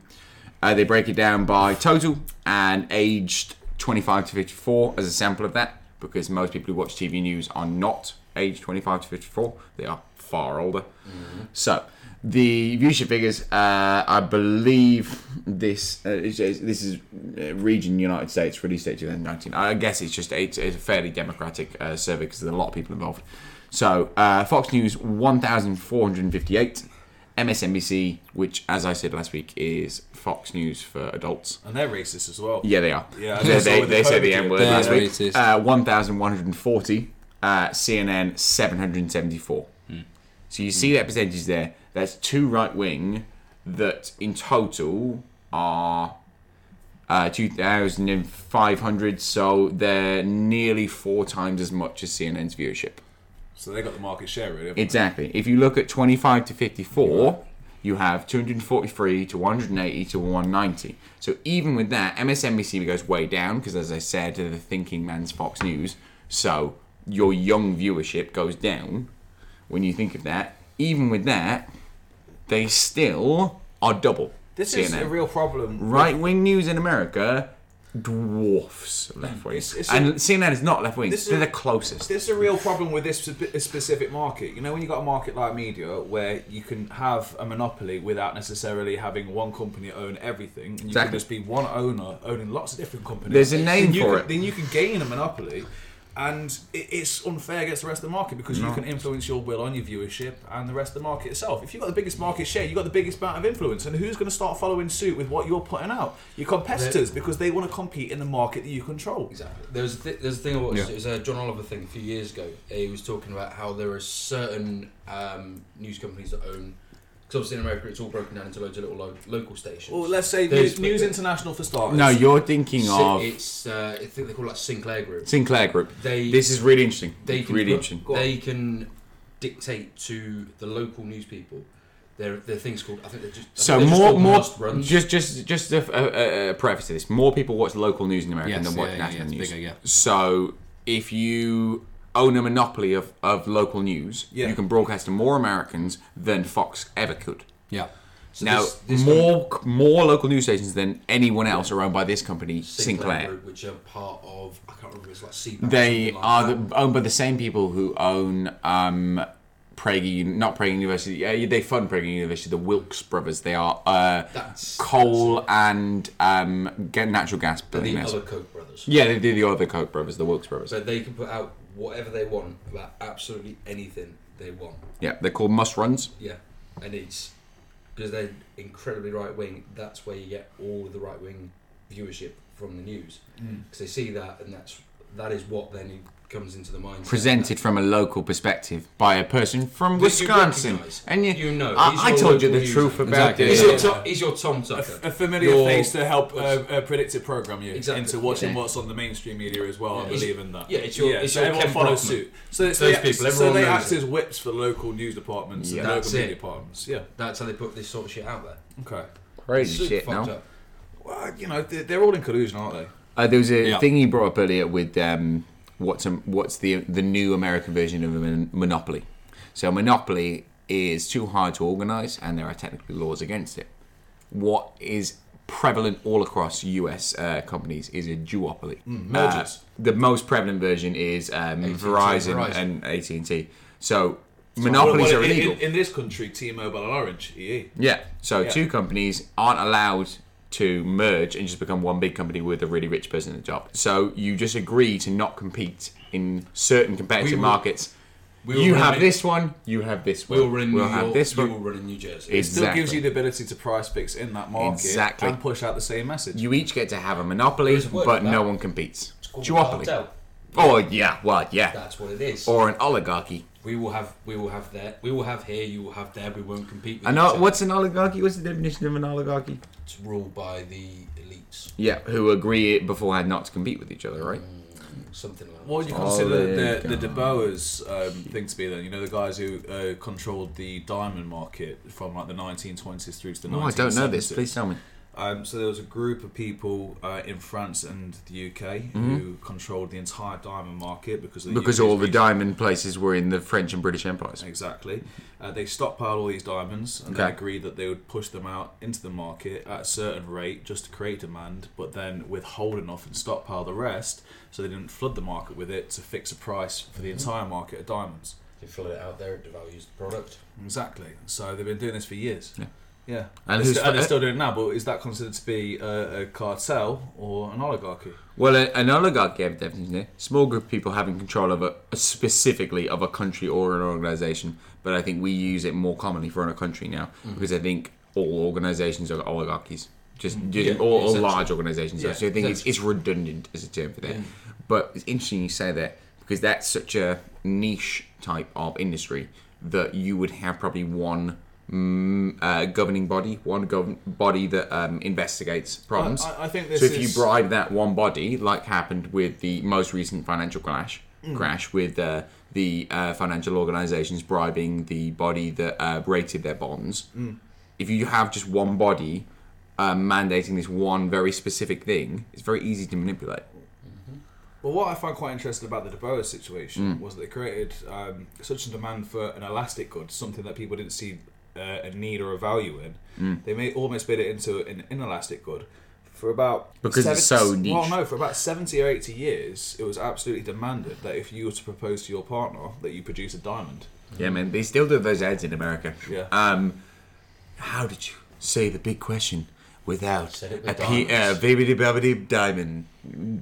Speaker 2: Uh, they break it down by total and aged 25 to 54 as a sample of that, because most people who watch TV news are not aged 25 to 54. They are far older. So the viewership figures, uh, I believe this uh, is- is- this is uh, region United States release date 2019. I guess it's just it's, it's a fairly democratic uh, survey because there's a lot of people involved. So uh, Fox News 1,458. MSNBC, which, as I said last week, is Fox News for adults.
Speaker 1: And they're racist as well.
Speaker 2: Yeah, they are.
Speaker 1: Yeah, I
Speaker 2: they,
Speaker 1: just saw
Speaker 2: they,
Speaker 1: with
Speaker 2: they
Speaker 1: the
Speaker 2: say the
Speaker 1: COVID
Speaker 2: N word
Speaker 4: deal.
Speaker 2: last
Speaker 4: They're
Speaker 2: week.
Speaker 4: racist.
Speaker 2: Uh, 1,140. Uh, CNN 774.
Speaker 1: Hmm.
Speaker 2: So you see that percentage there. That's two right wing that in total are uh, 2,500. So they're nearly four times as much as CNN's viewership.
Speaker 1: So they got the market share really. haven't
Speaker 2: Exactly. If you look at 25 to 54, you have 243 to 180 to 190. So even with that, MSNBC goes way down because, as I said, they're the thinking man's Fox News. So your young viewership goes down when you think of that. Even with that, they still are double.
Speaker 1: they? This is a real problem.
Speaker 2: right wing news in America dwarfs left wing,
Speaker 1: it's a-
Speaker 2: and CNN is not left wing.
Speaker 1: This is-
Speaker 2: They're the closest.
Speaker 1: This is a real problem with this spe- specific market. You know, when you got a market like media where you can have a monopoly without necessarily having one company own everything, and you
Speaker 2: Exactly.
Speaker 1: can just be one owner owning lots of different companies.
Speaker 2: There's a name
Speaker 1: then you
Speaker 2: for
Speaker 1: can,
Speaker 2: it.
Speaker 1: Then you can gain a monopoly. And it- it's unfair against the rest of the market because you can influence your will on your viewership and the rest of the market itself. If you've got the biggest market share, you've got the biggest amount of influence. And who's going to start following suit with what you're putting out? Your competitors, because they want to compete in the market that you control.
Speaker 3: Exactly. There was a th- there's a thing I watched. It was a John Oliver thing a few years ago. He was talking about how there are certain um, news companies that own. Because obviously in America it's all broken down into loads of little lo- local stations.
Speaker 1: Well, let's say News,
Speaker 3: There's
Speaker 1: News
Speaker 3: Twitter.
Speaker 1: International for starters.
Speaker 2: No, you're thinking
Speaker 3: Si-
Speaker 2: of
Speaker 3: It's uh, I think they call it Sinclair Group.
Speaker 2: Sinclair Group.
Speaker 3: They-
Speaker 2: this is really interesting.
Speaker 3: They can
Speaker 2: really
Speaker 3: put-
Speaker 2: interesting.
Speaker 3: They can dictate to the local news people They're, they're things called. I think they're just. I
Speaker 2: So
Speaker 3: think they're
Speaker 2: more,
Speaker 3: just
Speaker 2: more,
Speaker 3: called must runs.
Speaker 2: just, just, just a, a, a- a preface to this. More people watch local news in America
Speaker 4: Yes,
Speaker 2: than watch
Speaker 4: yeah, yeah,
Speaker 2: national
Speaker 4: it's
Speaker 2: news.
Speaker 4: bigger, yeah.
Speaker 2: So if you own a monopoly of, of local news,
Speaker 1: Yeah.
Speaker 2: you can broadcast to more Americans than Fox ever could.
Speaker 4: Yeah.
Speaker 2: now,
Speaker 3: this- this
Speaker 2: more more local news stations than anyone else are owned by this company, Sinclair.
Speaker 3: Group, which are part of I can't remember. It's like C.
Speaker 2: They
Speaker 3: like
Speaker 2: are
Speaker 3: that.
Speaker 2: the, owned by the same people who own um, Prague, Uni- not Prague University. Uh, they fund Prague University. The Wilkes brothers. They are uh,
Speaker 3: That's-
Speaker 2: coal and um, ga- natural gas
Speaker 3: the
Speaker 2: billionaires.
Speaker 3: other Koch brothers.
Speaker 2: yeah, they do the other Koch brothers, the Wilkes brothers.
Speaker 3: So they can put out whatever they want about absolutely anything they want.
Speaker 2: yeah, they're called must runs.
Speaker 3: Yeah, and it's because they're incredibly right wing. That's where you get all of the right wing viewership from the news because they see that, and that's that is what then it comes into the mind.
Speaker 2: Presented from a local perspective by a person from
Speaker 3: you
Speaker 2: Wisconsin,
Speaker 3: recognise.
Speaker 2: and you,
Speaker 3: You know, he's
Speaker 2: I, I
Speaker 3: your
Speaker 2: tugged you the
Speaker 3: local user.
Speaker 2: truth about
Speaker 4: Exactly.
Speaker 3: He's
Speaker 2: this.
Speaker 4: Yeah.
Speaker 3: your, to- he's your Tom Tucker.
Speaker 1: A familiar
Speaker 3: Your-
Speaker 1: face to help uh, uh, predict it program you
Speaker 3: Exactly.
Speaker 1: into watching
Speaker 3: Yeah.
Speaker 1: what's on the mainstream media as well. I
Speaker 3: It's-
Speaker 1: believe in that.
Speaker 3: yeah, it's your- it's
Speaker 1: so
Speaker 3: your
Speaker 1: everyone
Speaker 3: Ken
Speaker 1: follows
Speaker 3: Brockman.
Speaker 1: suit. So it's
Speaker 3: Those
Speaker 1: they
Speaker 3: people,
Speaker 1: act, so
Speaker 3: everyone
Speaker 1: they
Speaker 3: knows
Speaker 1: act
Speaker 3: it.
Speaker 1: as whips for local news departments
Speaker 2: Yeah.
Speaker 1: and
Speaker 3: That's
Speaker 1: local
Speaker 3: it.
Speaker 1: media departments. Yeah.
Speaker 3: That's how they put this sort of shit out there.
Speaker 1: Okay.
Speaker 2: Crazy
Speaker 3: Super
Speaker 2: shit, no?
Speaker 3: fucked up.
Speaker 1: Well, you know they're, they're all in collusion, aren't they?
Speaker 2: Uh, there was a
Speaker 4: Yeah.
Speaker 2: thing you brought up earlier with um, what's um what's the the new American version of a mon- monopoly. So monopoly is too hard to organise, and there are technically laws against it. What is prevalent all across U.S. Uh, companies is a duopoly.
Speaker 1: mergers.
Speaker 2: Uh, the most prevalent version is um, Verizon,
Speaker 3: Verizon.
Speaker 2: and AT and T. So monopolies
Speaker 1: Well,
Speaker 2: are
Speaker 1: in,
Speaker 2: illegal.
Speaker 1: in, in this country, T-Mobile and Orange, E EE.
Speaker 2: Yeah. So two companies aren't allowed to merge and just become one big company with a really rich person at the top. So you just agree to not compete in certain competitive
Speaker 3: We will-
Speaker 2: markets.
Speaker 3: will
Speaker 2: you have
Speaker 3: remain-
Speaker 2: this one. You have this one.
Speaker 3: We'll run in New
Speaker 2: have
Speaker 3: York.
Speaker 2: this
Speaker 3: you
Speaker 2: one.
Speaker 3: will run in New Jersey.
Speaker 1: It still
Speaker 2: Exactly.
Speaker 1: gives you the ability to price fix in that market
Speaker 2: Exactly.
Speaker 1: and push out the same message.
Speaker 2: You each get to have a monopoly,
Speaker 3: There's a word
Speaker 2: but
Speaker 3: for that.
Speaker 2: no one competes.
Speaker 3: called a
Speaker 2: Duopoly.
Speaker 3: cartel.
Speaker 2: Oh yeah, well yeah,
Speaker 3: That's what it is.
Speaker 2: or an oligarchy.
Speaker 3: we will have, we will have there, we will have here, you will have there. We won't compete. With
Speaker 2: I know
Speaker 3: each other.
Speaker 2: what's an oligarchy. What's the definition of an oligarchy?
Speaker 3: It's ruled by the elites,
Speaker 2: Yeah, who agree beforehand not to compete with each other, right?
Speaker 3: Mm. something like that.
Speaker 1: What would you
Speaker 2: Oh,
Speaker 1: consider the, the, the DeBoers um, thing to be then? You know, the guys who uh, controlled the diamond market from like the 1920s through to the 1970s.
Speaker 2: Oh, I don't know this. Please tell me.
Speaker 1: Um, so there was a group of people uh, in France and the UK who controlled the entire diamond market because of the
Speaker 2: Mm-hmm. Because
Speaker 1: UK's
Speaker 2: all the
Speaker 1: region-
Speaker 2: diamond places were in the French and British empires.
Speaker 1: Exactly. Uh, they stockpiled all these diamonds and they
Speaker 2: Okay.
Speaker 1: agreed that they would push them out into the market at a certain rate just to create demand, but then withhold enough and stockpile the rest so they didn't flood the market with it to fix a price for the entire market of diamonds.
Speaker 3: If you fill it out there, it devalues the product.
Speaker 1: Exactly. So they've been doing this for years. Yeah. Yeah.
Speaker 2: And
Speaker 1: And, they're,
Speaker 2: who's
Speaker 1: st- and
Speaker 2: for-
Speaker 1: they're still doing it now, but is that considered to be a, a cartel or an oligarchy?
Speaker 2: Well, a- an oligarchy have a definition there. Small group of people having control of a specifically of a country or an organization, but I think we use it more commonly for a country now
Speaker 3: Mm-hmm.
Speaker 2: because I think all organizations are oligarchies. Just, just
Speaker 3: Mm-hmm. Yeah,
Speaker 2: all, all
Speaker 3: essentially.
Speaker 2: large organizations. are.
Speaker 3: Yeah, Mm.
Speaker 2: so I think it's, it's redundant as a term for that. But it's interesting you say that because that's such a niche type of industry that you would have probably one mm, uh, governing body, one gov- body that um, investigates problems.
Speaker 1: I- I think this
Speaker 2: so if
Speaker 1: is-
Speaker 2: you bribe that one body, like happened with the most recent financial crash,
Speaker 1: Mm.
Speaker 2: crash with uh, the uh, financial organisations bribing the body that uh, rated their bonds.
Speaker 1: Mm.
Speaker 2: If you have just one body uh, mandating this one very specific thing, it's very easy to manipulate.
Speaker 1: But what I find quite interesting about the De Boer situation
Speaker 2: Mm.
Speaker 1: was that they created um, such a demand for an elastic good, something that people didn't see uh, a need or a value in.
Speaker 2: Mm.
Speaker 1: They made, almost made it into an inelastic good. For about
Speaker 2: Because it's so niche.
Speaker 1: Well, no, for about seventy or eighty years, it was absolutely demanded that if you were to propose to your partner, that you produce a diamond.
Speaker 2: Yeah, man, they still do those ads in America.
Speaker 1: Yeah.
Speaker 2: Um, how did you say the big question without
Speaker 3: Said it
Speaker 2: a
Speaker 3: with
Speaker 2: p- uh,
Speaker 3: diamonds.
Speaker 2: baby babbity diamond?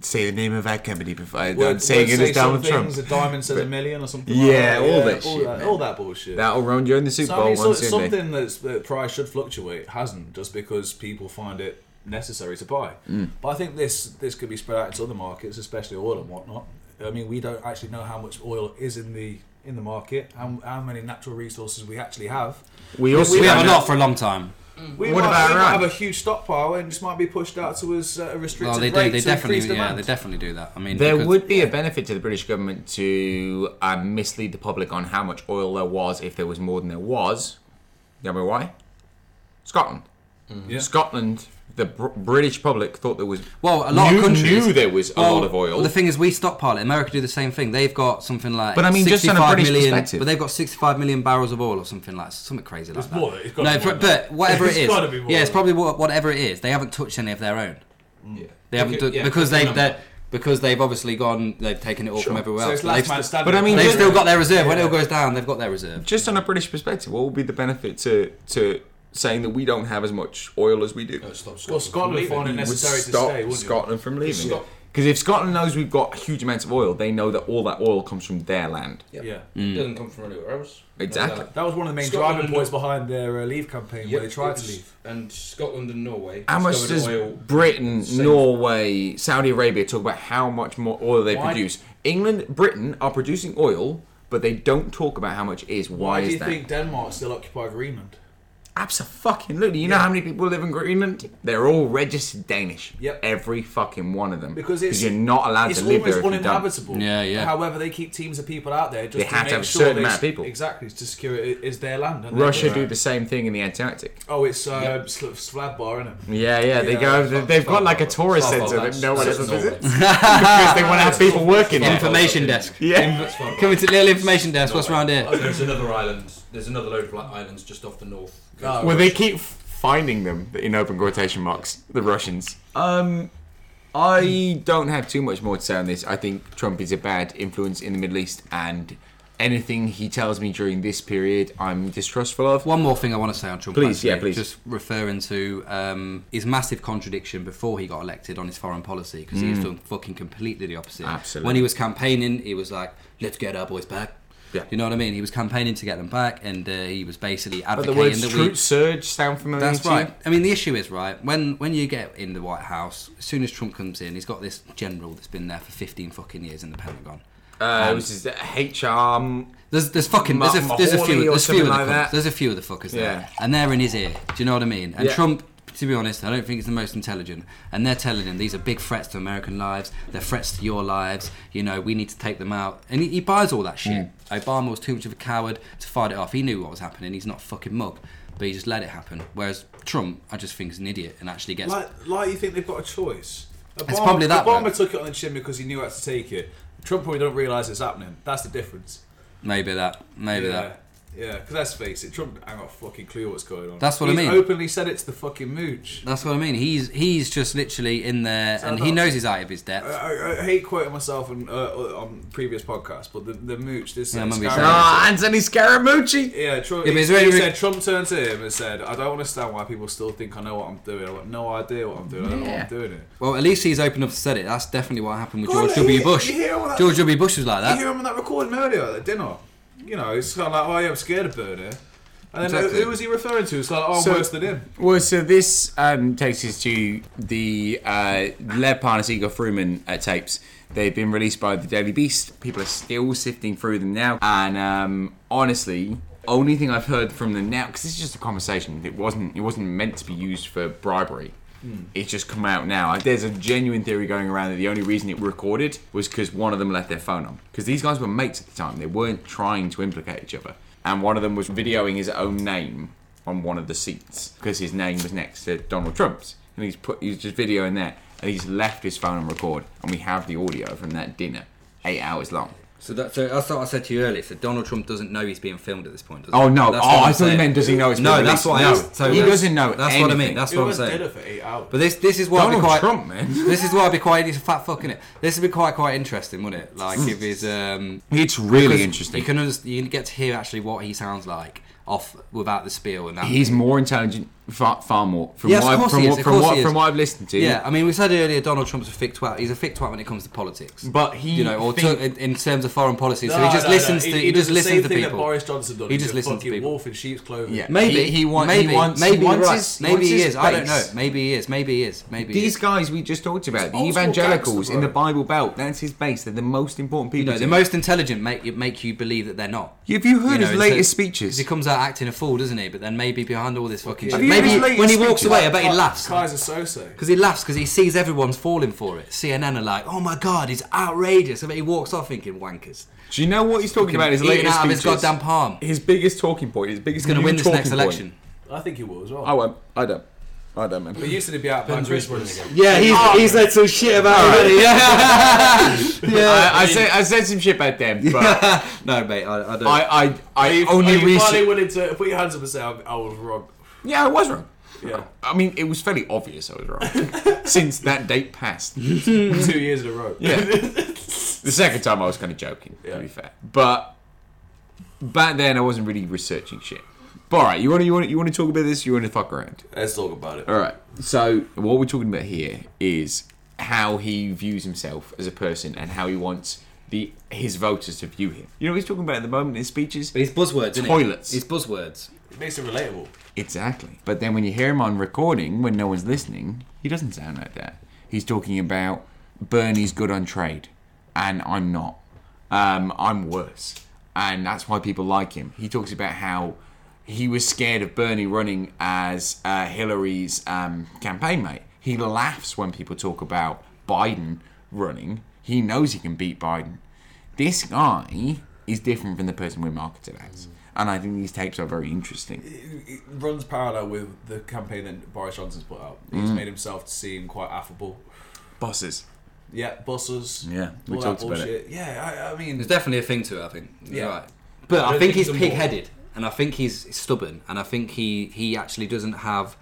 Speaker 2: Say the name of our company before I'm
Speaker 1: Word-
Speaker 2: saying
Speaker 1: word
Speaker 2: it
Speaker 1: say
Speaker 2: as Donald
Speaker 1: some
Speaker 2: Trump.
Speaker 1: things, A diamond says a million or something. like that.
Speaker 2: Yeah, all that
Speaker 1: all
Speaker 2: shit,
Speaker 1: That,
Speaker 2: man.
Speaker 1: all that bullshit.
Speaker 2: That'll run during the Super
Speaker 1: So,
Speaker 2: Bowl
Speaker 1: I mean, so,
Speaker 2: one Sunday.
Speaker 1: something that's, that price should fluctuate hasn't just because people find it necessary to buy.
Speaker 4: Hmm.
Speaker 1: But I think this this could be spread out into other markets, especially oil and whatnot. I mean, we don't actually know how much oil is in the in the market, how, how many natural resources we actually have.
Speaker 2: We also
Speaker 4: We
Speaker 2: don't
Speaker 4: have a
Speaker 2: know-
Speaker 4: lot for a long time.
Speaker 1: We
Speaker 2: What
Speaker 1: might,
Speaker 2: about
Speaker 1: we might
Speaker 2: Iran?
Speaker 1: have a huge stockpile and just might be pushed out to us at a restricted
Speaker 4: Oh, they
Speaker 1: rate
Speaker 4: do. They
Speaker 1: to
Speaker 4: definitely,
Speaker 1: increase
Speaker 4: yeah,
Speaker 1: demand.
Speaker 4: they definitely do that. I mean,
Speaker 2: There
Speaker 4: because-
Speaker 2: would be a benefit to the British government to uh, mislead the public on how much oil there was if there was more than there was. You know why? Scotland.
Speaker 1: Yeah.
Speaker 2: Scotland, the Br- British public thought there was.
Speaker 4: Well, a lot
Speaker 2: knew,
Speaker 4: of countries
Speaker 2: knew there was a
Speaker 4: Well,
Speaker 2: lot of oil.
Speaker 4: well, the thing is, we stockpile it. America do the same thing. They've got something like.
Speaker 2: But I mean, just on a
Speaker 4: 65
Speaker 2: British
Speaker 4: million-
Speaker 2: perspective.
Speaker 4: But they've got 65 million barrels of oil or something like something crazy like
Speaker 1: It's
Speaker 4: that.
Speaker 1: more than- it's gotta
Speaker 4: no,
Speaker 1: be more
Speaker 4: but,
Speaker 1: than that.
Speaker 4: but whatever it
Speaker 1: It's
Speaker 4: is,
Speaker 1: gotta be more
Speaker 4: yeah, it's
Speaker 1: than
Speaker 4: probably wha- whatever it is. They haven't touched any of their own.
Speaker 3: Yeah.
Speaker 4: They haven't
Speaker 3: Okay,
Speaker 4: done
Speaker 3: yeah,
Speaker 4: because
Speaker 3: pick a
Speaker 4: they
Speaker 3: number.
Speaker 4: they because they've obviously gone. They've taken it all from everywhere
Speaker 1: So
Speaker 4: else.
Speaker 1: it's
Speaker 4: but they've
Speaker 1: last man
Speaker 4: st-
Speaker 1: standing.
Speaker 2: But I mean,
Speaker 4: they've
Speaker 2: just-
Speaker 4: still got their reserve. When it all goes down, they've got their reserve.
Speaker 2: just on a British perspective, what would be the benefit to to saying that we don't have as much oil as we do?
Speaker 3: No, stop
Speaker 1: Well, Scotland
Speaker 3: Leave it.
Speaker 1: find it
Speaker 2: would
Speaker 1: necessary to
Speaker 2: stop
Speaker 1: stay, wouldn't it?
Speaker 2: Scotland from leaving.
Speaker 3: Stop.
Speaker 2: Because if Scotland knows we've got huge amounts of oil, they know that all that oil comes from their land.
Speaker 1: Yeah.
Speaker 4: Hmm.
Speaker 3: Doesn't come from anywhere else.
Speaker 2: Mm. Exactly.
Speaker 1: That was one of the main
Speaker 3: Scotland
Speaker 1: driving
Speaker 3: and-
Speaker 1: points behind their uh, leave campaign where they tried to leave.
Speaker 3: And Scotland and Norway.
Speaker 2: How much
Speaker 3: discovered
Speaker 2: does
Speaker 3: oil
Speaker 2: Britain,
Speaker 3: saved-
Speaker 2: Norway, Saudi Arabia talk about how much more oil they
Speaker 1: Why-
Speaker 2: produce? England, Britain are producing oil, but they don't talk about how much it is. Why,
Speaker 1: Why do
Speaker 2: is
Speaker 1: you
Speaker 2: that?
Speaker 1: think Denmark still occupied Greenland?
Speaker 2: Absolutely. You know how many people live in Greenland? They're all registered Danish.
Speaker 1: Yep.
Speaker 2: Every fucking one of them.
Speaker 1: Because it's
Speaker 2: you're not allowed
Speaker 1: it's
Speaker 2: to live there
Speaker 1: almost
Speaker 2: if you don't.
Speaker 1: uninhabitable.
Speaker 4: Yeah, yeah.
Speaker 1: However, they keep teams of people out there just
Speaker 2: They
Speaker 1: to
Speaker 2: have to
Speaker 1: make
Speaker 2: have a
Speaker 1: sure
Speaker 2: certain
Speaker 1: they-
Speaker 2: amount of people.
Speaker 1: Exactly, to secure it is their land. don't they?
Speaker 2: Russia do the same thing in the Antarctic.
Speaker 1: Oh, it's uh, Sl- Svalbard, isn't it?
Speaker 2: Yeah, yeah, they
Speaker 1: Yeah,
Speaker 2: go.
Speaker 1: fuck,
Speaker 2: They've got like a tourist
Speaker 3: Fuck off,
Speaker 2: center that
Speaker 3: that's-
Speaker 2: no one
Speaker 3: that's
Speaker 2: ever
Speaker 3: Norway.
Speaker 2: visits because they want to have people working there.
Speaker 4: Information desk.
Speaker 2: Yeah.
Speaker 3: That's fine.
Speaker 4: Coming to the information desk. What's
Speaker 3: Norway.
Speaker 4: around here?
Speaker 3: Oh, There's another island. There's another load of like islands just off the north. coast.
Speaker 2: Well, they keep finding them in open quotation marks. The Russians. Um, I don't have too much more to say on this. I think Trump is a bad influence in the Middle East, and anything he tells me during this period, I'm distrustful of.
Speaker 4: One more thing I want to say on Trump.
Speaker 2: Please,
Speaker 4: actually,
Speaker 2: yeah, please.
Speaker 4: Just referring to um, his massive contradiction before he got elected on his foreign policy because he was doing fucking completely the opposite.
Speaker 2: Mm. Absolutely.
Speaker 4: When he was campaigning, he was like, "Let's get our boys back."
Speaker 2: Yeah.
Speaker 4: You know what I mean? He was campaigning to get them back, and uh, he was basically
Speaker 2: But the
Speaker 4: advocating
Speaker 2: words
Speaker 4: that we.
Speaker 2: "troop surge" sound familiar
Speaker 4: That's
Speaker 2: to
Speaker 4: right.
Speaker 2: you?
Speaker 4: I mean, the issue is right when when you get in the White House, as soon as Trump comes in, he's got this general that's been there for fifteen fucking years in the Pentagon.
Speaker 2: Uh,
Speaker 4: Um,
Speaker 2: which is HR
Speaker 4: There's, there's fucking there's
Speaker 2: Ma-
Speaker 4: a, there's a
Speaker 2: Mahoney
Speaker 4: few
Speaker 2: or
Speaker 4: there's a few of the
Speaker 2: something like
Speaker 4: cunts.
Speaker 2: that.
Speaker 4: there's a few of the fuckers
Speaker 2: Yeah.
Speaker 4: there, and they're in his ear. Do you know what I mean? And
Speaker 2: Yeah.
Speaker 4: Trump, to be honest, I don't think he's the most intelligent. And they're telling him these are big threats to American lives. They're threats to your lives. You know, we need to take them out. And he, he buys all that
Speaker 2: Mm.
Speaker 4: shit. Obama was too much of a coward to fight it off. He knew what was happening. He's not a fucking mug, but he just let it happen. Whereas Trump, I just think is an idiot and actually gets.
Speaker 1: Like, like you think they've got a choice? Obama,
Speaker 4: probably that
Speaker 1: Obama
Speaker 4: way.
Speaker 1: took it on the chin because he knew how to take it. Trump probably don't realise it's happening. That's the difference.
Speaker 4: Maybe that. Maybe
Speaker 1: Yeah,
Speaker 4: that.
Speaker 1: yeah. Because let's face it, Trump ain't got a fucking clue what's going on.
Speaker 4: That's what I
Speaker 1: He's
Speaker 4: mean.
Speaker 1: Openly said it's the fucking mooch.
Speaker 4: That's what I mean. He's he's just literally in there, and he
Speaker 1: not-
Speaker 4: knows he's out of his depth.
Speaker 1: I, I, I hate quoting myself on, uh, on previous podcasts, but the, the mooch. This
Speaker 4: Yeah, I
Speaker 1: uh,
Speaker 4: remember you
Speaker 1: Scarab-
Speaker 4: saying that.
Speaker 2: Ah, Anthony Scaramucci.
Speaker 1: Yeah, Trump.
Speaker 4: Yeah, but
Speaker 1: he,
Speaker 4: is there any
Speaker 1: he
Speaker 4: re-
Speaker 1: said Trump turned to him and said, "I don't understand why people still think I know what I'm doing. I've got no idea what I'm doing. I don't know what I'm doing." It.
Speaker 4: Well, at least he's open up to said it. That's definitely what happened with
Speaker 1: Go on,
Speaker 4: George W.
Speaker 1: you-
Speaker 4: Bush.
Speaker 1: you hear all that-
Speaker 4: George W. Bush was like
Speaker 1: You hear
Speaker 4: that.
Speaker 1: him on that recording earlier at dinner. You know, it's kind of like, "Oh yeah, I'm scared of Bernie." And then who-
Speaker 4: Exactly.
Speaker 1: who was he referring to? It's like, "Oh, I'm
Speaker 2: So-
Speaker 1: worse than him."
Speaker 2: Well, so this um, takes us to the uh, Lev Parnas Igor Fruman uh, tapes. They've been released by the Daily Beast. People are still sifting through them now. And um, honestly, only thing I've heard from them now, because this is just a conversation. It wasn't. It wasn't meant to be used for bribery.
Speaker 4: Hmm.
Speaker 2: It's just come out now. There's a genuine theory going around that the only reason it recorded was because one of them left their phone on. Because these guys were mates at the time. They weren't trying to implicate each other. And one of them was videoing his own name on one of the seats because his name was next to Donald Trump's, and he's put he's just videoing that, and he's left his phone on record, and we have the audio from that dinner, eight hours long.
Speaker 4: So, that, so that's what I said to you earlier. So Donald Trump doesn't know he's being filmed at this point. Does
Speaker 2: Oh no!
Speaker 4: That's
Speaker 2: oh, I
Speaker 4: what I'm
Speaker 2: thought you
Speaker 4: saying.
Speaker 2: meant does he know it's
Speaker 4: No,
Speaker 2: been
Speaker 4: that's what I
Speaker 2: released?
Speaker 4: asked. So
Speaker 2: he
Speaker 4: that's-
Speaker 2: doesn't know.
Speaker 4: That's what I mean.
Speaker 2: anything.
Speaker 4: That's
Speaker 1: He
Speaker 4: what I'm
Speaker 1: was
Speaker 4: saying.
Speaker 1: dead for eight hours.
Speaker 4: But this this is why
Speaker 2: Donald
Speaker 4: I'd be quite.
Speaker 2: Trump, man.
Speaker 4: This is why I'd be quite. He's a fat fucking it. This would be quite quite interesting, wouldn't it? Like if he's um.
Speaker 2: It's really
Speaker 4: You
Speaker 2: interesting.
Speaker 4: can understand, you get to hear actually what he sounds like off without the spiel and that.
Speaker 2: He's more intelligent, far, far more. From
Speaker 4: Yes, of
Speaker 2: what, I've-
Speaker 4: course
Speaker 2: from,
Speaker 4: he is,
Speaker 2: what,
Speaker 4: of
Speaker 2: from,
Speaker 4: course
Speaker 2: what,
Speaker 4: he is.
Speaker 2: from what I've listened to,
Speaker 4: yeah, I mean, we said earlier Donald Trump's a thick twat. He's a thick twat when it comes to politics.
Speaker 2: But he
Speaker 4: you know, or
Speaker 2: think-
Speaker 4: to, in, in terms of foreign policy, so
Speaker 1: No,
Speaker 4: he just
Speaker 1: no, no,
Speaker 4: listens to he,
Speaker 1: does
Speaker 4: just
Speaker 1: the same
Speaker 4: listens to
Speaker 1: thing
Speaker 4: people.
Speaker 1: That Boris Johnson does.
Speaker 4: He
Speaker 1: He's
Speaker 4: just
Speaker 1: a
Speaker 4: listens to
Speaker 1: fucking
Speaker 4: people.
Speaker 1: Wolf in sheep's clothing.
Speaker 2: Yeah.
Speaker 4: Maybe
Speaker 2: He- he want- he
Speaker 4: maybe,
Speaker 2: wants-
Speaker 4: maybe
Speaker 2: he
Speaker 4: you're
Speaker 2: wants
Speaker 4: right.
Speaker 2: his- he
Speaker 4: maybe
Speaker 2: wants
Speaker 4: he
Speaker 2: his
Speaker 4: is. I don't know.
Speaker 2: base.
Speaker 4: Maybe he is. Maybe he is. Maybe he
Speaker 2: These
Speaker 4: is.
Speaker 2: guys we just talked about, the
Speaker 1: old school
Speaker 2: evangelicals
Speaker 1: gangster,
Speaker 2: in the
Speaker 1: bro.
Speaker 2: Bible Belt, that's his base. They're the most important
Speaker 4: You
Speaker 2: people.
Speaker 4: know,
Speaker 2: to
Speaker 4: the
Speaker 2: him.
Speaker 4: most intelligent make you make you believe that they're not.
Speaker 2: Have you heard his
Speaker 4: know,
Speaker 2: latest
Speaker 4: Because
Speaker 2: speeches?
Speaker 4: he comes out acting a fool, doesn't he? But then maybe behind all this fucking
Speaker 1: Have
Speaker 4: shit,
Speaker 2: you
Speaker 4: Maybe
Speaker 1: Usually you
Speaker 4: when he
Speaker 1: speak
Speaker 4: walks
Speaker 1: to,
Speaker 4: away,
Speaker 1: like,
Speaker 4: I bet he
Speaker 1: Ka-
Speaker 4: laughs.
Speaker 1: Kaiser Soze.
Speaker 4: Because he laughs because he sees everyone's falling for it. CNN are like, oh my god, he's outrageous. I bet he walks off thinking wankers.
Speaker 2: Do you know what he's talking about? in His
Speaker 4: Eating
Speaker 2: latest
Speaker 4: out of his
Speaker 2: speeches?
Speaker 4: goddamn palm. He's
Speaker 2: His biggest talking point. His biggest.
Speaker 4: going to
Speaker 2: new
Speaker 4: win this
Speaker 2: talking
Speaker 4: next
Speaker 2: point.
Speaker 4: election.
Speaker 1: I think he will as well.
Speaker 2: I won't. I don't. I don't, man.
Speaker 1: But used to be out by
Speaker 3: Depends who's
Speaker 1: Christmas.
Speaker 3: winning again.
Speaker 4: Yeah, he's, he's said some shit about already.
Speaker 2: I, I said I said some shit about them, but
Speaker 4: no, mate, I, I don't.
Speaker 2: I I, I
Speaker 1: If-
Speaker 2: only
Speaker 1: if you finally
Speaker 2: recently.
Speaker 1: willing to put your hands up and say I, I was wrong.
Speaker 2: Yeah, I was wrong.
Speaker 1: Yeah,
Speaker 2: I mean, it was fairly obvious I was wrong since that date passed.
Speaker 1: two years in a row.
Speaker 2: Yeah. the second time I was kind of joking, to
Speaker 1: Yeah.
Speaker 2: be fair. But back then I wasn't really researching shit. But all right, you want to you want you want to talk about this? You want to fuck around?
Speaker 1: Let's talk about it.
Speaker 2: All right. So what we're talking about here is how he views himself as a person and how he wants the his voters to view him. You know what he's talking about at the moment in his speeches?
Speaker 4: but he's buzzwords, isn't
Speaker 2: Toilets.
Speaker 4: He's buzzwords.
Speaker 1: It makes it relatable.
Speaker 2: Exactly. But then when you hear him on recording, when no one's listening, he doesn't sound like that. He's talking about Bernie's good on trade, and I'm not. Um, I'm worse, and that's why people like him. He talks about how he was scared of Bernie running as uh, Hillary's um, campaign mate. He laughs when people talk about Biden running. He knows he can beat Biden this guy is different from the person we're marketed as. And I think these tapes are very interesting.
Speaker 1: It runs parallel with the campaign that Boris Johnson's put out. He's
Speaker 2: Mm.
Speaker 1: made himself seem quite affable.
Speaker 2: Bosses.
Speaker 1: Yeah, buses.
Speaker 2: Yeah, we
Speaker 1: all
Speaker 2: talked
Speaker 1: that
Speaker 2: about
Speaker 1: bullshit. Yeah, I, I mean,
Speaker 4: There's definitely a thing to it, I think. You're
Speaker 1: Yeah.
Speaker 4: right. But
Speaker 1: don't
Speaker 4: I, think,
Speaker 1: think
Speaker 4: he's
Speaker 1: he's a
Speaker 4: pig headed and I think he's stubborn and I think he, he actually doesn't have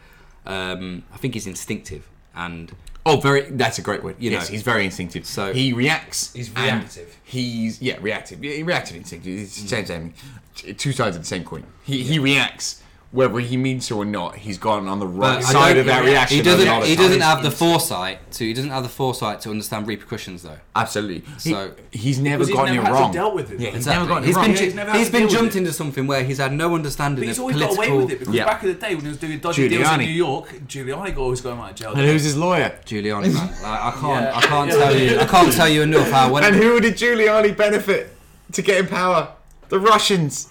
Speaker 4: um, I think he's instinctive and
Speaker 2: Oh, very. That's a great word.
Speaker 4: You
Speaker 2: yes,
Speaker 4: know.
Speaker 2: he's very instinctive.
Speaker 4: So-
Speaker 2: he reacts.
Speaker 3: He's
Speaker 2: and
Speaker 3: reactive.
Speaker 2: He's yeah, reactive. Yeah, He reacted instinctive. It's
Speaker 4: Mm.
Speaker 2: the same same. t- Two sides of the same coin. He he reacts whether he means to or not. He's gone on the right
Speaker 4: But I
Speaker 2: side
Speaker 4: don't-
Speaker 2: of that
Speaker 4: yeah,
Speaker 2: reaction.
Speaker 4: He
Speaker 2: a lot
Speaker 4: doesn't.
Speaker 2: of
Speaker 4: He
Speaker 2: times.
Speaker 4: doesn't have the foresight to. He doesn't have the foresight to understand repercussions, though.
Speaker 2: Absolutely. He-
Speaker 4: So-
Speaker 2: he's never
Speaker 1: Because he's
Speaker 2: gotten
Speaker 1: never
Speaker 2: it
Speaker 1: had to
Speaker 2: wrong.
Speaker 1: dealt with it.
Speaker 2: Yeah, he's
Speaker 1: Exactly.
Speaker 2: never gotten it
Speaker 4: He's
Speaker 2: wrong.
Speaker 4: been,
Speaker 1: Yeah, he's never
Speaker 4: ju-
Speaker 1: had
Speaker 4: he's
Speaker 1: to
Speaker 4: been
Speaker 1: deal with
Speaker 4: jumped
Speaker 1: it.
Speaker 4: into something where he's had no understanding
Speaker 1: But he's
Speaker 4: of
Speaker 1: always
Speaker 4: political.
Speaker 1: got away with it because
Speaker 2: Yeah.
Speaker 1: back in the day when he was doing dodgy deals in
Speaker 2: Giuliani.
Speaker 1: New York, Giuliani got always going out of jail.
Speaker 2: And who's his lawyer?
Speaker 4: Giuliani, man, like, I can't,
Speaker 1: Yeah.
Speaker 4: I can't
Speaker 1: Yeah.
Speaker 4: tell you, I can't tell you enough how when
Speaker 2: And who did Giuliani benefit to get in power? The Russians.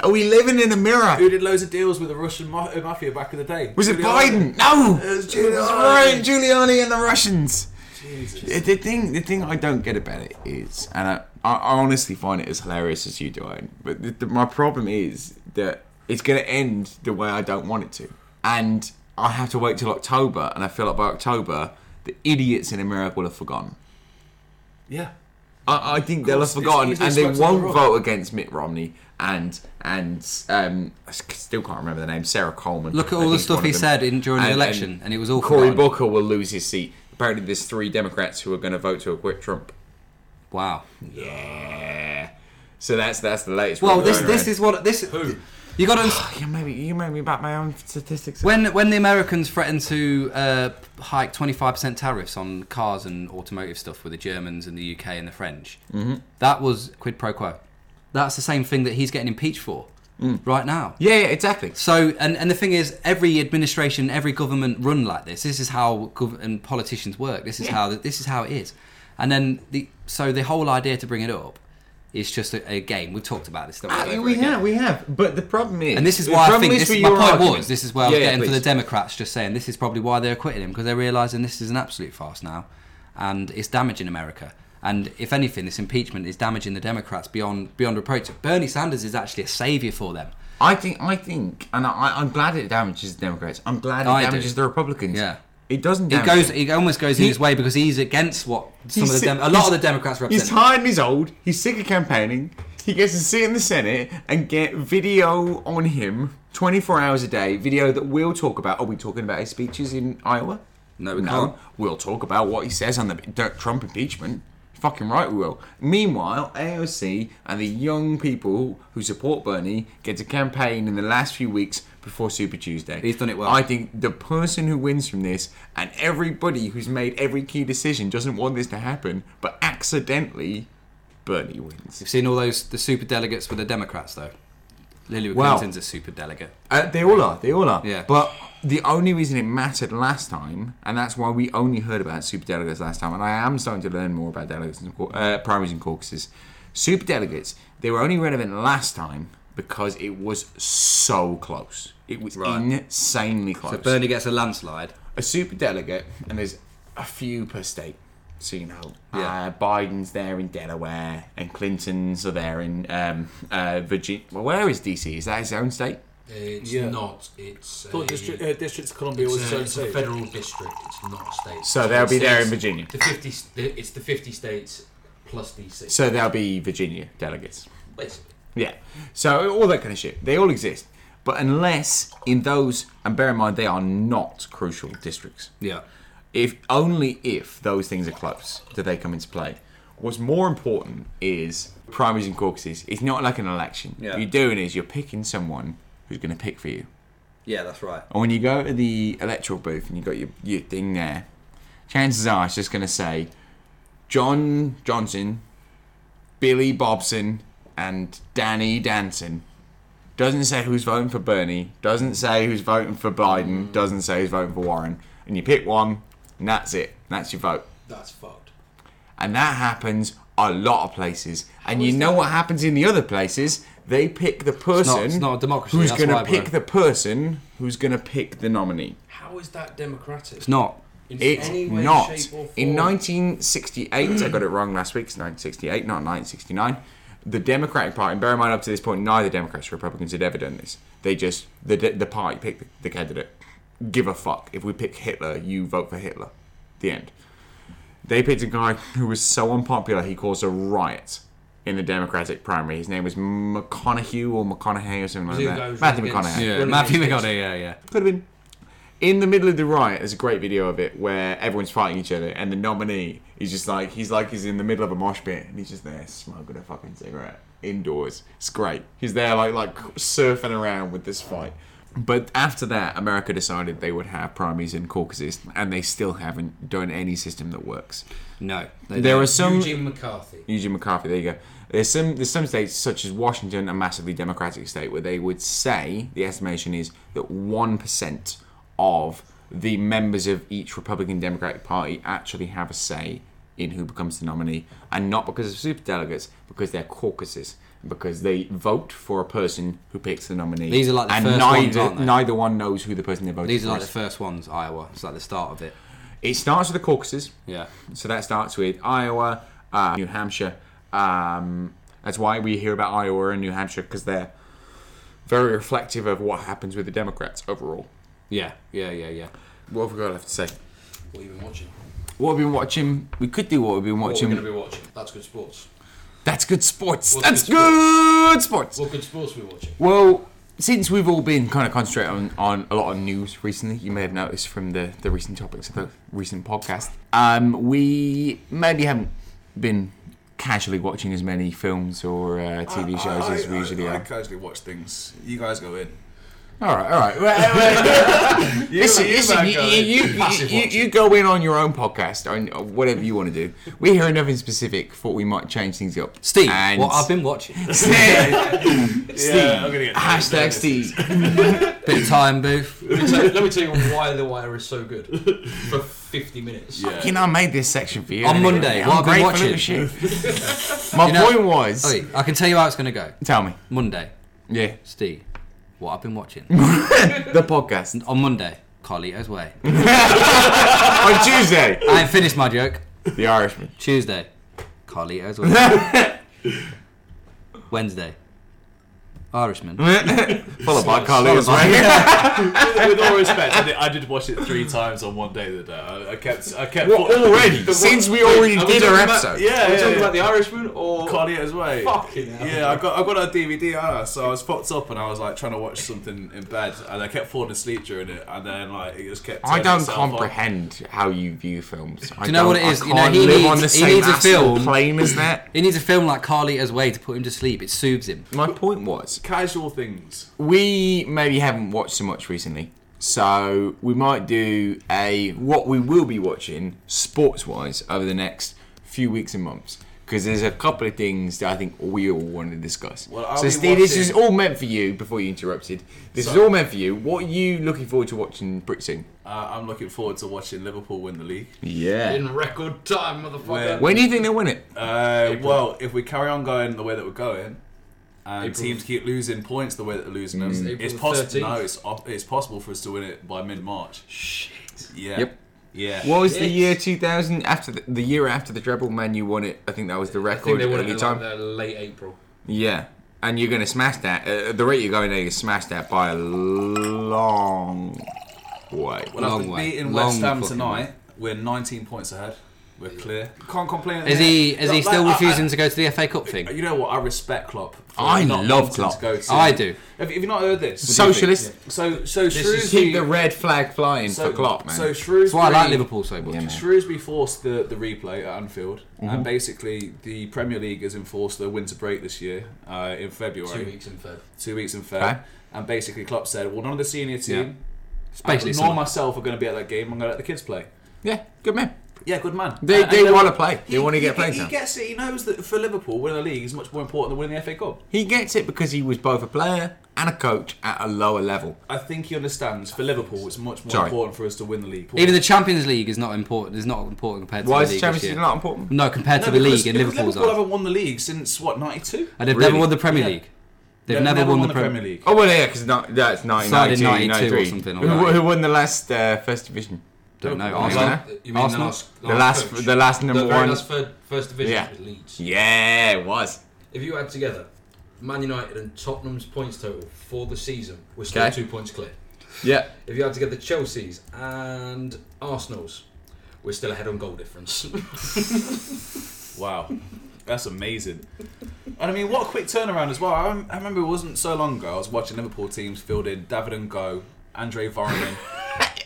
Speaker 2: Are we living in a mirror?
Speaker 1: Who did loads of deals with the Russian ma- uh, mafia back in the day?
Speaker 2: Was it
Speaker 1: Giuliani.
Speaker 2: Biden? No,
Speaker 1: It was
Speaker 2: It was
Speaker 1: Giuliani.
Speaker 2: Ryan Giuliani and the Russians.
Speaker 1: Jesus.
Speaker 2: The the thing, the thing I don't get about it is, and I, I I honestly find it as hilarious as you do, Owen, but the, the, my problem is that it's going to end the way I don't want it to, and I have to wait till October, and I feel like by October, the idiots in America will have forgotten.
Speaker 1: Yeah.
Speaker 2: I, I think they'll
Speaker 1: course,
Speaker 2: have
Speaker 1: it's
Speaker 2: forgotten,
Speaker 1: easier
Speaker 2: and
Speaker 1: to
Speaker 2: they
Speaker 1: sweep under the
Speaker 2: won't
Speaker 1: rug.
Speaker 2: vote against Mitt Romney and and um, I s- still can't remember the name. Sarah Coleman.
Speaker 4: look at
Speaker 2: I
Speaker 4: all the
Speaker 2: think is
Speaker 4: stuff
Speaker 2: one
Speaker 4: he
Speaker 2: of them.
Speaker 4: said in during the
Speaker 2: And-
Speaker 4: election, and, it was all
Speaker 2: Cory
Speaker 4: forgotten.
Speaker 2: Booker will lose his seat. Apparently, there's three Democrats who are going to vote to acquit Trump.
Speaker 4: Wow.
Speaker 2: Yeah. So that's that's the latest.
Speaker 4: Well,
Speaker 2: rumor
Speaker 4: this
Speaker 2: going
Speaker 4: this
Speaker 2: around.
Speaker 4: is what this. You got to.
Speaker 2: You made me you made me back my own statistics.
Speaker 4: When when the Americans threatened to uh, hike twenty five percent tariffs on cars and automotive stuff with the Germans and the UK and the French,
Speaker 2: Mm-hmm.
Speaker 4: that was quid pro quo. That's the same thing that he's getting impeached for
Speaker 2: Mm.
Speaker 4: right now.
Speaker 2: yeah, yeah, exactly.
Speaker 4: So and, and the thing is, every administration, every government run like this. This is how gov- and politicians work. This is how this is how it is. And then the so the whole idea to bring it up is just a, a game. We've talked about this. don't
Speaker 2: Uh,
Speaker 4: over
Speaker 2: we
Speaker 4: again.
Speaker 2: have, we have, but the problem is,
Speaker 4: And this is
Speaker 2: the
Speaker 4: why I
Speaker 2: problem
Speaker 4: think
Speaker 2: is
Speaker 4: this,
Speaker 2: for
Speaker 4: my
Speaker 2: your
Speaker 4: point
Speaker 2: argument-
Speaker 4: was this is where I was
Speaker 2: Yeah, yeah,
Speaker 4: getting for the
Speaker 2: please.
Speaker 4: Democrats just saying this is probably why they're quitting him because they're realizing this is an absolute farce now, and it's damaging America. And if anything, this impeachment is damaging the Democrats beyond beyond reproach. Bernie Sanders is actually a savior for them.
Speaker 2: I think, I think, and I, I'm glad it damages the Democrats. I'm glad it
Speaker 4: I do.
Speaker 2: damages the Republicans.
Speaker 4: Yeah.
Speaker 2: it doesn't.
Speaker 4: It
Speaker 2: Damage
Speaker 4: goes,
Speaker 2: them.
Speaker 4: it almost goes in
Speaker 2: He-
Speaker 4: his way because he's against what some of the
Speaker 2: He's
Speaker 4: Dem-
Speaker 2: sick-
Speaker 4: a lot
Speaker 2: he's-
Speaker 4: of the Democrats
Speaker 2: He's
Speaker 4: represent.
Speaker 2: tired and he's old. He's sick of campaigning. He gets to sit in the Senate and get video on him 24 hours a day. Video that we'll talk about. Are we talking about his speeches in Iowa?
Speaker 4: No, we can't.
Speaker 2: We'll talk about what he says on the D- Trump impeachment. Fucking right, we will. Meanwhile, AOC and the young people who support Bernie get to campaign in the last few weeks before Super Tuesday.
Speaker 4: He's done it well.
Speaker 2: I think the person who wins from this and everybody who's made every key decision doesn't want this to happen, but accidentally, Bernie wins.
Speaker 4: You've seen all those the super delegates with the Democrats though. Hillary
Speaker 2: Wow.
Speaker 4: Clinton's a super delegate.
Speaker 2: Uh, they all are. They all are.
Speaker 4: Yeah.
Speaker 2: But the only reason it mattered last time, and that's why we only heard about superdelegates last time, and I am starting to learn more about delegates and cau- uh, primaries and caucuses. Superdelegates, they were only relevant last time because it was so close. It was
Speaker 4: Right.
Speaker 2: insanely close.
Speaker 4: So Bernie gets a landslide.
Speaker 2: a super delegate, and there's a few per state. So you know,
Speaker 4: Yeah.
Speaker 2: uh, Biden's there in Delaware, and Clinton's are there in um, uh, Virginia. Well, where is DC? Is that his own state?
Speaker 3: It's
Speaker 1: Yeah.
Speaker 3: not. It's
Speaker 1: Thought
Speaker 3: a,
Speaker 1: District, uh, Districts of Columbia
Speaker 3: it's
Speaker 1: was
Speaker 3: a-
Speaker 1: so
Speaker 3: it's a
Speaker 1: safe.
Speaker 3: federal district. It's not a state.
Speaker 2: So they'll be there in
Speaker 3: States-
Speaker 2: Virginia.
Speaker 3: The fifty. s- the- It's the fifty states plus DC.
Speaker 2: So there'll be Virginia delegates.
Speaker 3: Basically.
Speaker 2: Yeah. So all that kind of shit. They all exist. But unless in those, and bear in mind, they are not crucial districts.
Speaker 4: Yeah.
Speaker 2: If only if those things are close do they come into play. What's more important is primaries and caucuses. It's not like an election.
Speaker 4: Yeah.
Speaker 2: What you're doing is you're picking someone who's going to pick for you.
Speaker 4: Yeah, that's right.
Speaker 2: And when you go to the electoral booth and you got your, your thing there, chances are it's just going to say John Johnson, Billy Bobson, and Danny Danson. Doesn't say who's voting for Bernie, doesn't say who's voting for
Speaker 4: Mm.
Speaker 2: Biden, doesn't say who's voting for Warren. And you pick one, and that's it. That's your vote.
Speaker 3: That's fucked.
Speaker 2: And that happens a lot of places. And you know what happens in the other places? They pick the person
Speaker 4: it's not a democracy,
Speaker 2: who's
Speaker 4: that's
Speaker 2: going to
Speaker 4: why, bro.
Speaker 2: pick the person who's going to pick the nominee.
Speaker 3: How is that democratic?
Speaker 4: It's not.
Speaker 3: In
Speaker 2: It's
Speaker 3: any way,
Speaker 2: not.
Speaker 3: shape, or
Speaker 2: In
Speaker 3: form.
Speaker 2: 1968, I got it wrong last week. It's 1968, not 1969. The Democratic Party, and bear in mind, up to this point, neither Democrats or Republicans had ever done this. They just the the party picked the, the candidate. Give a fuck. If we pick Hitler, you vote for Hitler. The end. They picked a guy who was so unpopular he caused a riot in the Democratic primary. His name was McConaughey or McConaughey or something
Speaker 3: he
Speaker 2: like
Speaker 3: the guy who
Speaker 2: that.
Speaker 3: was
Speaker 2: Matthew
Speaker 3: running
Speaker 2: McConaughey.
Speaker 3: against-
Speaker 4: Yeah,
Speaker 3: Well,
Speaker 4: Matthew
Speaker 3: it's-
Speaker 4: McConaughey. Yeah, yeah.
Speaker 2: Could have been. In the middle of the riot, there's a great video of it where everyone's fighting each other, and the nominee is just like he's like he's in the middle of a mosh pit, and he's just there smoking a fucking cigarette indoors. It's great. He's there like like surfing around with this fight. But after that, America decided they would have primaries and caucuses, and they still haven't done any system that works.
Speaker 4: No. They
Speaker 2: There
Speaker 4: don't.
Speaker 2: are some
Speaker 3: Eugene McCarthy.
Speaker 2: Eugene McCarthy. There you go. There's some there's some states such as Washington, a massively democratic state, where they would say the estimation is that one percent of the members of each Republican Democratic Party actually have a say in who becomes the nominee, and not because of superdelegates, because they're caucuses, because they vote for a person who picks the nominee.
Speaker 4: These are like the
Speaker 2: and
Speaker 4: first
Speaker 2: neither
Speaker 4: ones, aren't they?
Speaker 2: neither one knows who the person they're voting
Speaker 4: These are
Speaker 2: for
Speaker 4: like the
Speaker 2: is.
Speaker 4: first ones, Iowa. It's like the start of it.
Speaker 2: it starts with the caucuses.
Speaker 4: Yeah.
Speaker 2: So that starts with Iowa, uh, New Hampshire. Um, that's why we hear about Iowa and New Hampshire because they're very reflective of what happens with the Democrats overall.
Speaker 4: Yeah, yeah, yeah, yeah.
Speaker 2: What have we got left to say?
Speaker 3: What have you been watching?
Speaker 2: What have we been watching? We could do what we've been
Speaker 3: What are
Speaker 2: watching.
Speaker 3: we going to be watching? That's good sports.
Speaker 2: That's good sports.
Speaker 3: What's
Speaker 2: That's
Speaker 3: good
Speaker 2: good sports.
Speaker 3: sports? What good sports are we watching?
Speaker 2: Well, since we've all been kind of concentrating on, on a lot of news recently, you may have noticed from the, the recent topics of the recent podcast, um, we maybe haven't been casually watching as many films or uh, TV shows as we usually
Speaker 1: I, I
Speaker 2: are.
Speaker 1: casually watch things. You guys go in.
Speaker 2: All right, all right. Well, well, listen,
Speaker 1: you
Speaker 2: listen,
Speaker 1: might
Speaker 2: you,
Speaker 1: go
Speaker 2: you,
Speaker 1: in.
Speaker 2: you, you, you, you go in on your own podcast or or whatever you want to do. We hear nothing specific. Thought we might change things up.
Speaker 4: Steve,
Speaker 2: And-
Speaker 4: what I've been watching.
Speaker 2: Steve,
Speaker 1: Yeah, I'm gonna get
Speaker 2: hashtag Steve.
Speaker 4: Bit of time booth.
Speaker 3: Let me, tell, let me tell you why The Wire is so good for 50 minutes.
Speaker 2: You know, I made this section for you.
Speaker 4: On
Speaker 2: innit?
Speaker 4: Monday,
Speaker 2: I'm
Speaker 4: what I've been
Speaker 2: grateful
Speaker 4: watching.
Speaker 2: as shit. My
Speaker 4: You know-
Speaker 2: point was,
Speaker 4: Oi, I can tell you how it's going to go.
Speaker 2: tell me.
Speaker 4: Monday,
Speaker 2: Yeah,
Speaker 4: Steve, what I've been watching.
Speaker 2: the podcast
Speaker 4: On Monday, Carlito's Way.
Speaker 2: on Tuesday.
Speaker 4: I ain't finished my joke.
Speaker 2: The Irishman.
Speaker 4: Tuesday, Carlito's Way. Wednesday, Irishman.
Speaker 2: Mm. Followed by Carlos.
Speaker 4: by-
Speaker 2: Right?
Speaker 1: With all respect, I did, I did watch it three times on one day of the day. I, I kept, I kept.
Speaker 2: Well, already, since we already
Speaker 3: Are we
Speaker 2: did our
Speaker 3: talking about-
Speaker 2: episode.
Speaker 1: yeah,
Speaker 3: Are we
Speaker 1: yeah,
Speaker 3: talking
Speaker 1: yeah.
Speaker 3: about The Irishman or
Speaker 1: Carlito's Way.
Speaker 3: Fucking hell.
Speaker 1: Yeah, I got I got a DVD on us, uh, so I was fucked up and I was like trying to watch something in bed and I kept falling asleep during it and then like it just kept.
Speaker 2: I
Speaker 1: turning
Speaker 2: don't
Speaker 1: itself on.
Speaker 2: comprehend how you view films. Do
Speaker 4: you know what it is?
Speaker 2: I
Speaker 4: You know,
Speaker 2: can't
Speaker 4: he
Speaker 2: live
Speaker 4: needs-
Speaker 2: on the
Speaker 4: he
Speaker 2: same
Speaker 4: needs a
Speaker 2: astral
Speaker 4: film.
Speaker 2: plane as that.
Speaker 4: He needs a film like Carlito's Way to put him to sleep. It soothes him.
Speaker 2: My point was,
Speaker 1: Casual things. Uh,
Speaker 2: we maybe haven't watched so much recently, so we might do a what we will be watching sports wise over the next few weeks and months because there's a couple of things that I think we all want to discuss.
Speaker 1: Well, I'll
Speaker 2: so,
Speaker 1: be
Speaker 2: Steve, this is
Speaker 1: watching-
Speaker 2: all meant for you before you interrupted. This is
Speaker 1: Sorry.
Speaker 2: all meant for you. What are you looking forward to watching pretty soon?
Speaker 1: Uh, I'm looking forward to watching Liverpool win the league.
Speaker 2: Yeah.
Speaker 3: in record time, motherfucker?
Speaker 2: When do you think they'll win it?
Speaker 1: Uh, well, if we carry on going the way that we're going, and
Speaker 3: April-
Speaker 1: teams keep losing points the way that they're losing them.
Speaker 3: April
Speaker 1: It's
Speaker 3: the
Speaker 1: possible.
Speaker 3: 13th.
Speaker 1: No, it's op- it's possible for us to win it by mid March. Shit. Yeah.
Speaker 2: Yep.
Speaker 1: Yeah.
Speaker 2: What was the year 2000? After the, the year after the treble, Man U won it. I think that was the
Speaker 3: I think
Speaker 2: record
Speaker 3: they won
Speaker 2: early
Speaker 3: it
Speaker 2: time.
Speaker 3: like the late April.
Speaker 2: Yeah, and you're gonna smash that. Uh, at the rate you're going, there, you smash that by a long way.
Speaker 1: Well,
Speaker 4: Long
Speaker 1: after
Speaker 4: way.
Speaker 1: beating
Speaker 4: Long
Speaker 1: West Ham
Speaker 4: fucking
Speaker 1: tonight, we're 19 points ahead. We're clear. Can't complain. at
Speaker 4: Is
Speaker 1: the
Speaker 4: he
Speaker 1: end.
Speaker 4: is he
Speaker 1: Like,
Speaker 4: still
Speaker 1: like, I-
Speaker 4: refusing to go to the FA Cup thing?
Speaker 1: I- you know what? I respect Klopp. for
Speaker 2: I
Speaker 1: not
Speaker 2: love
Speaker 1: wanting
Speaker 2: Klopp.
Speaker 1: To go to,
Speaker 4: I do.
Speaker 1: Have, you- have you not heard this?
Speaker 2: Socialist.
Speaker 1: So so
Speaker 2: Just keep
Speaker 1: Shrewsbury.
Speaker 2: the red flag flying
Speaker 1: so,
Speaker 2: for Klopp, man.
Speaker 1: So Shrewsbury.
Speaker 4: That's why I like Liverpool so much.
Speaker 2: Yeah, man.
Speaker 1: Shrewsbury forced the, the replay at Anfield,
Speaker 4: Mm-hmm.
Speaker 1: and basically the Premier League has enforced a winter break this year uh, in February,
Speaker 3: Two weeks in Feb.
Speaker 1: two weeks in Feb.
Speaker 2: Okay.
Speaker 1: And basically, Klopp said, "Well, none of the senior team,
Speaker 4: It's
Speaker 1: I-
Speaker 4: basically
Speaker 1: nor
Speaker 4: summer.
Speaker 1: myself, are going to be at that game. I'm going to let the kids play."
Speaker 2: yeah, good man.
Speaker 1: Yeah, good man.
Speaker 2: They-
Speaker 1: Uh, And-
Speaker 2: they
Speaker 1: and then-
Speaker 2: wanna play. They
Speaker 1: He-
Speaker 2: wanna
Speaker 1: he-
Speaker 2: get playing
Speaker 1: He
Speaker 2: time.
Speaker 1: gets it. He knows that for Liverpool, winning the league is much more important than winning the FA Cup.
Speaker 2: He gets it because he was both a player and a coach at a lower level.
Speaker 1: I think he understands for Liverpool, it's much more
Speaker 2: Sorry.
Speaker 1: important for us to win the league.
Speaker 4: Even the Champions League is not important. Is not important compared to
Speaker 2: Why
Speaker 4: the
Speaker 2: is the
Speaker 4: league
Speaker 2: Champions
Speaker 4: this
Speaker 2: League
Speaker 4: year.
Speaker 2: not important?
Speaker 4: No, compared to the
Speaker 1: because-
Speaker 4: league, and
Speaker 1: because
Speaker 4: Liverpool's
Speaker 1: Liverpool
Speaker 4: are.
Speaker 1: haven't won the league since what '92.
Speaker 4: And they've
Speaker 2: Really?
Speaker 4: never won the Premier
Speaker 1: Yeah.
Speaker 4: League. They've, never, won, the, Premier
Speaker 1: Premier League.
Speaker 2: Oh well, yeah, because that's
Speaker 4: Started
Speaker 2: 1992,
Speaker 4: in 92
Speaker 2: 93.
Speaker 4: or something, or
Speaker 2: Who,
Speaker 4: not.
Speaker 2: who won the last uh, first division?
Speaker 4: Don't know.
Speaker 1: Liverpool.
Speaker 4: Arsenal.
Speaker 2: Arsenal?
Speaker 3: You mean
Speaker 4: Arsenal?
Speaker 3: the
Speaker 2: The
Speaker 3: last,
Speaker 2: last-
Speaker 3: coach?
Speaker 2: the last number
Speaker 3: the very
Speaker 2: one-
Speaker 3: last third, first division
Speaker 2: Yeah.
Speaker 3: was Leeds.
Speaker 2: Yeah, it was.
Speaker 3: If you add together Man United and Tottenham's points total for the season, we're still
Speaker 2: Okay.
Speaker 3: two points clear.
Speaker 2: Yeah,
Speaker 3: If you add together Chelsea's and Arsenal's, we're still ahead on goal difference.
Speaker 1: Wow, that's amazing. And I mean, what a quick turnaround as well. I, rem- I remember it wasn't so long ago. I was watching Liverpool teams field in David and Go, Andre Varman,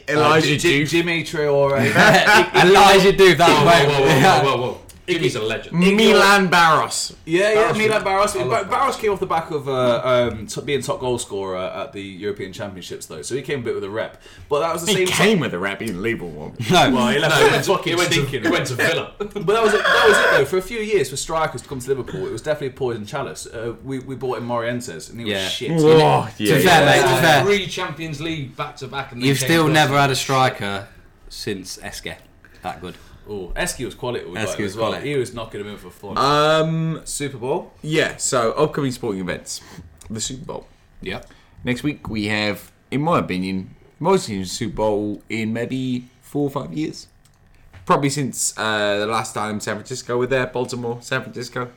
Speaker 2: Elijah
Speaker 1: J- J-
Speaker 2: Diouf.
Speaker 1: Jimmy Traore,
Speaker 4: Elijah Doof. That way.
Speaker 3: whoa, whoa, whoa. Jimmy's a legend.
Speaker 2: Milan Barros.
Speaker 1: yeah, yeah,
Speaker 3: Barros
Speaker 1: Milan
Speaker 3: was-
Speaker 1: Barros.
Speaker 3: I love
Speaker 1: Bar- Barros came off the back of uh, um, t- being top goal scorer at the European Championships, though, so he came a bit with a rep. But that was the
Speaker 2: He
Speaker 1: same.
Speaker 2: came with a rap, he didn't leave with one.
Speaker 4: No.
Speaker 1: Well, he left it
Speaker 3: No, it went, to,
Speaker 1: fucking
Speaker 3: it, went to,
Speaker 1: stinking.
Speaker 3: it went to Villa.
Speaker 1: But that was it, that was it though. For a few years, for strikers to come to Liverpool, it was definitely poison chalice. Uh, we we bought in Morientes, and he was
Speaker 4: Yeah.
Speaker 1: shit.
Speaker 2: Oh, yeah,
Speaker 4: To be
Speaker 2: yeah.
Speaker 4: fair, mate, to be fair,
Speaker 3: Three Champions League back to back. and then
Speaker 4: you've
Speaker 3: came
Speaker 4: still
Speaker 3: first.
Speaker 4: never had a striker since Eske. That good.
Speaker 1: Oh, Eski was quality. We
Speaker 2: Eske
Speaker 1: got him
Speaker 2: was
Speaker 1: as well.
Speaker 2: quality.
Speaker 1: He was knocking him in for fun.
Speaker 2: Um,
Speaker 1: Super Bowl.
Speaker 2: yeah, so upcoming sporting events. The Super Bowl.
Speaker 4: Yep.
Speaker 2: Next week we have, in my opinion, most teams Super Bowl in maybe four or five years. Probably since uh, the last time San Francisco were there, Baltimore, San Francisco.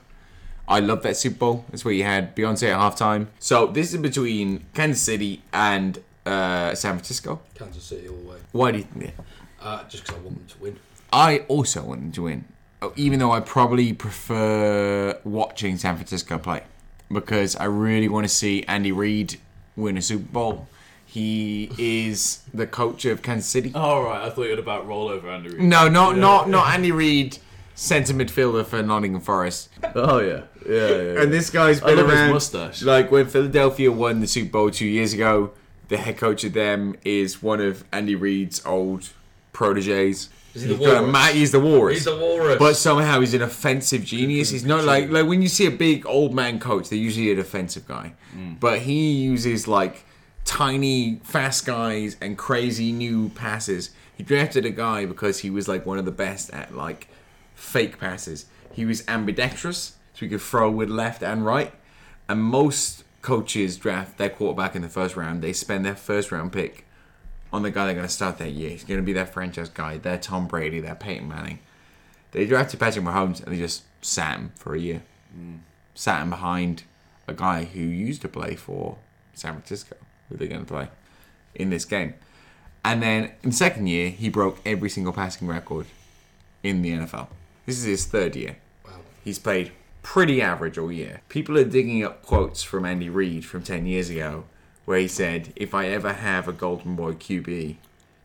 Speaker 2: I love that Super Bowl. That's where you had Beyonce at halftime. So this is between Kansas City and uh, San Francisco.
Speaker 3: Kansas City all the way.
Speaker 2: Why do you think that?
Speaker 3: Uh, just because I want them to win.
Speaker 2: I also want them to win, Oh, even though I probably prefer watching San Francisco play because I really want to see Andy Reid win a Super Bowl. He is the coach of Kansas City.
Speaker 1: All right, I thought you were about rollover Andy. Reid.
Speaker 2: No, not not not Andy Reid, centre midfielder for Nottingham Forest.
Speaker 1: Oh yeah, yeah. yeah.
Speaker 2: And this guy's been
Speaker 1: love his
Speaker 2: around.
Speaker 1: mustache.
Speaker 2: Like when Philadelphia won the Super Bowl two years ago, the head coach of them is one of Andy Reid's old proteges.
Speaker 3: Is he the
Speaker 2: He's got a
Speaker 3: walrus?
Speaker 2: ma- He's the walrus.
Speaker 3: He's the walrus.
Speaker 2: But somehow he's an offensive genius. He's not like like when you see a big old man coach, they're usually a defensive guy. But he uses like tiny fast guys and crazy new passes. He drafted a guy because he was like one of the best at like fake passes. He was ambidextrous, so he could throw with left and right. And most coaches draft their quarterback in the first round. They spend their first round pick on the guy they're going to start that year. He's going to be their franchise guy, their Tom Brady, their Peyton Manning. They drafted Patrick Mahomes and they just sat him for a year. Sat him behind a guy who used to play for San Francisco, who they're going to play in this game. And then in the second year, he broke every single passing record in the NFL. This is his third year.
Speaker 3: Wow.
Speaker 2: He's played pretty average all year. People are digging up quotes from Andy Reid from 10 years ago where he said, If I ever have a Golden Boy QB,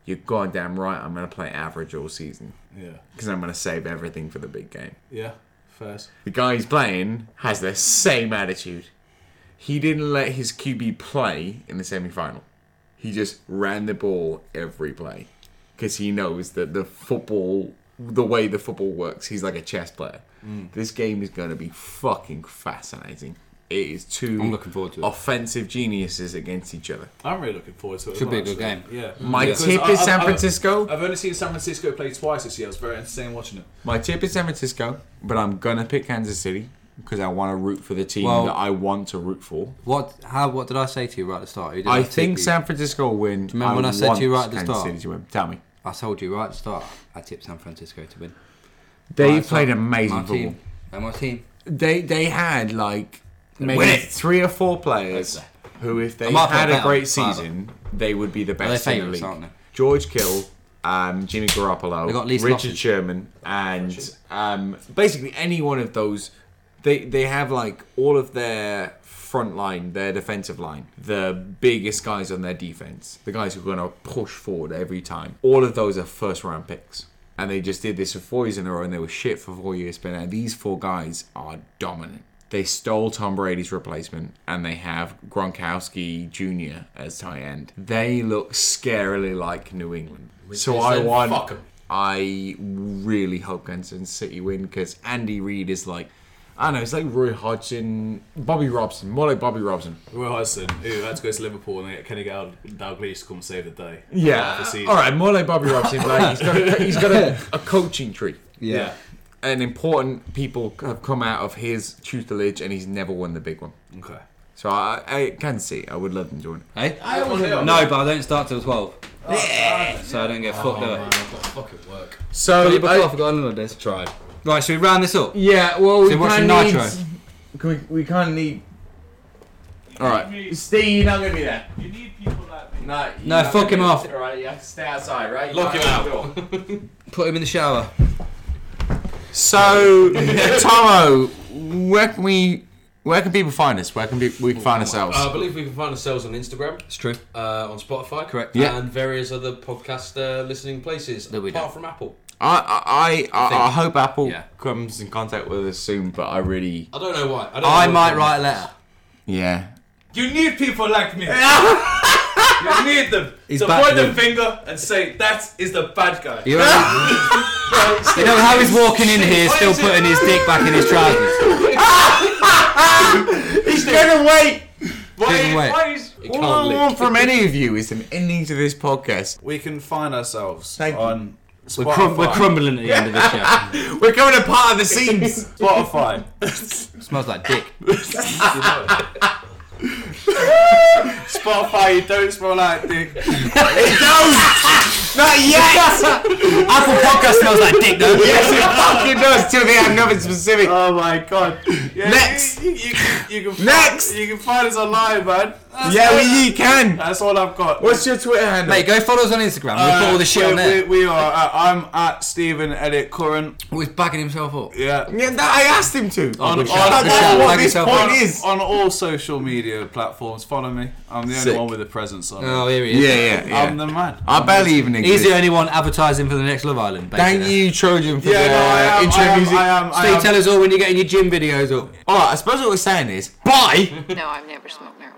Speaker 2: you're goddamn right I'm going to play average all season
Speaker 1: Yeah,
Speaker 2: because I'm going to save everything for the big game.
Speaker 1: yeah. First.
Speaker 2: The guy he's playing has the same attitude. He didn't let his QB play in the semifinal. He just ran the ball every play because he knows that the football, the way the football works, he's like a chess player.
Speaker 4: Mm.
Speaker 2: This game is going to be fucking fascinating. It is two
Speaker 4: I'm looking forward to it.
Speaker 2: offensive geniuses against each other.
Speaker 1: I'm really looking forward to it. as
Speaker 4: Should be
Speaker 1: well,
Speaker 4: a good
Speaker 1: actually.
Speaker 4: game.
Speaker 1: Yeah.
Speaker 2: My
Speaker 1: Because
Speaker 2: tip
Speaker 1: I-
Speaker 2: is
Speaker 1: I've-
Speaker 2: San
Speaker 1: I've-
Speaker 2: Francisco.
Speaker 1: I've only seen San Francisco play twice this year. I was very entertained watching it.
Speaker 2: My tip is San Francisco, but I'm gonna pick Kansas City because I want to root for the team
Speaker 4: Well-
Speaker 2: that I want to root for.
Speaker 4: What? How? What did I say to you right at the start? Who did
Speaker 2: I
Speaker 4: tip
Speaker 2: think
Speaker 4: you?
Speaker 2: San Francisco will win.
Speaker 4: remember when I said to you
Speaker 2: want
Speaker 4: right at the
Speaker 2: Kansas
Speaker 4: start?
Speaker 2: City to win. Tell me.
Speaker 4: I told you right at the start. I tipped San Francisco to win.
Speaker 2: They
Speaker 4: Right, so
Speaker 2: played amazing
Speaker 4: my
Speaker 2: football.
Speaker 4: team. They're my team.
Speaker 2: They they had like
Speaker 4: win
Speaker 2: maybe
Speaker 4: it.
Speaker 2: three or four players who, if they
Speaker 4: I'm up for
Speaker 2: had
Speaker 4: a
Speaker 2: a
Speaker 4: bet
Speaker 2: great
Speaker 4: on five.
Speaker 2: season, they would be the best
Speaker 4: they're
Speaker 2: in the
Speaker 4: favourites,
Speaker 2: league.
Speaker 4: aren't they?
Speaker 2: George Kill, um, Jimmy Garoppolo,
Speaker 4: They got least
Speaker 2: Richard
Speaker 4: losses.
Speaker 2: Sherman, and um, basically any one of those. They they have like all of their front line, their defensive line, the biggest guys on their defense, the guys who are going to push forward every time. All of those are first round picks. And they just did this for four years in a row, and they were shit for four years. But now these four guys are dominant. They stole Tom Brady's replacement, and they have Gronkowski Jr. as tight end. They look scarily like New England. so
Speaker 3: is
Speaker 2: I
Speaker 3: then
Speaker 2: want.
Speaker 3: fuck 'em.
Speaker 2: I really hope Kansas City win because Andy Reid is like. I don't know, it's like Roy Hodgson, Bobby Robson, more like Bobby Robson.
Speaker 1: Roy Hodgson, who had to go to Liverpool and they get Kenny Gal- Dalglish to come save the day.
Speaker 2: Yeah.
Speaker 1: For the season.
Speaker 2: All right, more like Bobby Robson. Like he's got, a, he's got a, a coaching tree.
Speaker 1: Yeah.
Speaker 2: and important people have come out of his tutelage, and he's never won the big one.
Speaker 1: Okay.
Speaker 2: So I, I can see. I would love them to win.
Speaker 4: Hey.
Speaker 1: I always
Speaker 4: no, but I don't start till twelve. So I don't get fucked
Speaker 3: Oh, man,
Speaker 4: up.
Speaker 3: I've got to fucking work.
Speaker 2: So
Speaker 4: Leave
Speaker 2: I-
Speaker 4: off, I've got another day.
Speaker 3: Tried.
Speaker 4: Right, should we round this up?
Speaker 2: yeah, well, we
Speaker 4: So what's
Speaker 2: kind
Speaker 4: the
Speaker 2: of need.
Speaker 4: nitro?
Speaker 2: Can we we kind of need. All right, Steve, you're not gonna be there.
Speaker 5: You need people like me.
Speaker 2: No, you're
Speaker 4: No,
Speaker 2: not gonna
Speaker 4: fuck him
Speaker 2: be-
Speaker 4: off.
Speaker 2: All right, you have to stay outside, right? You
Speaker 3: Lock
Speaker 2: can't
Speaker 3: him
Speaker 2: have
Speaker 3: out.
Speaker 2: the door.
Speaker 4: Put him in the shower.
Speaker 2: So, Tomo, where can we? Where can people find us? Where can we, we find ourselves?
Speaker 3: Uh,
Speaker 4: Uh,
Speaker 3: I believe we can find ourselves on Instagram,
Speaker 4: It's true.
Speaker 3: uh, on Spotify,
Speaker 4: Correct.
Speaker 2: Yeah.
Speaker 3: and various other podcast uh, listening places
Speaker 4: That we
Speaker 3: apart
Speaker 4: don't.
Speaker 3: from Apple.
Speaker 2: I I, I, I,
Speaker 4: think-
Speaker 2: hope Apple
Speaker 4: Yeah.
Speaker 2: comes in contact with us soon, but I really
Speaker 3: I don't know why. I, don't
Speaker 4: I
Speaker 3: know
Speaker 4: might
Speaker 3: why.
Speaker 4: write a letter.
Speaker 2: yeah.
Speaker 1: You need people like me. you need them.
Speaker 4: He's
Speaker 1: to
Speaker 4: back
Speaker 1: point
Speaker 4: with
Speaker 1: the finger and say, that is the bad guy.
Speaker 4: You know, you know how he's walking in here, still putting his dick back in his trousers.
Speaker 2: He's gonna wait.
Speaker 4: Didn't wait.
Speaker 2: All I want from any of you is an ending to this podcast.
Speaker 1: We can find ourselves
Speaker 2: Thank you.
Speaker 1: on Spotify.
Speaker 4: We're, crum- we're crumbling at the end of this show.
Speaker 2: We're coming apart at the seams.
Speaker 1: Spotify.
Speaker 4: smells like dick.
Speaker 1: Spotify, you don't smell like dick.
Speaker 2: it does. Not yet.
Speaker 4: Apple Podcast smells like dick, though.
Speaker 2: yes, it fucking does. Till they have nothing specific.
Speaker 1: Oh my god. Yeah,
Speaker 2: Next.
Speaker 1: You, you, can, you, can
Speaker 2: Next.
Speaker 1: Find, you can find us online, man. That's
Speaker 2: yeah,
Speaker 1: all-
Speaker 2: we you can.
Speaker 1: That's all I've got. Uh,
Speaker 2: What's your Twitter handle?
Speaker 4: Mate, go follow us on Instagram. We'll put all the shit
Speaker 1: we,
Speaker 4: on there.
Speaker 1: We, we are. At, I'm at Stephen Elliot Curran.
Speaker 4: Oh, he's bagging himself up.
Speaker 1: Yeah.
Speaker 2: yeah, that, I asked him to.
Speaker 1: On,
Speaker 4: good
Speaker 1: on,
Speaker 4: shout.
Speaker 1: all-
Speaker 4: Good shout.
Speaker 2: That's what
Speaker 4: Like
Speaker 2: this
Speaker 4: yourself.
Speaker 2: point
Speaker 1: on-
Speaker 2: is.
Speaker 1: on all social media platforms, follow me. I'm the
Speaker 2: Sick.
Speaker 1: only one with a presence on.
Speaker 4: Oh, here he
Speaker 2: Yeah,
Speaker 4: is.
Speaker 2: yeah, yeah. Uh,
Speaker 1: I'm the man.
Speaker 2: I barely even
Speaker 4: He's
Speaker 2: exist.
Speaker 4: the only one advertising for the next Love Island. Basically.
Speaker 2: Thank you, Um, Trojan, for
Speaker 1: Yeah,
Speaker 2: the
Speaker 1: no, I am,
Speaker 2: intro
Speaker 1: I am,
Speaker 2: music.
Speaker 1: I am, I
Speaker 4: Steve,
Speaker 1: am.
Speaker 4: tell us all when you're getting your gym videos up.
Speaker 2: All right, I suppose what we're saying is, bye.
Speaker 7: No, I've never smoked marijuana.